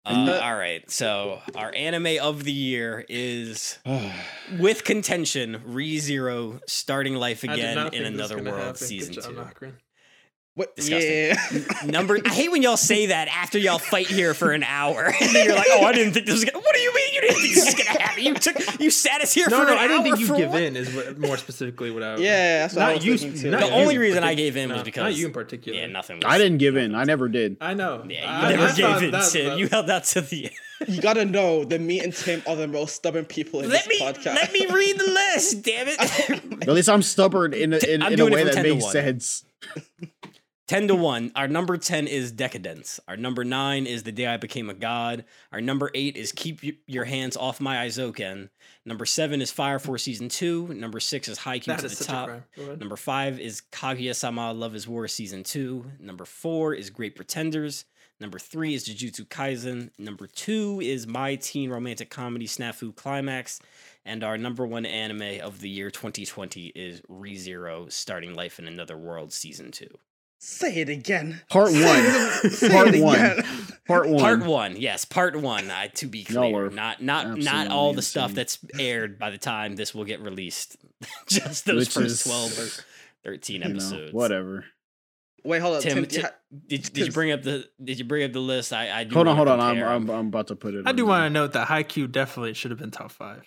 Speaker 4: Uh,
Speaker 1: all right. So our anime of the year is with contention ReZero starting life
Speaker 3: I did
Speaker 1: again
Speaker 3: not
Speaker 1: in
Speaker 3: think this was
Speaker 1: another
Speaker 3: gonna
Speaker 1: world
Speaker 3: happen. Good
Speaker 1: season
Speaker 3: job,
Speaker 1: 2.
Speaker 3: Akron.
Speaker 4: What?
Speaker 1: Disgusting.
Speaker 4: Yeah.
Speaker 1: Number I hate when y'all say that after y'all fight here for an hour and then you're like, "Oh, I didn't think this was gonna What do you mean you didn't think this was gonna happen? You took you sat us here
Speaker 3: No,
Speaker 1: for
Speaker 3: no,
Speaker 1: an
Speaker 3: I didn't
Speaker 1: hour
Speaker 3: think you
Speaker 1: for
Speaker 3: give
Speaker 1: what?
Speaker 3: in. Is what, more specifically what I.
Speaker 4: Yeah, that's what I
Speaker 3: not
Speaker 4: was
Speaker 3: you.
Speaker 4: thinking too.
Speaker 3: not
Speaker 1: The
Speaker 3: you
Speaker 1: only
Speaker 3: in
Speaker 1: reason I
Speaker 3: partic-
Speaker 1: gave in was
Speaker 3: not
Speaker 1: because-
Speaker 3: you in particular.
Speaker 1: Yeah, nothing.
Speaker 2: I
Speaker 1: was-
Speaker 2: didn't give in. I never did.
Speaker 3: I know.
Speaker 1: Yeah,
Speaker 3: I,
Speaker 1: you
Speaker 3: I
Speaker 1: never
Speaker 3: thought
Speaker 1: gave in,
Speaker 3: that-
Speaker 1: Tim.
Speaker 3: that-
Speaker 1: You held out to the end.
Speaker 4: You gotta know that me and Tim are the most stubborn people in
Speaker 1: Let
Speaker 4: this
Speaker 1: me
Speaker 4: podcast.
Speaker 1: let me read the list, damn it.
Speaker 2: At least I'm stubborn in a, in,
Speaker 1: I'm
Speaker 2: in a
Speaker 1: doing it
Speaker 2: way
Speaker 1: from
Speaker 2: that
Speaker 1: 10 to
Speaker 2: makes
Speaker 1: 1.
Speaker 2: sense.
Speaker 1: 10 to 1. Our number 10 is Decadence. Our number 9 is The Day I Became a God. Our number 8 is Keep Y- Your Hands Off My Izoken. Number 7 is Fire Force Season 2. Number 6 is Haikyuu
Speaker 3: that
Speaker 1: to
Speaker 3: is
Speaker 1: the
Speaker 3: such a
Speaker 1: Top.
Speaker 3: crime. Go ahead.
Speaker 1: Number 5 is Kaguya Sama Love is War Season 2. Number 4 is Great Pretenders. Number 3 is Jujutsu Kaisen. Number 2 is My Teen Romantic Comedy Snafu Climax. And our number one anime of the year 2020 is ReZero Starting Life in Another World Season 2.
Speaker 4: Say it again.
Speaker 2: Part
Speaker 4: Say
Speaker 2: one.
Speaker 4: it- say
Speaker 2: Part
Speaker 4: it
Speaker 2: one.
Speaker 4: again.
Speaker 2: Part one.
Speaker 1: Part one, yes, part one. I, to be
Speaker 2: Y'all
Speaker 1: clear,
Speaker 2: are
Speaker 1: not not not
Speaker 2: absolutely
Speaker 1: all the stuff
Speaker 2: insane.
Speaker 1: that's aired by the time this will get released. Just those
Speaker 2: Which
Speaker 1: first
Speaker 2: is,
Speaker 1: twelve or thirteen
Speaker 2: you know,
Speaker 1: episodes.
Speaker 2: whatever.
Speaker 4: Wait, hold on.
Speaker 1: Tim,
Speaker 4: Tim,
Speaker 1: Tim-
Speaker 4: yeah,
Speaker 1: Did, did you bring up the Did you bring up the list? I, I do
Speaker 2: Hold on, hold
Speaker 1: wanna
Speaker 2: on. I'm,
Speaker 1: compare.
Speaker 2: I'm, I'm about to put it.
Speaker 3: I do
Speaker 2: on.
Speaker 3: want to note that Haikyuu definitely should have been top five.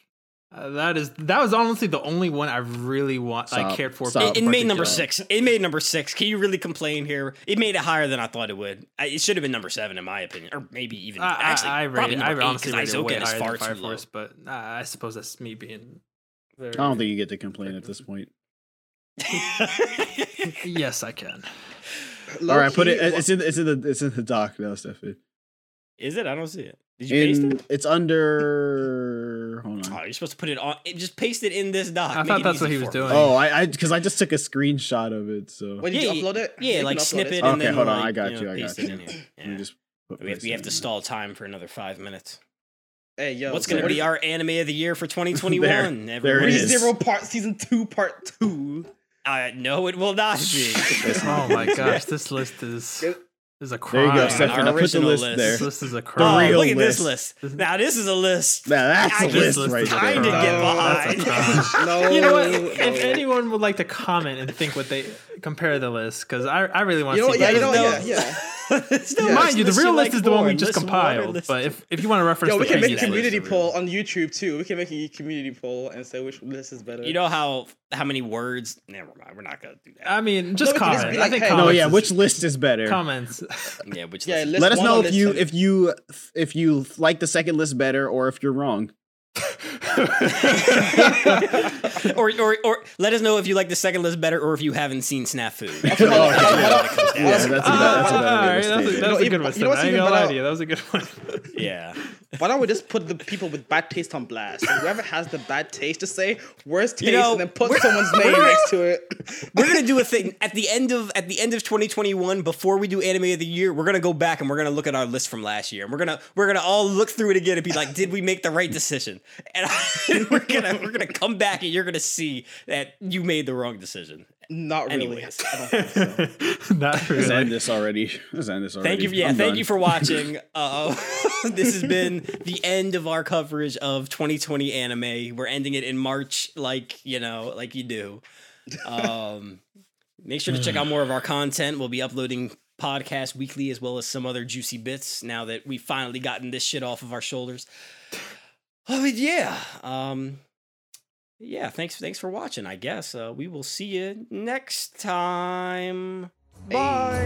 Speaker 3: Uh, that is that was honestly the only one I really want I
Speaker 2: Stop.
Speaker 3: cared for.
Speaker 2: Stop.
Speaker 1: It, it
Speaker 3: in
Speaker 1: made number
Speaker 3: particular.
Speaker 1: six. It made number six. Can you really complain here? It made it higher than I thought it would. I, it should have been number seven, in my opinion, or maybe even
Speaker 3: I,
Speaker 1: actually
Speaker 3: I, I
Speaker 1: probably
Speaker 3: rate, I
Speaker 1: number eight
Speaker 3: honestly
Speaker 1: because
Speaker 3: rated it way
Speaker 1: Izoken is
Speaker 3: higher than
Speaker 1: far
Speaker 3: Fire
Speaker 1: too low.
Speaker 3: Force, but uh, I suppose that's me being. Very,
Speaker 2: I don't think you get to complain at this point.
Speaker 3: Yes, I can.
Speaker 2: All right, put it.
Speaker 4: low-key,
Speaker 2: It's in. It's in the. It's in the doc now, Stefan.
Speaker 1: is it? I don't see it. Did you paste
Speaker 2: In.
Speaker 1: it?
Speaker 2: It's under. Hold
Speaker 1: Oh,
Speaker 2: on.
Speaker 1: You're supposed to put it on. It, just paste it in this doc.
Speaker 3: I
Speaker 1: make
Speaker 3: thought
Speaker 1: it
Speaker 3: that's what
Speaker 1: easy
Speaker 3: he was
Speaker 1: for me.
Speaker 3: doing.
Speaker 2: Oh, I because I, just took a screenshot of it. So
Speaker 4: When did
Speaker 1: Yeah,
Speaker 4: you
Speaker 1: yeah,
Speaker 4: upload it?
Speaker 1: Yeah,
Speaker 4: You
Speaker 1: like
Speaker 4: can upload
Speaker 1: snip it.
Speaker 4: it.
Speaker 2: Okay,
Speaker 1: and then,
Speaker 2: hold on,
Speaker 1: like,
Speaker 2: I got
Speaker 1: know,
Speaker 2: you, I
Speaker 1: paste
Speaker 2: got
Speaker 1: it
Speaker 2: you.
Speaker 1: in here.
Speaker 2: let me
Speaker 1: Yeah.
Speaker 2: just put
Speaker 1: we have,
Speaker 2: paste
Speaker 1: we
Speaker 2: it
Speaker 1: have
Speaker 2: in
Speaker 1: to
Speaker 2: there.
Speaker 1: stall time for another five minutes.
Speaker 4: Hey, yo,
Speaker 1: What's
Speaker 4: so
Speaker 1: going to
Speaker 4: what
Speaker 1: be
Speaker 4: is-
Speaker 1: our anime of the year for 2021?
Speaker 2: there it
Speaker 1: everybody?
Speaker 2: is.
Speaker 4: Zero part season two part two.
Speaker 1: Uh, no, it will not be.
Speaker 2: It's
Speaker 3: Oh
Speaker 2: not.
Speaker 3: my gosh, this list is is a
Speaker 2: There you
Speaker 3: crime.
Speaker 2: go,
Speaker 1: Steph. Our
Speaker 2: Stefan. I put the
Speaker 1: original
Speaker 2: list
Speaker 1: list.
Speaker 2: there.
Speaker 3: This list is a
Speaker 1: oh,
Speaker 2: real
Speaker 3: crime.
Speaker 1: look at this
Speaker 2: list.
Speaker 1: list. Now this is a list.
Speaker 2: Now that's a
Speaker 1: This
Speaker 2: list
Speaker 3: list
Speaker 2: right
Speaker 3: is
Speaker 2: there.
Speaker 1: I didn't get
Speaker 3: That's a
Speaker 1: behind.
Speaker 3: crime.
Speaker 4: No,
Speaker 3: You know what?
Speaker 4: no.
Speaker 3: If anyone would like to comment and think what they compare the list, because I, I really want
Speaker 4: You
Speaker 3: to
Speaker 4: know
Speaker 3: see. that.
Speaker 4: what? Yeah, you know,
Speaker 1: No.
Speaker 4: yeah, yeah.
Speaker 1: There's no
Speaker 4: Yeah.
Speaker 1: much
Speaker 3: Mind you, the
Speaker 1: list
Speaker 3: real list
Speaker 1: like
Speaker 3: is the one
Speaker 1: more.
Speaker 3: we just
Speaker 1: This water
Speaker 3: compiled.
Speaker 1: list
Speaker 3: But
Speaker 1: is-
Speaker 3: if, if you want to reference
Speaker 4: Yo, we
Speaker 3: the
Speaker 4: can make a
Speaker 3: previous list,
Speaker 4: community
Speaker 1: list.
Speaker 4: poll on YouTube too. We can make a community poll and say which list is better.
Speaker 1: you know how how many words? Never mind. We're not gonna do that.
Speaker 3: I mean, just
Speaker 4: No, we can just
Speaker 3: comment.
Speaker 4: be
Speaker 3: I
Speaker 4: like,
Speaker 3: think
Speaker 4: hey-
Speaker 3: comments.
Speaker 2: No, Oh, yeah.
Speaker 3: is-
Speaker 2: Which list is better?
Speaker 3: comments?
Speaker 1: yeah, which
Speaker 4: yeah,
Speaker 1: list?
Speaker 4: list
Speaker 2: Let us
Speaker 4: one
Speaker 2: know
Speaker 4: or
Speaker 2: if
Speaker 4: list
Speaker 2: you
Speaker 4: two.
Speaker 2: if you if you like the second list better or if you're wrong.
Speaker 1: or, or or let us know if you like the second list better, or if you haven't seen Snafu.
Speaker 2: Oh, okay,
Speaker 4: Hold on, hold
Speaker 2: yeah.
Speaker 4: on, hold on.
Speaker 2: Yeah, that's a bad, that's a
Speaker 3: Ah, all
Speaker 2: bad
Speaker 3: right,
Speaker 2: way to
Speaker 3: that's a-
Speaker 2: state it.
Speaker 3: that's a
Speaker 4: You know,
Speaker 3: good one.
Speaker 4: you know
Speaker 3: Stefan.
Speaker 4: what's
Speaker 3: I ain't
Speaker 4: even
Speaker 3: gonna lie
Speaker 4: better?
Speaker 3: to you. That was a good one.
Speaker 1: yeah,
Speaker 4: Why don't we just put the people with bad taste on blast? And whoever has the bad taste, just say worst taste
Speaker 1: You know,
Speaker 4: and then put
Speaker 1: we're-
Speaker 4: someone's name
Speaker 1: we're-
Speaker 4: next to it.
Speaker 1: we're gonna do a thing at the end of at the end of 2021. Before we do anime of the year, we're gonna go back and we're gonna look at our list from last year, and we're gonna we're gonna all look through it again and be like, did we make the right decision? And we're gonna we're gonna come back and you're gonna see that you made the wrong decision.
Speaker 4: Not really.
Speaker 1: Anyways.
Speaker 4: I don't think so.
Speaker 3: Not
Speaker 2: Let's
Speaker 3: really.
Speaker 2: end this already. Let's end this already.
Speaker 1: Thank you. Yeah,
Speaker 2: I'm
Speaker 1: thank
Speaker 2: done.
Speaker 1: you for watching. Uh, this has been the end of our coverage of 2020 anime. We're ending it in March, like you know, like you do. Um, make sure to check out more of our content. We'll be uploading podcasts weekly, as well as some other juicy bits. Now that we've finally gotten this shit off of our shoulders. Oh yeah. Um, yeah. Thanks. Thanks for watching. I guess uh, we will see you next time. Bye.